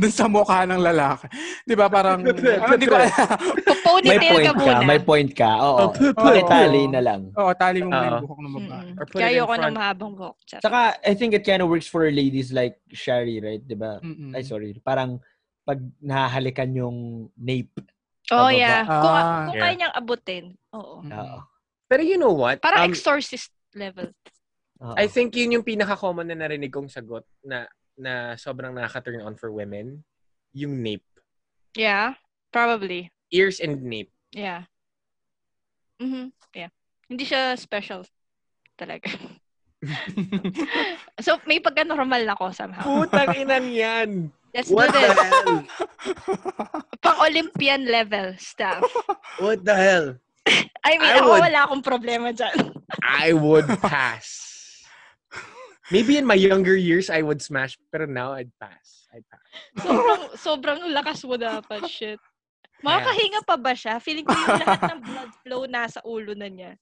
S1: dun sa mukha ng lalaki? Di ba parang, ano, hindi ko alam.
S3: May
S2: Ponytail
S3: point
S2: ka
S3: ka.
S2: muna.
S3: May point ka. Oo.
S4: put- put-
S3: Pakitali na lang.
S1: Oo, tali mo muna yung
S4: Oo.
S1: buhok ng babae.
S2: Mm-mm.
S4: Or put it
S2: Kaya
S4: in
S2: ko ng
S4: front.
S2: mahabang buhok. Charot.
S3: Tsaka, I think it kind of works for ladies like Shari, right? Diba?
S2: Mm.
S1: Mm-mm.
S3: Ay, sorry. Parang pag nahahalikan yung nape.
S2: oh,
S3: pababa.
S2: yeah. Kung,
S1: Ah.
S2: kung
S4: Yeah.
S2: kaya niyang abutin. Oo.
S1: Mm-mm.
S3: Oo.
S4: Pero you know what?
S2: Parang
S4: Um,
S2: exorcist level.
S3: Oo.
S4: I think yun yung pinaka-common na narinig kong sagot na na sobrang nakaka-turn on for women. Yung nape.
S2: Yeah, probably.
S4: Ears and nape.
S2: Yeah. mhm, yeah. Hindi siya special talaga. so, may pagka-normal na ako somehow.
S4: Putang inan yan!
S2: Let's
S4: What
S2: do
S4: the
S2: this.
S4: hell?
S2: Pang-Olympian level stuff.
S4: What the hell?
S2: I mean,
S4: I
S2: ako
S4: would-
S2: wala akong problema dyan.
S4: I would pass. Maybe in my younger years, I would smash, pero now I'd pass. I'd pass.
S2: Sobrang, sobrang lakas mo dapat, shit. Makakahinga pa ba siya? Feeling ko yung lahat ng blood flow nasa ulo na niya.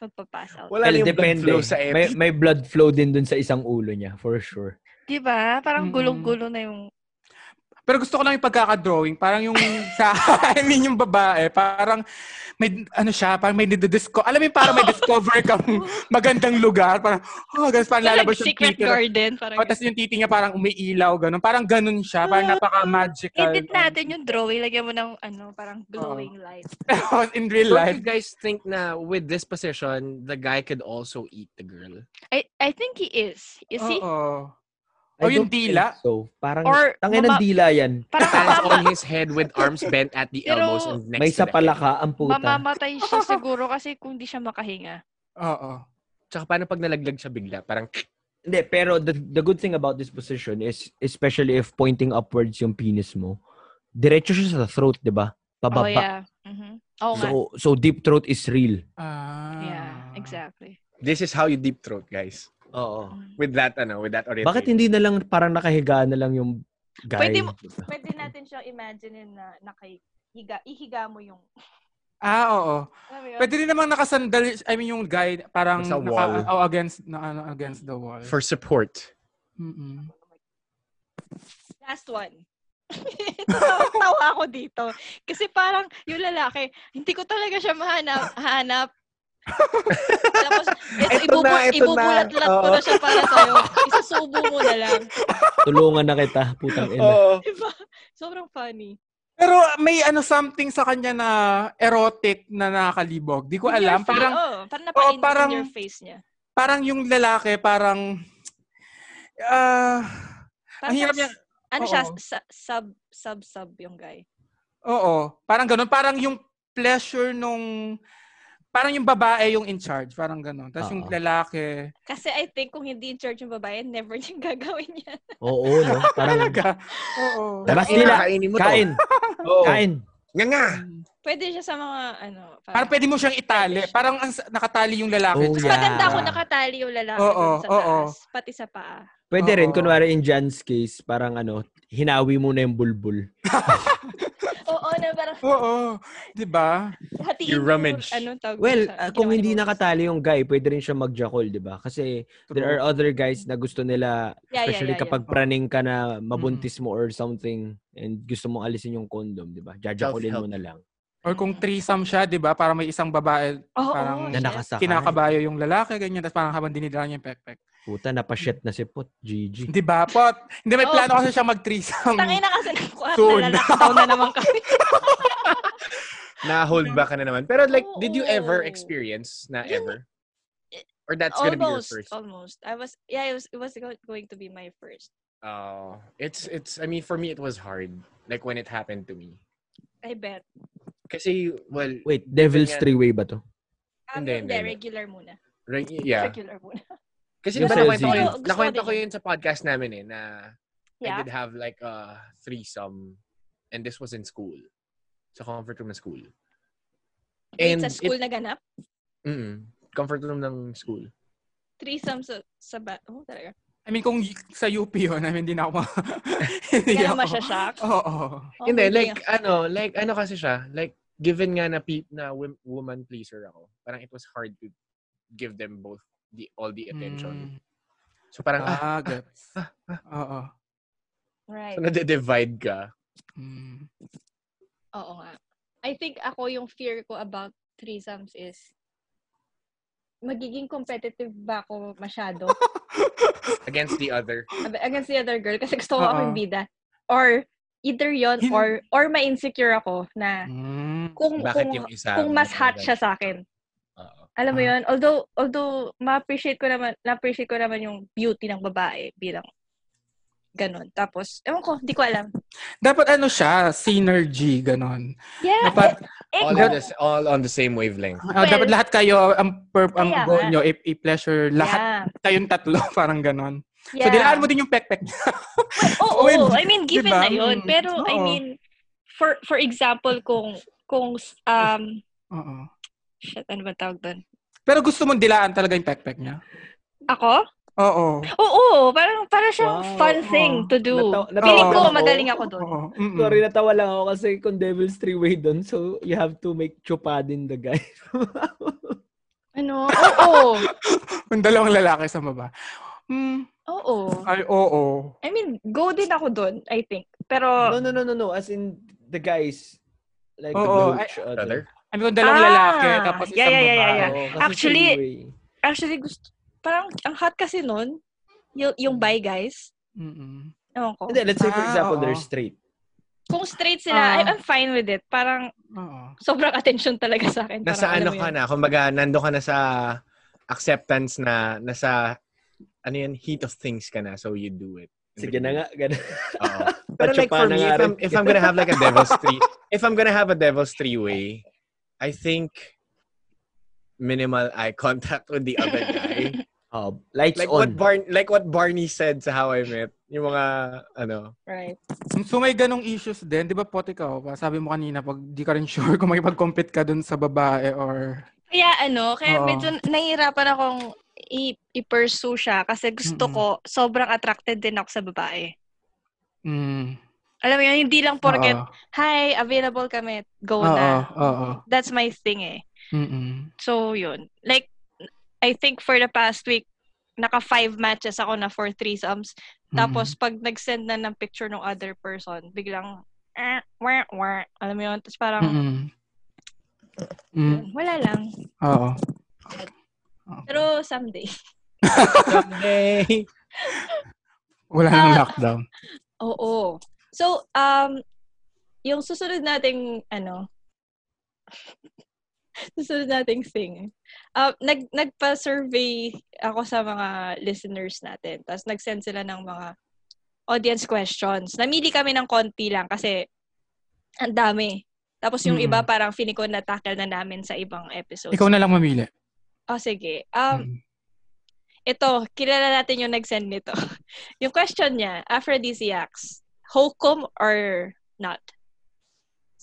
S2: So, magpapass out.
S3: Well,
S4: Wala na yung blood
S3: depende.
S4: flow sa
S3: may,
S4: epi.
S3: may blood flow din dun sa isang ulo niya, for sure.
S2: Di ba?
S1: Mm.
S2: Parang gulong-gulo na yung...
S1: Pero gusto ko lang yung pagkakadrawing. Parang yung sa, I mean, yung babae, parang may, ano siya, parang may nididisco. Alam mo yung parang may discover kang magandang lugar. Parang, oh, guys, parang
S2: Parang
S1: lalabas yung
S2: secret
S1: titi.
S2: garden. Parang
S1: O, tapos yung titi niya parang umiilaw, ganun. Parang ganun siya. Parang
S2: Ah,
S1: napaka-magical.
S2: Edit natin yung drawing. Lagyan mo ng, ano, parang glowing light.
S1: Pero Oh, in real
S4: Don't
S1: life,
S4: you guys think na with this position, the guy could also eat the girl?
S2: I, I think he is. Is he?
S1: Oo.
S3: I
S1: O,
S4: Oh,
S1: yung
S3: don't think
S1: dila.
S3: So, parang,
S2: Or
S3: tangin
S2: mama-
S3: ng dila yan.
S2: Parang
S4: Hands
S2: mama-
S4: on his head with arms bent at the
S2: Pero-
S4: elbows and next
S3: may
S4: to the head.
S3: sapalaka ang puta.
S2: mamamatay siya siguro kasi kung di siya makahinga.
S1: Oo.
S4: Tsaka paano pag nalaglag siya bigla? Parang,
S3: Hindi, pero the, the good thing about this position is, especially if pointing upwards yung penis mo, diretso siya sa throat, di ba?
S2: Oh,
S3: Pababa.
S2: yeah. Mhm. Oo nga.
S3: So, so deep throat is real.
S1: Ah.
S2: Yeah, exactly. Mm-hmm.
S4: this is how you deep throat, guys.
S3: Oo.
S4: With that, ano, with that orientation.
S3: Bakit hindi na lang parang nakahiga na lang yung guy?
S2: Pwede mo-
S3: diba?
S5: Pwede natin siyang imagine na nakahiga, ihiga mo yung
S1: Ah, oo.
S2: Alam mo yun?
S1: Pwede rin namang nakasandal, I mean, yung guy, parang,
S4: Sa wall.
S1: oh, against, na, ano, against the wall.
S4: For support.
S1: Mm-mm.
S2: Last one. Tawa ako dito. Kasi parang yung lalaki, hindi ko talaga siya mahanap. Hanap. Tapos, ito,
S4: Ito na,
S2: ibubu-
S4: ito na.
S2: ibubulat-lat ko na
S4: Oo.
S2: siya para sa'yo. Isusubo mo na lang.
S3: Tulungan na kita, putang ina.
S4: Oo.
S2: Diba? Sobrang funny.
S1: Pero may ano something sa kanya na erotic na nakakalibog. Di ko
S2: In
S1: alam.
S2: your face,
S1: Parang,
S2: oo. parang napain
S1: parang-
S2: in your face niya.
S1: parang yung lalaki, parang, ah, ang
S2: Parang
S1: hirap niya.
S2: Ano siya?
S1: Oo.
S2: sa- Sub, sub, sub yung guy.
S1: Oo. Parang ganun. Parang yung pleasure nung, parang yung babae yung in charge. Parang ganun. Tapos yung
S3: Oo.
S1: lalaki,
S2: Kasi I think kung hindi in church yung babae, never niya gagawin yan.
S3: Oo, no? Parang,
S1: talaga. Oo.
S3: Tara,
S4: Kainin,
S3: Stila.
S4: Kainin mo to.
S3: kain,
S4: Oo.
S3: kain.
S4: Nga nga.
S2: Pwede siya sa mga, ano,
S1: Parang pwede mo siyang itali. Parang ang, nakatali yung lalaki.
S3: Oh,
S2: Mas
S3: Yeah.
S2: maganda kung nakatali yung lalaki
S1: Oo,
S2: dun sa
S1: oo.
S2: taas, pati sa paa.
S3: Pwede
S1: Oo.
S3: rin, kunwari in Jan's case, parang ano, hinawi mo na yung bulbul.
S2: Oo, na parang
S1: Oo. Di ba?
S2: hatiin
S4: You
S2: mo,
S4: rummage.
S2: Ano tawag
S3: Well,
S2: dun sa
S3: ah,
S2: ginawa
S3: kung
S2: ni
S3: hindi
S2: Moses.
S3: nakatali yung guy, pwede rin siya magjakol, di ba? Kasi there are other guys na gusto nila,
S2: Yeah, yeah,
S3: especially
S2: yeah, Mm. yeah.
S3: kapag praning ka na mabuntis mo or something and gusto mong alisin yung condom, di ba? Jajakolin mo
S4: Self-help.
S3: na lang.
S1: Or kung threesome siya, di ba? Para may isang babae,
S2: Oo,
S1: parang
S2: oo,
S3: Na
S2: shit.
S3: nakasakay.
S1: kinakabayo yung lalaki, ganyan. Tapos parang habang dinidala niya yung pekpek.
S3: Puta, napashit na si Put. GG.
S1: Di ba? Pot, hindi may
S2: Oo.
S1: plano kasi siya mag-threesome.
S2: Tangay na kasi nakuha
S1: Soon.
S2: na lockdown ah, na naman kami.
S4: Na-hold back ka na naman. Pero like, did you ever
S2: Oo.
S4: experience na
S2: Yun-
S4: ever? Or that's gonna be your
S2: almost,
S4: first?
S2: almost. I was, yeah, it was, it was go- going to be my first.
S4: Oh, it's it's. I mean, for me, it was hard. Like when it happened to me.
S2: I bet.
S4: Kasi, well,
S3: Wait, Devil's
S4: Ganyan.
S3: Three-Way ba to?
S2: Um,
S4: Hindi,
S2: hindi,
S4: hindi, hindi.
S2: regular muna.
S4: right, yeah.
S2: Regular muna.
S4: Kasi
S3: Yung
S4: diba,
S3: sa
S4: nakwento ko
S3: Zero.
S4: yun,
S2: Gusto ko
S4: nakwento
S2: din
S4: ko
S2: yun.
S4: yun sa podcast namin eh, na I
S2: Yeah.
S4: did have like a threesome and this was in school. Sa comfort room ng school.
S2: Wait,
S4: And
S2: sa school
S4: it,
S2: na ganap?
S4: mm, comfort room ng school.
S2: Threesome sa, sa ba? Oh, talaga.
S1: I mean, kung y- sa UP yun, I mean, hindi na ako ma- hindi
S2: Kaya
S1: ako-
S2: masyashock.
S1: Oo. Oh,
S2: Oh,
S4: And then,
S2: hindi
S4: like, ano, like, ano kasi siya, like, given nga na, pe- na wom- woman pleaser ako, parang it was hard to give them both the all the attention. So parang, ah,
S1: Hmm. Mm. Ah, gets. Oo.
S2: Right.
S4: so nade-divide ka.
S1: Mm.
S2: Oo nga. I think ako yung fear ko about threesomes is magiging competitive ba ako masyado
S4: against the other.
S2: Ab- against the other girl kasi gusto ko
S1: Oo.
S2: ako yung bida. Or either yon
S1: Hin-
S2: or or ma-insecure ako na
S1: Mm.
S2: kung
S4: Hmm. Bakit
S2: kung,
S4: yung isa?
S2: kung mas hot
S4: Bakit?
S2: siya sa akin.
S4: Oo.
S2: Alam mo
S1: Ah.
S2: yon Although although ma-appreciate ko naman na-appreciate ko naman yung beauty ng babae bilang Ganon. Tapos, ewan ko, di ko alam.
S1: Dapat ano siya, synergy, ganon.
S2: Yeah.
S1: Dapat,
S2: eh,
S4: All, on the, all on the same wavelength.
S1: ah, dapat lahat kayo, ang, per, ang
S2: Kaya
S1: goal
S2: nga.
S1: nyo, i- i-pleasure lahat
S2: Yeah.
S1: kayong tatlo, parang ganon.
S2: yeah.
S1: So, dilaan mo din yung pek-pek niya.
S2: Oo,
S1: Well,
S2: I mean, given
S1: diba?
S2: na
S1: Mm,
S2: yun. Pero, I
S1: oo.
S2: mean, for for example, kung, kung, um,
S1: Oo.
S2: shit, ano ba tawag doon?
S1: Pero gusto mong dilaan talaga yung pek-pek niya?
S2: Ako?
S1: Oo.
S2: Oo, parang, parang siyang
S3: Wow,
S2: fun
S1: oo.
S2: thing to do.
S3: Nataw- natawa
S2: Feeling
S1: lang
S2: ko,
S1: ako.
S2: magaling ako doon.
S1: Oo. Mm-mm.
S2: Hmm.
S3: Sorry, natawa lang ako kasi kung Devil's Three-Way doon, so you have to make chupa din the guy.
S2: Ano? Oo.
S1: Yung dalawang lalaki sa baba. Mm,
S2: Oo.
S1: ay, oo.
S2: I mean, go din ako doon, I think. Pero,
S3: no, no, no, no, no. As in, the guys, like,
S1: Oo,
S3: the each
S4: Brother?
S3: other.
S1: Ano yung dalawang
S2: Ah,
S1: lalaki tapos isang
S2: yeah, yeah, yeah,
S1: babae.
S2: yeah,
S3: Oo, kasi
S2: Actually,
S3: three-way.
S2: actually, gusto, parang, ang hot kasi noon, yung, yung bye guys.
S1: Mm-mm.
S2: Ewan ko.
S3: Hindi, let's say for
S1: Ah,
S3: example,
S1: oo.
S3: they're straight.
S2: Kung
S1: Ah.
S2: straight sila, I- I'm fine with it. Parang,
S1: Oo.
S2: sobrang attention talaga sa akin. Parang,
S4: Nasa
S2: alam
S4: ano
S2: mo
S4: ka
S2: yun.
S4: na, kumbaga, nando ka na sa acceptance na, nasa, ano yan, heat of things ka na, so you do it.
S3: Sige na nga, ganun.
S4: Oo. Pero like
S3: Pachupa
S4: for
S3: na
S4: me,
S3: nga
S4: if I'm,
S3: rin.
S4: if I'm gonna have like a devil's three, if I'm gonna have a devil's three-way, I think minimal eye contact with the other guy.
S3: Oh, lights
S4: like
S3: on.
S4: what Barn like what Barney said sa How I Met. Yung mga ano.
S2: Right.
S1: So may ganong issues din, 'di ba pot ikaw? pa- Sabi mo kanina pag di ka rin sure kung makipag-compete ka dun sa babae or
S2: Kaya ano, kaya
S1: Oo.
S2: medyo nahihirapan akong i- i-pursue siya kasi gusto
S1: Mm-mm.
S2: ko, sobrang attracted din ako sa babae.
S1: mm.
S2: Alam mo yun, hindi lang porket,
S1: oo.
S2: hi, available kami, go
S1: Oo,
S2: na.
S1: oo.
S2: That's my thing eh.
S1: Mm-mm.
S2: So, yun. Like, I think for the past week, naka five matches ako na for threesomes. Tapos, pag nag-send na ng picture ng other person, biglang, eh, wah, wah. Alam mo yun? Tapos
S1: Mm.
S2: parang,
S1: Mm-mm. Mm.
S2: yun, wala lang.
S1: Oo.
S2: Pero someday.
S4: Someday.
S1: Wala nang
S2: Ah.
S1: lockdown.
S2: Oo. So, um, yung susunod nating, ano, susunod nating thing. Um, nag, nagpa-survey ako sa mga listeners natin. Tapos nag-send sila ng mga audience questions. Namili kami ng konti lang kasi ang dami. Tapos yung
S1: Mm-mm.
S2: iba parang feeling ko na-tackle na namin sa ibang episodes.
S1: Mm. Ikaw na lang mamili.
S2: Oh, sige. Um,
S1: Mm.
S2: ito, kilala natin yung nag-send nito. yung question niya, aphrodisiacs, hokum or not?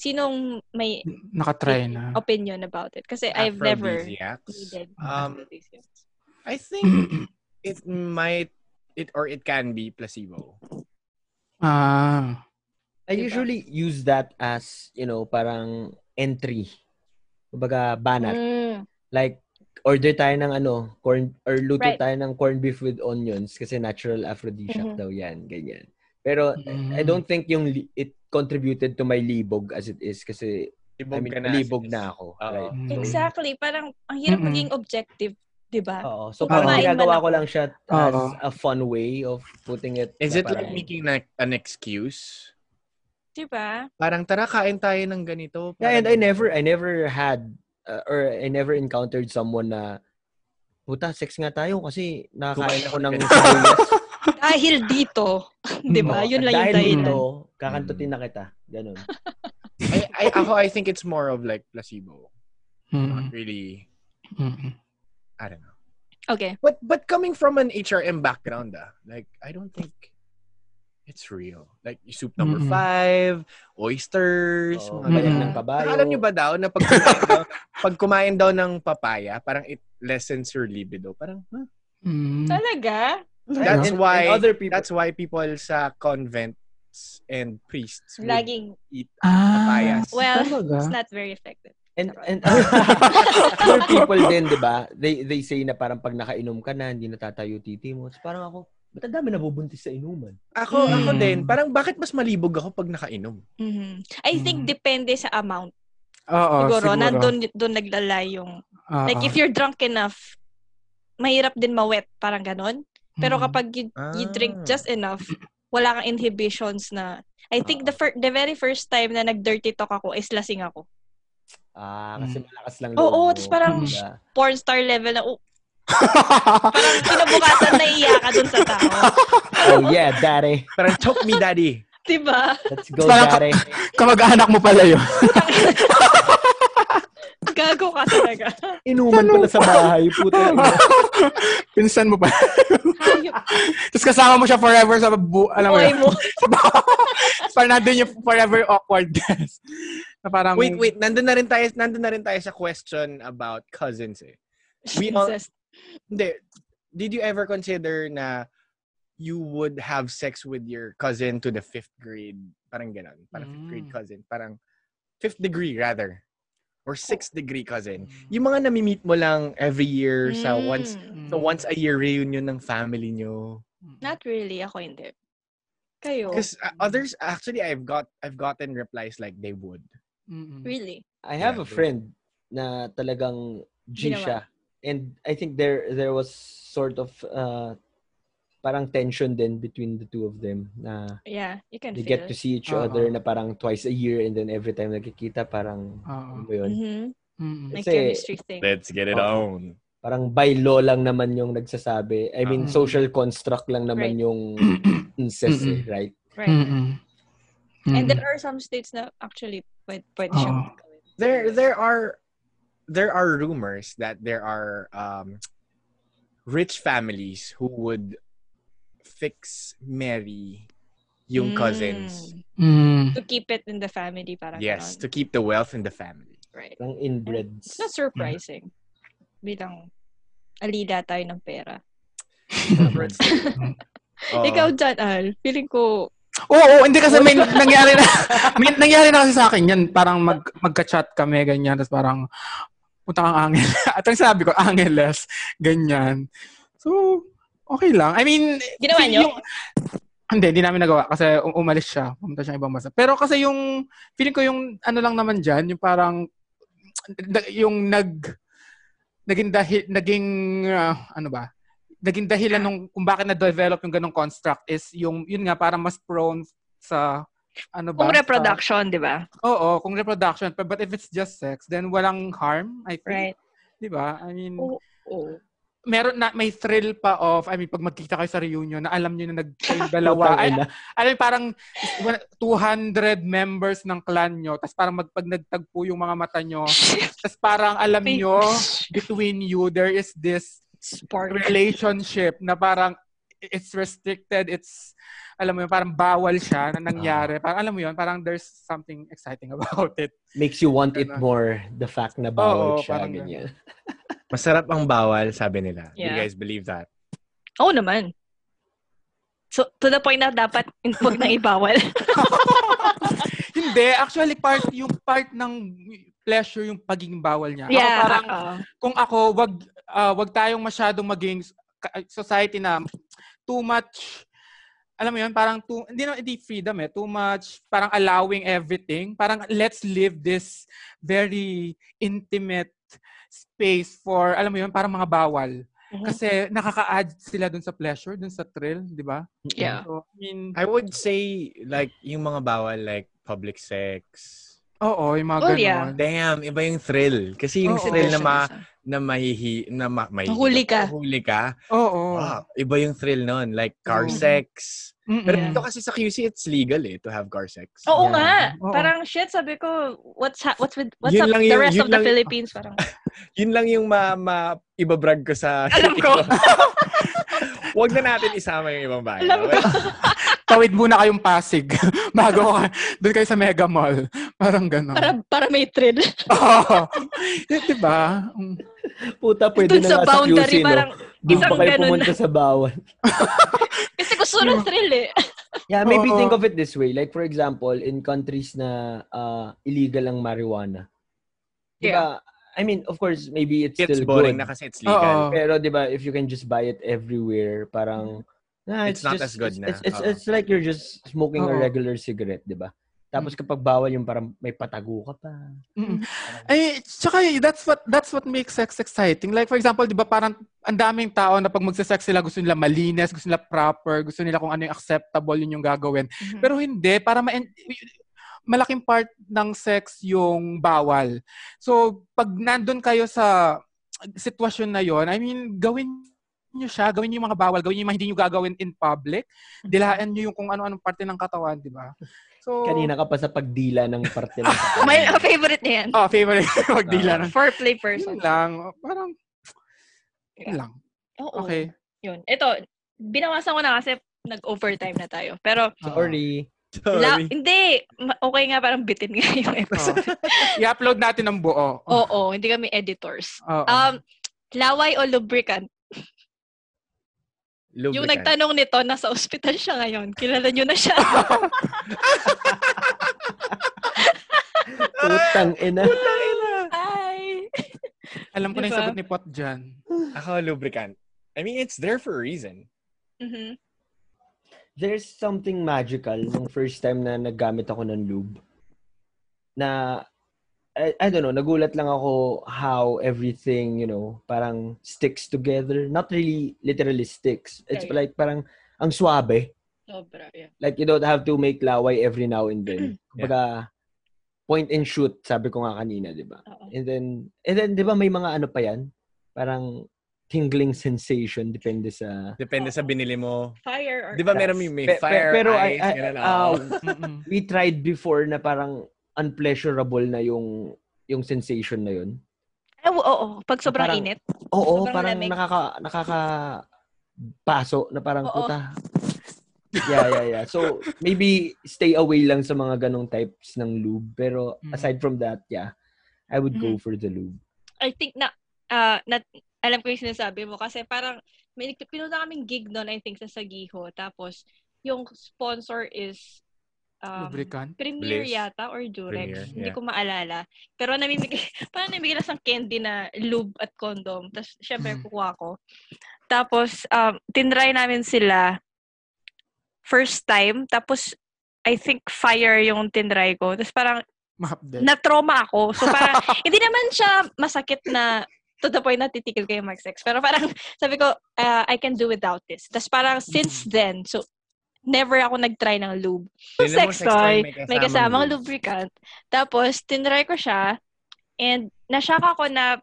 S2: Sinong may
S1: Nakatry na.
S2: opinion about it? Kasi I've never
S4: Aphrodisiacs.
S2: needed
S4: Um,
S2: aphrodisiacs.
S4: I think it might it or it can be placebo.
S1: ah.
S3: I
S2: Diba?
S3: usually use that as, you know, parang entry. Kumbaga, banat.
S2: Mm.
S3: Like, order tayo ng ano, corn, or luto
S2: Right.
S3: tayo ng corned beef with onions kasi natural
S2: Mhm.
S3: aphrodisiac daw yan, ganyan. Pero,
S1: Mm.
S4: Mm-hmm.
S3: I don't think yung li- it contributed to my libog as it is kasi, I
S4: Libog
S3: mean,
S4: ka na.
S3: libog na ako.
S4: Oo.
S3: Right?
S2: Mm-hmm.
S1: Mm.
S2: Exactly. Parang ang hirap
S1: Mm-mm.
S2: maging objective, di ba?
S4: Oh.
S3: Oo. So,
S1: Kung
S3: parang
S1: kumain
S2: man
S3: ginagawa ko
S2: ako.
S3: lang siya as
S1: Oo.
S3: a fun way of putting it.
S4: Is
S3: na
S4: it like
S3: parang-
S4: making like an excuse?
S2: Di ba?
S4: Parang tara kain tayo ng ganito.
S3: Yeah, and I
S4: parang-
S3: never, I never had, uh, or I never encountered someone na, puta, sex nga tayo kasi nakakain ako ng kindness."
S2: Dahil dito, di ba?
S3: Oo,
S1: Mm.
S2: Yun
S3: at
S2: lang yung
S3: dahil
S2: dahilan.
S3: ito,
S4: Mm.
S3: kakantutin na kita. Ganun.
S4: I, I ako I think it's more of like placebo.
S1: Mm.
S4: Not really
S1: Mm.
S4: I don't know.
S2: Okay.
S4: But but coming from an HRM background ah, like I don't think it's real. Like yung soup number
S1: Mm-mm.
S4: five, oysters,
S3: Oo,
S4: mga
S3: bayan
S1: Mm.
S3: ng kabayo.
S4: Alam niyo ba daw na pag kumain daw, pag kumain daw ng papaya, parang it lessens your libido. Parang hmm, huh?
S2: Mm-hmm.
S1: Mm.
S2: Talaga?
S4: That's
S3: And-
S4: why-
S3: and other people,
S4: that's why people sa convents and priests would
S2: Laging.
S4: eat
S1: Ah.
S4: papayas.
S2: Well,
S1: Talaga?
S2: it's not very effective.
S3: and, and other people din, di ba? They, they say na parang pag nakainom ka na, hindi natatayo titi mo. So parang ako, ba't ang dami nabubuntis sa inuman?
S4: ako ako
S1: Mm.
S4: din, parang bakit mas malibog ako pag nakainom?
S2: Mhm. I think
S1: Mm.
S2: depende sa amount.
S1: Oo,
S2: siguro,
S1: siguro. Ah.
S2: nandun doon naglala yung,
S1: Oo.
S2: like, if you're drunk enough, mahirap din mawet, parang ganon. Pero
S1: Mm.
S2: kapag you, you drink
S4: Ah.
S2: just enough, wala kang inhibitions na, I think the fir- the very first time na nag-dirty talk ako is lasing ako.
S3: Ah, kasi malakas lang
S2: Oo,
S3: loob mo.
S2: tas parang,
S3: Diba?
S2: Porn star level na, oh,
S5: Parang kinabukasan naiiyak ka dun sa tao.
S3: Oh yeah, daddy.
S4: Parang choke me, daddy.
S5: Diba?
S3: Let's go,
S1: Parang ka-
S3: daddy.
S1: Kamag-anak mo pala yun.
S5: Gago ka talaga.
S3: Inuman pala sa bahay. Puta.
S1: Pinsan mo pala.
S5: Hayop.
S1: Tapos kasama mo siya forever sa bu- alam mo
S5: Buhay
S1: yun.
S5: mo.
S1: parang nandun yung forever awkwardness. na parang,
S4: Wait, wait. Nandun na rin tayo, nandun na rin tayo sa question about cousins eh. We all,
S5: Jesus.
S4: hindi. Did you ever consider na you would have sex with your cousin to the fifth grade? Parang ganun. Parang fifth grade
S1: Mm.
S4: cousin. Parang fifth degree rather.
S2: Oh.
S4: Or sixth degree cousin. Yung mga nami-meet mo lang every year sa
S2: Hmm.
S4: once
S5: Mm.
S4: sa once a year reunion ng family nyo.
S5: Not really. Ako hindi. Kayo.
S4: Because uh, others, actually, I've got I've gotten replies like they would.
S2: Mm-hmm.
S1: Mm-mm.
S5: Really?
S3: I have a friend na talagang G
S5: Ginawa.
S3: siya. And I think there there was sort of uh, parang tension then between the two of them na
S5: Yeah. You can
S3: they
S5: feel
S3: get
S5: it.
S3: to see each
S1: Oo.
S3: other na parang twice a year and then every time nagkikita parang
S1: Oo.
S3: ano ba yun?
S2: Mm-hmm.
S5: Mhm.
S1: Mm-mm.
S5: Like
S3: Kasi-
S5: chemistry thing.
S4: Let's get
S3: it
S4: on.
S3: parang by law lang naman yung nagsasabi. I mean,
S1: Ah.
S3: social construct lang naman
S5: Right.
S3: yung incest, eh,
S1: Mm-mm.
S3: right?
S5: Right.
S1: Mm-mm.
S5: And
S2: Mm-hmm.
S1: Mm-mm.
S5: there are some states na actually pwede, pwede siyang
S1: mm. Oo.
S5: gawin.
S4: There there are there are rumors that there are um, rich families who would fix marry yung
S5: Mm.
S4: cousins.
S1: Mm.
S5: To keep it in the family. Parang
S4: Yes, to
S5: ganon.
S4: keep the wealth in the family.
S5: Right.
S3: Parang inbreds.
S5: It's not surprising. Bilang alida tayo ng pera.
S4: Oo.
S5: Ikaw dyan, Al. Feeling ko,
S1: Oo, oo, hindi kasi may nangyari na, may nangyari na kasi sa akin yan. Parang mag, magka-chat kami, ganyan. Tapos parang, punta kang angel. At ang sabi ko, angeles. Ganyan. So, okay lang. I mean,
S5: Ginawa
S1: feel
S5: niyo?
S1: yung- Hindi, hindi namin nagawa kasi um- umalis siya. Pumunta siya ibang bansa. Pero kasi yung, feeling ko yung ano lang naman dyan, yung parang, na- yung nag, naging dahil, naging, uh, ano ba, naging dahilan nung kung bakit na-develop yung ganong construct is yung, yun nga, parang mas prone sa, ano ba?
S2: Kung
S1: sa-
S2: reproduction, di ba?
S1: Oo, kung reproduction. But if it's just sex, then walang harm, I
S5: right?
S1: think. Di ba? I mean,
S5: Oo. Oh.
S1: meron na, may thrill pa of, I mean, pag magkita kayo sa reunion, na alam nyo na nag kayong dalawa.
S3: Putang
S1: ay,
S3: ina.
S1: alam mo, parang wala- 200 members ng clan nyo, tapos parang mag, pag nagtagpo yung mga mata nyo, tapos parang alam nyo, between you, there is this
S5: Spark.
S1: relationship na parang it's restricted, it's, alam mo yun, parang bawal siya na nangyari. Parang alam mo yun, parang there's something exciting about it.
S3: Makes you want it
S1: Ganon.
S3: more, the fact na bawal
S1: Oo,
S3: siya,
S1: parang
S3: ganyan.
S4: Masarap ang bawal, sabi nila. Do you
S5: Yeah.
S4: guys believe that?
S2: Oo naman. So, to the point na dapat wag nang ibawal.
S1: Hindi, actually part yung part ng pleasure yung pagiging bawal niya. Ako
S2: yeah.
S1: parang
S2: oo.
S1: kung ako wag ah, wag tayong masyadong maging s- ka- society na too much alam mo yun, parang too, hindi na hindi freedom eh, too much, parang allowing everything. Parang let's live this very intimate space for, alam mo yun, parang mga bawal.
S5: Mhm.
S1: Kasi nakaka-add sila dun sa pleasure, dun sa thrill, di ba?
S2: Yeah.
S1: So, I mean,
S4: I would say like yung mga bawal like public sex.
S1: oo, yung mga
S2: Well,
S1: ganun.
S2: yeah.
S4: Damn, iba yung thrill. Kasi yung
S1: Oo.
S4: thrill na ma na mahihi na ma, mahihi-
S5: Mahuli ka.
S4: Mahuli ka.
S1: Oo.
S4: Wow, iba yung thrill nun. Like car
S1: Mm.
S4: sex.
S1: Mm-mm.
S4: Ah. Pero dito kasi sa QC it's legal eh to have car sex.
S5: Oo
S2: Oh.
S1: Yeah.
S5: nga.
S1: Oo.
S5: Parang shit, sabi ko, what's ha- what's with what's
S4: Yun
S5: up
S4: lang
S5: the
S4: yun-
S5: rest
S4: yun
S5: of the
S4: lang-
S5: Philippines parang.
S4: Yun lang yung ma, ma ibabrag ko sa
S2: Alam ko.
S4: Huwag na natin isama yung ibang bayan.
S5: Alam ko.
S1: Tawid muna kayong Pasig bago ka, doon kayo sa Mega Mall. Parang gano'n.
S5: Para para may thrill.
S1: Oo. Yun, diba? Mm.
S3: Puta, pwede
S2: Dun
S3: na
S2: sa
S3: nga sa QC,
S2: boundary,
S3: no?
S2: parang
S3: Doon pa
S2: isang
S3: kayo
S2: ganun
S3: pumunta sa bawal.
S5: Kasi gusto ng thrill eh.
S3: Yeah, maybe
S1: Oo.
S3: think of it this way. Like, for example, in countries na ah, illegal ang marijuana. Di ba? I mean, of course, maybe it's, still
S4: It's boring
S3: good.
S4: na kasi it's
S1: Oo.
S4: legal.
S3: Pero di ba, if you can just buy it everywhere, parang nah,
S4: Mm. It's not as good
S3: it's,
S4: na.
S3: It's, it's,
S4: Oo.
S3: it's like you're just smoking a
S1: Oo.
S3: regular cigarette, di ba? Tapos kapag bawal yung parang may patago ka pa.
S1: Mm. Ay, tsaka eh, that's what that's what makes sex exciting. Like for example, 'di ba parang ang daming tao na pag magse-sex sila gusto nila malinis, gusto nila proper, gusto nila kung ano yung acceptable yun yung gagawin.
S5: Mm-hmm.
S1: Pero hindi para ma malaking part ng sex yung bawal. So pag nandun kayo sa sitwasyon na yon, I mean, gawin nyo siya, gawin nyo yung mga bawal, gawin nyo yung mga hindi nyo gagawin in public, dilaan nyo yung kung ano-anong parte ng katawan, di ba? So,
S3: Kanina ka pa sa pagdila ng parte ng
S2: My favorite niya yan.
S1: Ah, favorite. Huwag dila na.
S2: Foreplay
S1: Yun
S2: person.
S1: lang. Parang, yun lang.
S2: Oo.
S1: Okay.
S2: Yun. Ito, binawasan ko na kasi nag-overtime na tayo. Pero,
S3: Sorry.
S4: Oh,
S2: la- hindi. Ma- Okay nga, parang bitin nga yung episode.
S1: Oh. I-upload natin ang buo.
S2: Oo, hindi kami editors.
S1: Oo.
S2: Um, laway o lubricant?
S4: Lubricant.
S2: Yung nagtanong nito, nasa ospital siya ngayon. Kilala nyo na siya.
S3: Putang ina.
S2: Hi!
S1: Alam ko na yung
S2: diba?
S1: sagot ni Pot dyan.
S4: Ako, lubricant. I mean, it's there for a reason.
S2: Mhm.
S3: There's something magical nung first time na naggamit ako ng lube. Na, I, I don't know, nagulat lang ako how everything, you know, parang sticks together. Not really literally sticks. It's
S2: Yeah, yeah.
S3: like parang, ang swabe.
S2: Sobra, yeah.
S3: like you don't have to make laway every now and then.
S4: Yeah.
S3: Kumbaga, point and shoot, sabi ko nga kanina, di ba?
S2: Oo.
S3: And then, and then, di ba may mga ano pa yan? Parang tingling sensation, depende sa...
S4: Depende sa binili mo.
S2: Fire or...
S4: Di ba meron yung may
S3: Pe- pe-
S4: fire,
S3: pero I-
S4: ice,
S3: I-
S4: ganun,
S3: ah,
S4: oo.
S1: Mm-mm.
S3: we tried before na parang unpleasurable na yung yung sensation na yun.
S2: Ah, Oo, oo. pag sobrang
S3: Parang-
S2: init.
S3: Oo,
S2: Sobrang
S3: parang
S2: lamig.
S3: nakaka, nakaka paso na parang
S2: Oo.
S3: puta. Yeah, yeah, yeah. So, maybe stay away lang sa mga ganong types ng lube. Pero
S2: Mm-hmm.
S1: Mm.
S3: aside from that, yeah, I would go for the lube.
S2: I think na, ah, na, alam ko yung sinasabi mo kasi parang may nag- pinunta kaming gig noon, I think, sa Sagiho. Tapos, yung sponsor is um,
S1: Lubricant.
S2: Premier
S4: Bliss.
S2: yata or Durex.
S4: Premier,
S2: Hindi
S4: yeah.
S2: ko maalala. Pero namimigay, parang namimigay na sang candy na lube at condom. Tapos, syempre,
S4: Hmm.
S1: Mhm.
S2: kukuha ko. Tapos, um, tinry namin sila first time. Tapos, I think fire yung tinry ko. Tapos parang
S1: Map din.
S2: na-trauma ako. So parang, hindi naman siya masakit na to the point na titigil kayo mag-sex. Pero parang, sabi ko, ah, I can do without this. Tapos parang, since then, so, never ako nag-try ng lube.
S4: Binili Hmm. mo
S2: sex
S4: toy,
S2: toy,
S4: kasamang
S2: May kasamang
S4: lube.
S2: lubricant. Tapos, tinry ko siya. And, nashock ako na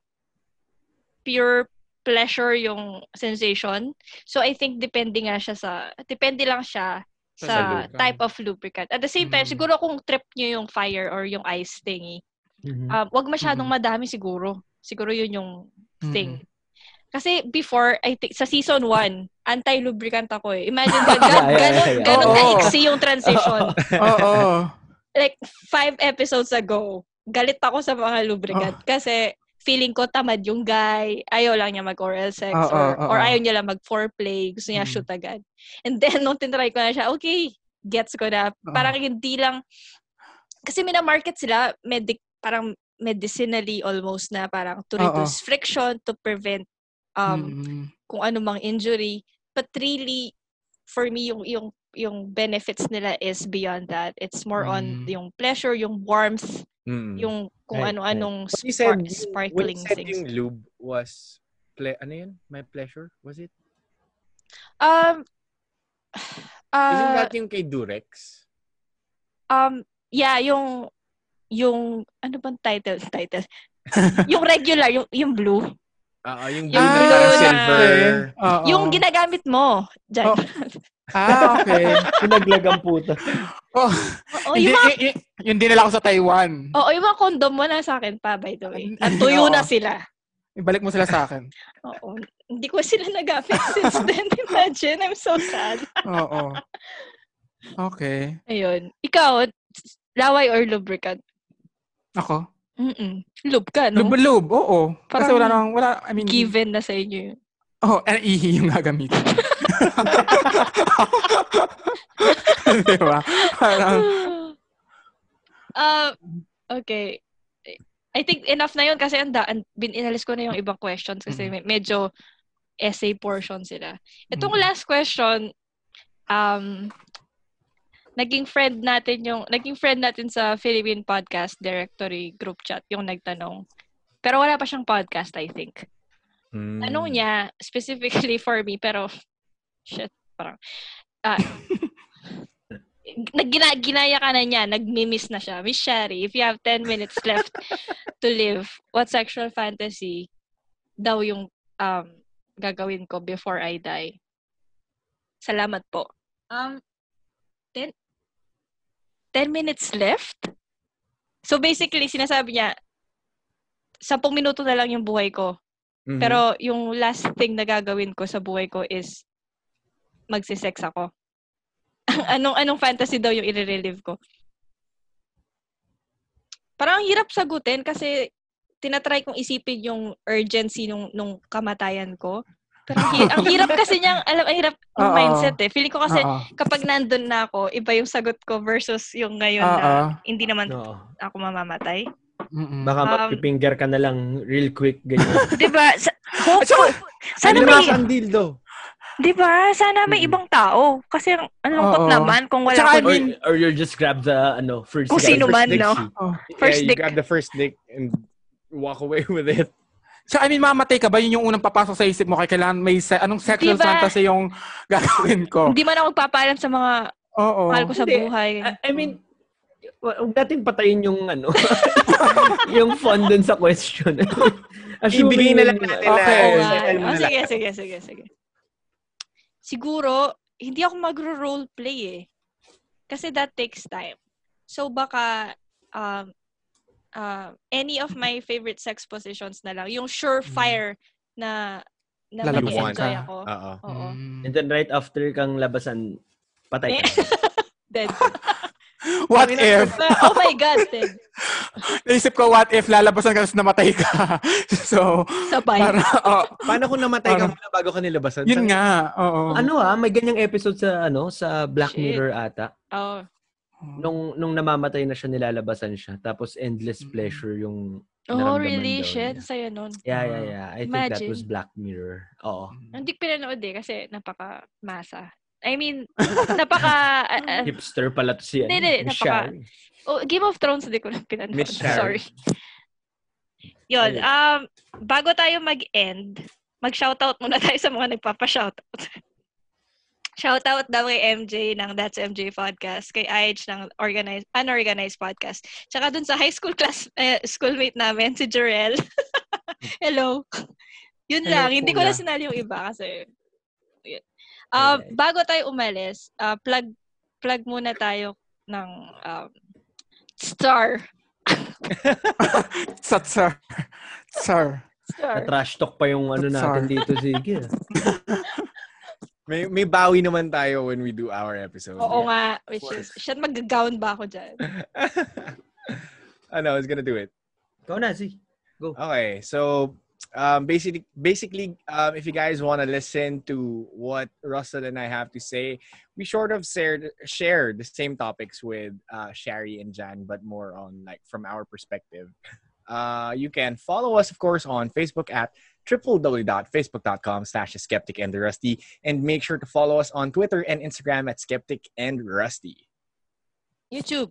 S2: pure pleasure yung sensation. So, I think depende nga siya sa, depende lang siya
S1: Sa
S2: sa
S1: lubricant.
S2: type of lubricant. At the same time,
S1: Mm.
S2: siguro kung trip nyo yung fire or yung ice thingy,
S3: Mm-hmm.
S2: Um, wag masyadong madami siguro. Siguro yun yung
S1: Mm-hmm.
S2: thing. Kasi before, I think, sa season 1, anti-lubricant ako eh. Imagine ka,
S3: Yeah, yeah,
S2: gan- ganon,
S3: yeah, yeah.
S2: ganon
S1: Oo.
S2: kaiksi yung transition.
S1: Oo. oo.
S2: like, five episodes ago, galit ako sa mga lubricant. Kasi, feeling ko tamad yung guy. Ayaw lang niya mag-oral sex.
S1: Oo,
S2: or,
S1: oo,
S2: or
S1: oo.
S2: ayaw niya lang mag-foreplay. Gusto niya
S1: Mm.
S2: shoot agad. And then, nung tinry ko na siya, okay, gets ko na.
S1: Oo.
S2: Parang hindi lang, kasi minamarket sila, medic, parang medicinally almost na parang to
S1: Oo.
S2: reduce friction, to prevent um,
S1: Mm-mm.
S2: kung ano mang injury. But really, for me, yung, yung, yung benefits nila is beyond that. It's more on
S1: Mm.
S2: yung pleasure, yung warmth,
S4: Mm.
S2: yung kung
S3: Right,
S2: ano-anong
S4: What you
S2: spark-
S4: said, yung- what
S2: sparkling
S4: you said
S2: things.
S4: yung lube was, ple- ano yun? My pleasure? Was it?
S2: Um,
S4: Isn't
S2: uh,
S4: that yung kay Durex?
S2: um, yeah, yung, yung, ano bang title? Title. yung regular, yung, yung blue.
S4: Oo, Ah, yung
S2: Yung
S4: blue na
S2: blue
S4: parang
S2: na-
S4: silver.
S1: Ah, Oo.
S2: Yung ginagamit mo. Diyan.
S1: Oh. Ah, okay.
S3: Pinaglag ang puta.
S1: Oh,
S2: Oo,
S1: yun,
S2: yung mga,
S1: yun, yun- yun dinala ko sa Taiwan.
S2: oo, yung mga condom mo na sa akin pa, by the way.
S1: Oo.
S2: At tuyo na sila. Oh.
S1: Ibalik mo sila sa akin.
S2: Oo. Hindi ko sila nagamit since then. Imagine, I'm so sad.
S1: Oo. Okay.
S2: Ayun. Ikaw, laway or lubricant?
S1: Ako?
S2: Mm-mm. Lube ka, no?
S1: Lube-lube, oo. Kasi
S2: Ano? Parang
S1: wala nang, wala, I mean,
S2: Given na sa inyo yun.
S1: Oh, and ihi yung gagamitin. Di ba? Parang,
S2: Ah, okay. I think enough na yun kasi ang daan, bin inalis ko na yung ibang questions kasi me- medyo essay portion sila. Itong
S1: Mm.
S2: last question, um, naging friend natin yung, naging friend natin sa Philippine Podcast Directory group chat yung nagtanong. Pero wala pa siyang podcast, I think.
S4: Mm.
S2: Tanong Ano niya, specifically for me, pero, shit, parang, ah, nag- gina- ginaya ka na niya, nag-miss na siya. Miss Shari, if you have 10 minutes left to live, what sexual fantasy daw yung um, gagawin ko before I die. Salamat po.
S5: Um,
S2: 10 minutes left? So basically, sinasabi niya, 10 minuto na lang yung buhay ko.
S1: Mm-hmm.
S4: Mhm.
S2: Pero yung last thing na gagawin ko sa buhay ko is magsisex ako. anong anong fantasy daw yung i-relive ko? Parang ang hirap sagutin kasi tinatry kong isipin yung urgency nung nung kamatayan ko. Pero ang, hi- ang hirap kasi niyang, alam, ang hirap ng
S1: Oo.
S2: mindset eh. Feeling ko kasi
S1: Oo.
S2: kapag nandun na ako, iba yung sagot ko versus yung ngayon na
S1: Oo.
S2: hindi naman
S3: Oo.
S2: ako mamamatay.
S1: Mm-mm.
S3: Baka
S2: Um,
S3: mapipinger ka na lang real quick, ganyan.
S2: diba? Sa-
S1: Tsaka-
S2: hopeful. Sana
S3: Ano
S2: may,
S3: nasa ang dildo?
S2: diba? Sana may
S3: Mm-mm.
S2: ibang tao. Kasi ang ang lungkot
S1: Oo.
S2: naman kung wala
S1: Tsaka, I
S2: ko.
S3: Or,
S1: mean,
S3: or you'll just grab the, ano, first
S2: Ano Kung
S3: guy,
S2: sino
S3: first
S2: man,
S3: dick
S2: no?
S3: seat.
S1: oh.
S2: First
S4: yeah, you
S2: dick.
S4: grab the first dick and walk away with it.
S1: Tsaka, I mean, mamatay ka ba? Yun yung unang papasok sa isip mo. Kaya kailangan may se- anong sexual
S2: Diba?
S1: fantasy yung gagawin ko.
S2: Hindi man ako magpapaalam sa mga
S1: Oo.
S2: mahal ko sa
S3: Hindi.
S2: buhay.
S3: I- I mean, Mm. wa- huwag natin patayin yung ano, yung fun dun sa question. Ah.
S4: Ibigay na lang natin
S1: Okay.
S4: na.
S2: Oo nga.
S4: settle mo
S2: Oh,
S4: na lang.
S2: sige, sige, sige, sige. Siguro, hindi ako magro-roleplay eh. Kasi that takes time. So baka, um, uh, any of my favorite sex positions na lang. Yung surefire na na
S1: Lalabas
S2: mag-enjoy
S1: Mm. ka.
S2: ako.
S4: Oo.
S2: Oo.
S1: Mm.
S3: And then right after kang labasan, patay ka.
S2: Dead.
S1: What if?
S2: oh my God, dead.
S1: Naisip ko, what if lalabasan ka tapos namatay ka? so,
S2: Sabay.
S1: para, oh,
S4: Paano kung namatay ka
S1: Parang-
S4: muna bago ka nilabasan?
S1: yun
S4: Saan-
S1: nga. Oo.
S3: Ano ah, may ganyang episode sa ano, sa Black
S2: Shit.
S3: Mirror ata.
S2: Oh.
S3: Nung nung namamatay na siya, nilalabasan siya. Tapos endless pleasure yung
S2: Oh,
S3: naramdaman
S2: really?
S3: daw
S2: Shit,
S3: niya.
S2: sa'yo nun.
S3: Yeah, yeah, yeah. I think that
S2: Imagine.
S3: was Black Mirror. Oo.
S1: Mm.
S2: Hindi ko pinanood eh kasi napaka-masa. I mean, napaka... ah, ah,
S3: Hipster pala to si ano,
S2: Hindi, hindi,
S3: Miss
S2: napaka-
S3: Shari.
S2: oh, Game of Thrones hindi ko lang pinanood.
S4: Miss Sharon.
S2: Sorry. Yun.
S3: Ayun.
S2: Um, bago tayo mag-end, mag-shoutout muna tayo sa mga nagpapa-shoutout. Shoutout daw kay MJ ng That's MJ Podcast, kay IH ng organized, Unorganized Podcast. Tsaka dun sa high school class, eh, schoolmate namin, si Jarel. Hello. Yun
S1: Hello,
S2: lang. Hindi ko
S1: kuya.
S2: na sinali yung iba kasi. Yun. Um,
S3: Ay, ay.
S2: bago tayo umalis, uh, plug, plug muna tayo ng um, star.
S1: Sat, sir. Sir.
S2: Star.
S3: Na-trash talk pa yung ano natin
S1: Sorry.
S3: dito. Sige.
S4: May, may bawi naman tayo when we do our episode.
S2: Oo nga, which is,
S4: course.
S2: shit, mag-gown ba ako dyan?
S4: ano, I was gonna do it.
S3: Ikaw na, si.
S4: Okay, so um, basically, basically, um, if you guys want to listen to what Russell and I have to say, we sort of shared share the same topics with uh, Shari and Jan, but more on like from our perspective. Uh, you can follow us, of course, on Facebook at www.facebook.com slash skeptic and the rusty and make sure to follow us on twitter and instagram at skeptic and rusty
S2: YouTube.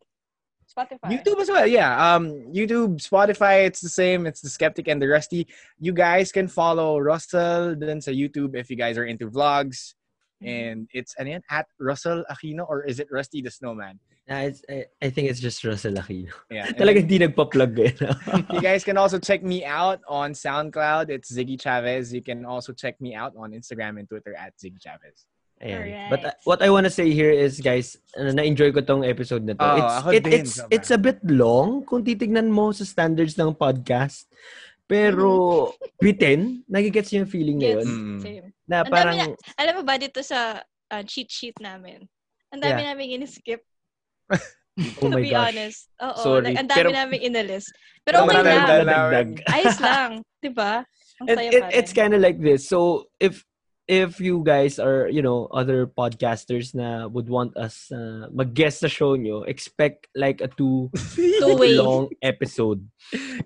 S2: Spotify.
S4: YouTube as well, yeah. Um, YouTube, Spotify, it's the same. It's the Skeptic and the Rusty. You guys can follow Russell then sa YouTube if you guys are into vlogs.
S2: Mm-hmm.
S4: And it's ano yan, at Russell Aquino or is it Rusty the Snowman?
S3: Nah, it's, I, I think it's just Russell Aquino.
S4: Yeah. and
S3: Talaga hindi nagpa-plug eh.
S4: You guys can also check me out on SoundCloud. It's Ziggy Chavez. You can also check me out on Instagram and Twitter at Ziggy Chavez.
S3: Ayan.
S2: Alright.
S3: But uh, what I wanna say here is, guys, ano, na-enjoy ko tong episode na to.
S4: Oo,
S3: it's,
S4: ako
S3: it-
S4: din,
S3: it's,
S4: sobra.
S3: it's a bit long kung titignan mo sa standards ng podcast. Pero, bitin, nagigets yung feeling na
S2: Yes,
S3: yun.
S4: Mm.
S2: same.
S3: Na
S2: Ang dami
S3: parang, oh
S2: Alam mo ba dito sa uh, cheat sheet namin? Ang dami
S3: Yeah.
S2: namin in-skip,
S3: oh
S2: to
S3: my
S2: be
S3: gosh.
S2: honest. Oo,
S3: Sorry.
S2: like, ang dami
S3: Pero-
S2: namin inalis. Pero
S4: Pero
S2: okay
S4: marami
S2: lang.
S4: dahil-
S3: Nadagdag.
S2: Ayos lang. Di ba? Ang
S3: it,
S2: saya
S3: it,
S2: pa rin.
S3: it's kind of like this. So if if you guys are, you know, other podcasters na would want us uh, mag-guest sa show nyo, expect like a two
S2: Two-way.
S3: long episode.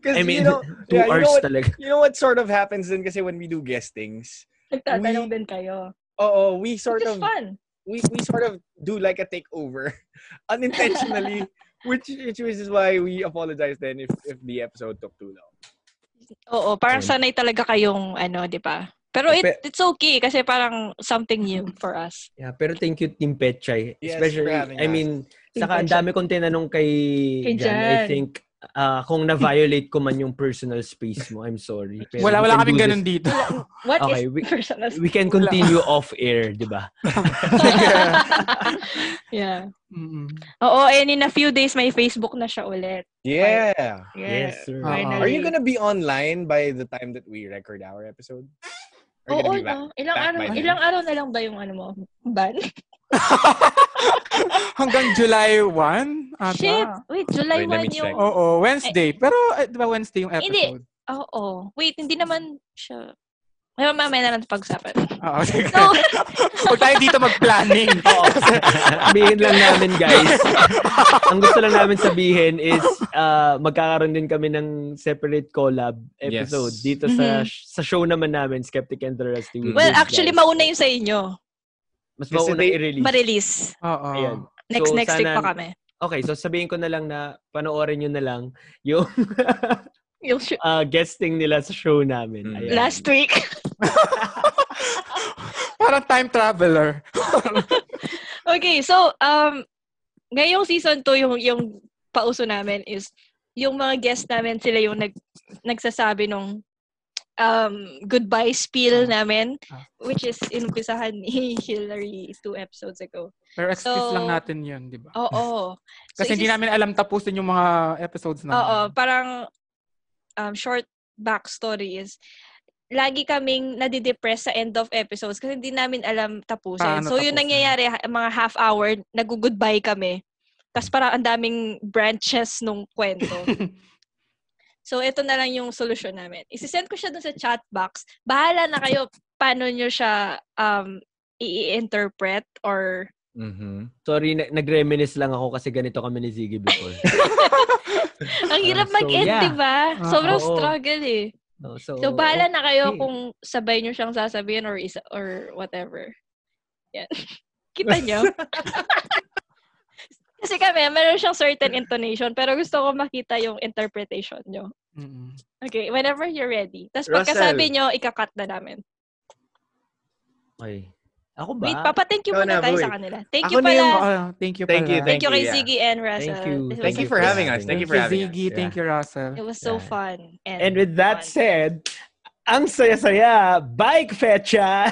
S4: 'Cause
S3: I mean,
S4: you know,
S3: two
S4: yeah, you
S3: hours
S4: know what,
S3: talaga.
S4: you know what sort of happens then kasi when we do guestings?
S2: Nagtatanong
S4: We-
S2: din kayo.
S4: Oo, we sort
S2: Which is
S4: of
S2: fun.
S4: we, we sort of do like a takeover unintentionally, which which is why we apologize then if, if the episode took too long.
S2: Oo, parang
S3: Ayun.
S2: sanay talaga kayong ano, di ba? Pero it,
S3: Oh, Pe-
S2: it's okay kasi parang something new for us.
S3: Yeah, pero thank you Team Petchay.
S4: Yes,
S3: Especially,
S4: for having
S3: I
S4: us.
S3: mean,
S2: Team
S3: saka ang
S2: Petchay.
S3: dami kong tinanong kay
S2: Kay
S3: Jan. I
S2: Jan.
S3: think ah, kung na-violate ko man yung personal space mo, I'm sorry. Pero
S1: Wala,
S3: we
S1: wala
S3: can
S1: kaming
S3: do
S1: ganun
S3: this.
S1: dito.
S6: What is
S3: Okay, we-
S6: personal space?
S3: We can continue off-air, di ba?
S2: Yeah.
S1: Mm-mm.
S2: Oo, and in a few days, may Facebook na siya ulit.
S4: Yeah.
S2: Yeah.
S3: sir.
S1: Ah.
S4: Are you gonna be online by the time that we record our episode? Are you
S6: Oo,
S4: gonna be back?
S6: no. Ilang
S4: back
S6: araw,
S4: by then?
S6: ilang araw na lang ba yung ano mo? Ban?
S1: Hanggang July 1? Ata.
S2: Shit! Wait, July
S4: Wait, let me
S2: 1 yung...
S4: check.
S1: Oo, Wednesday. Pero, eh, di ba Wednesday yung
S2: Hindi.
S1: episode?
S2: Oo. Wait, hindi naman siya... May mamaya na lang pag-usapan.
S1: Oo, sige.
S2: No.
S1: Huwag tayo dito mag-planning.
S3: sabihin lang namin, guys. Ang gusto lang namin sabihin is ah, magkakaroon din kami ng separate collab episode
S4: Yes.
S3: dito sa sa show naman namin, Skeptic and the Rusty. with
S2: Mm-hmm. Well,
S3: those
S2: actually,
S3: guys.
S2: mauna yung sa inyo.
S3: Mas
S4: Kasi
S3: mauna
S4: they-
S3: i-release.
S2: Ma-release.
S1: Oo.
S3: Ayan.
S2: Next,
S3: So,
S2: next week
S3: sana-
S2: pa kami.
S3: Okay, so sabihin ko na lang na panoorin nyo na lang yung
S2: Yung sh-
S3: ah, guesting nila sa show namin.
S4: Mm.
S3: Ayan.
S2: last week.
S1: Parang time traveler.
S2: Okay, so um ngayong season 2 yung yung pauso namin is yung mga guest namin sila yung nag nagsasabi nung um goodbye spiel namin
S1: Ah.
S2: which is inumpisahan ni Hillary two episodes ago.
S1: Pero excuse
S2: So-
S1: lang natin yun, di ba?
S2: Oo. So,
S1: Kasi hindi
S2: isis-
S1: namin alam tapusin yung mga episodes na.
S2: Oo, parang um, short backstory is lagi kaming nadidepress sa end of episodes kasi hindi namin alam
S1: Paano
S2: tapusin. so,
S1: tapusin?
S2: yun nangyayari, ha- mga half hour, nagu-goodbye kami. Tapos parang ang daming branches nung kwento. so, ito na lang yung solusyon namin. Isisend ko siya dun sa chat box. Bahala na kayo paano nyo siya um, i-interpret or
S4: Mhm.
S3: Sorry, na- nag-reminisce lang ako kasi ganito kami ni Ziggy before.
S2: ang hirap
S3: so,
S2: mag-end,
S3: yeah.
S2: di ba?
S1: Ah,
S2: Sobrang
S3: oo.
S2: struggle eh.
S3: No, so,
S4: Oh,
S2: So, bahala na kayo
S3: okay.
S2: kung sabay nyo siyang sasabihin or isa or whatever. Yan. Kita nyo? Kasi kami, meron siyang certain intonation pero gusto ko makita yung interpretation nyo.
S1: Mm-mm.
S2: Okay, whenever you're ready. Tapos
S4: Russell.
S2: pagkasabi nyo, ikakat na namin.
S3: Okay. Ako ba?
S2: Wait, papa-thank you
S4: Ikaw
S2: muna
S4: na,
S2: tayo
S4: boy.
S2: sa kanila. Thank
S4: Ako
S2: you
S4: na
S2: pala.
S4: yung-
S1: Oo, ah, thank you
S4: Thank
S1: pala.
S4: you,
S2: thank you kay
S4: yeah.
S2: Ziggy and Russell.
S3: you.
S2: This
S4: Thank
S2: was-
S4: you for having us. Thank
S1: Thank
S4: you for
S1: you,
S4: having
S1: Ziggy.
S4: us.
S1: Thank
S4: Yeah.
S1: you, Russell.
S2: It was so
S3: Yeah.
S2: fun. And,
S3: And with that
S2: fun.
S3: said, ang saya-saya, bike fecha!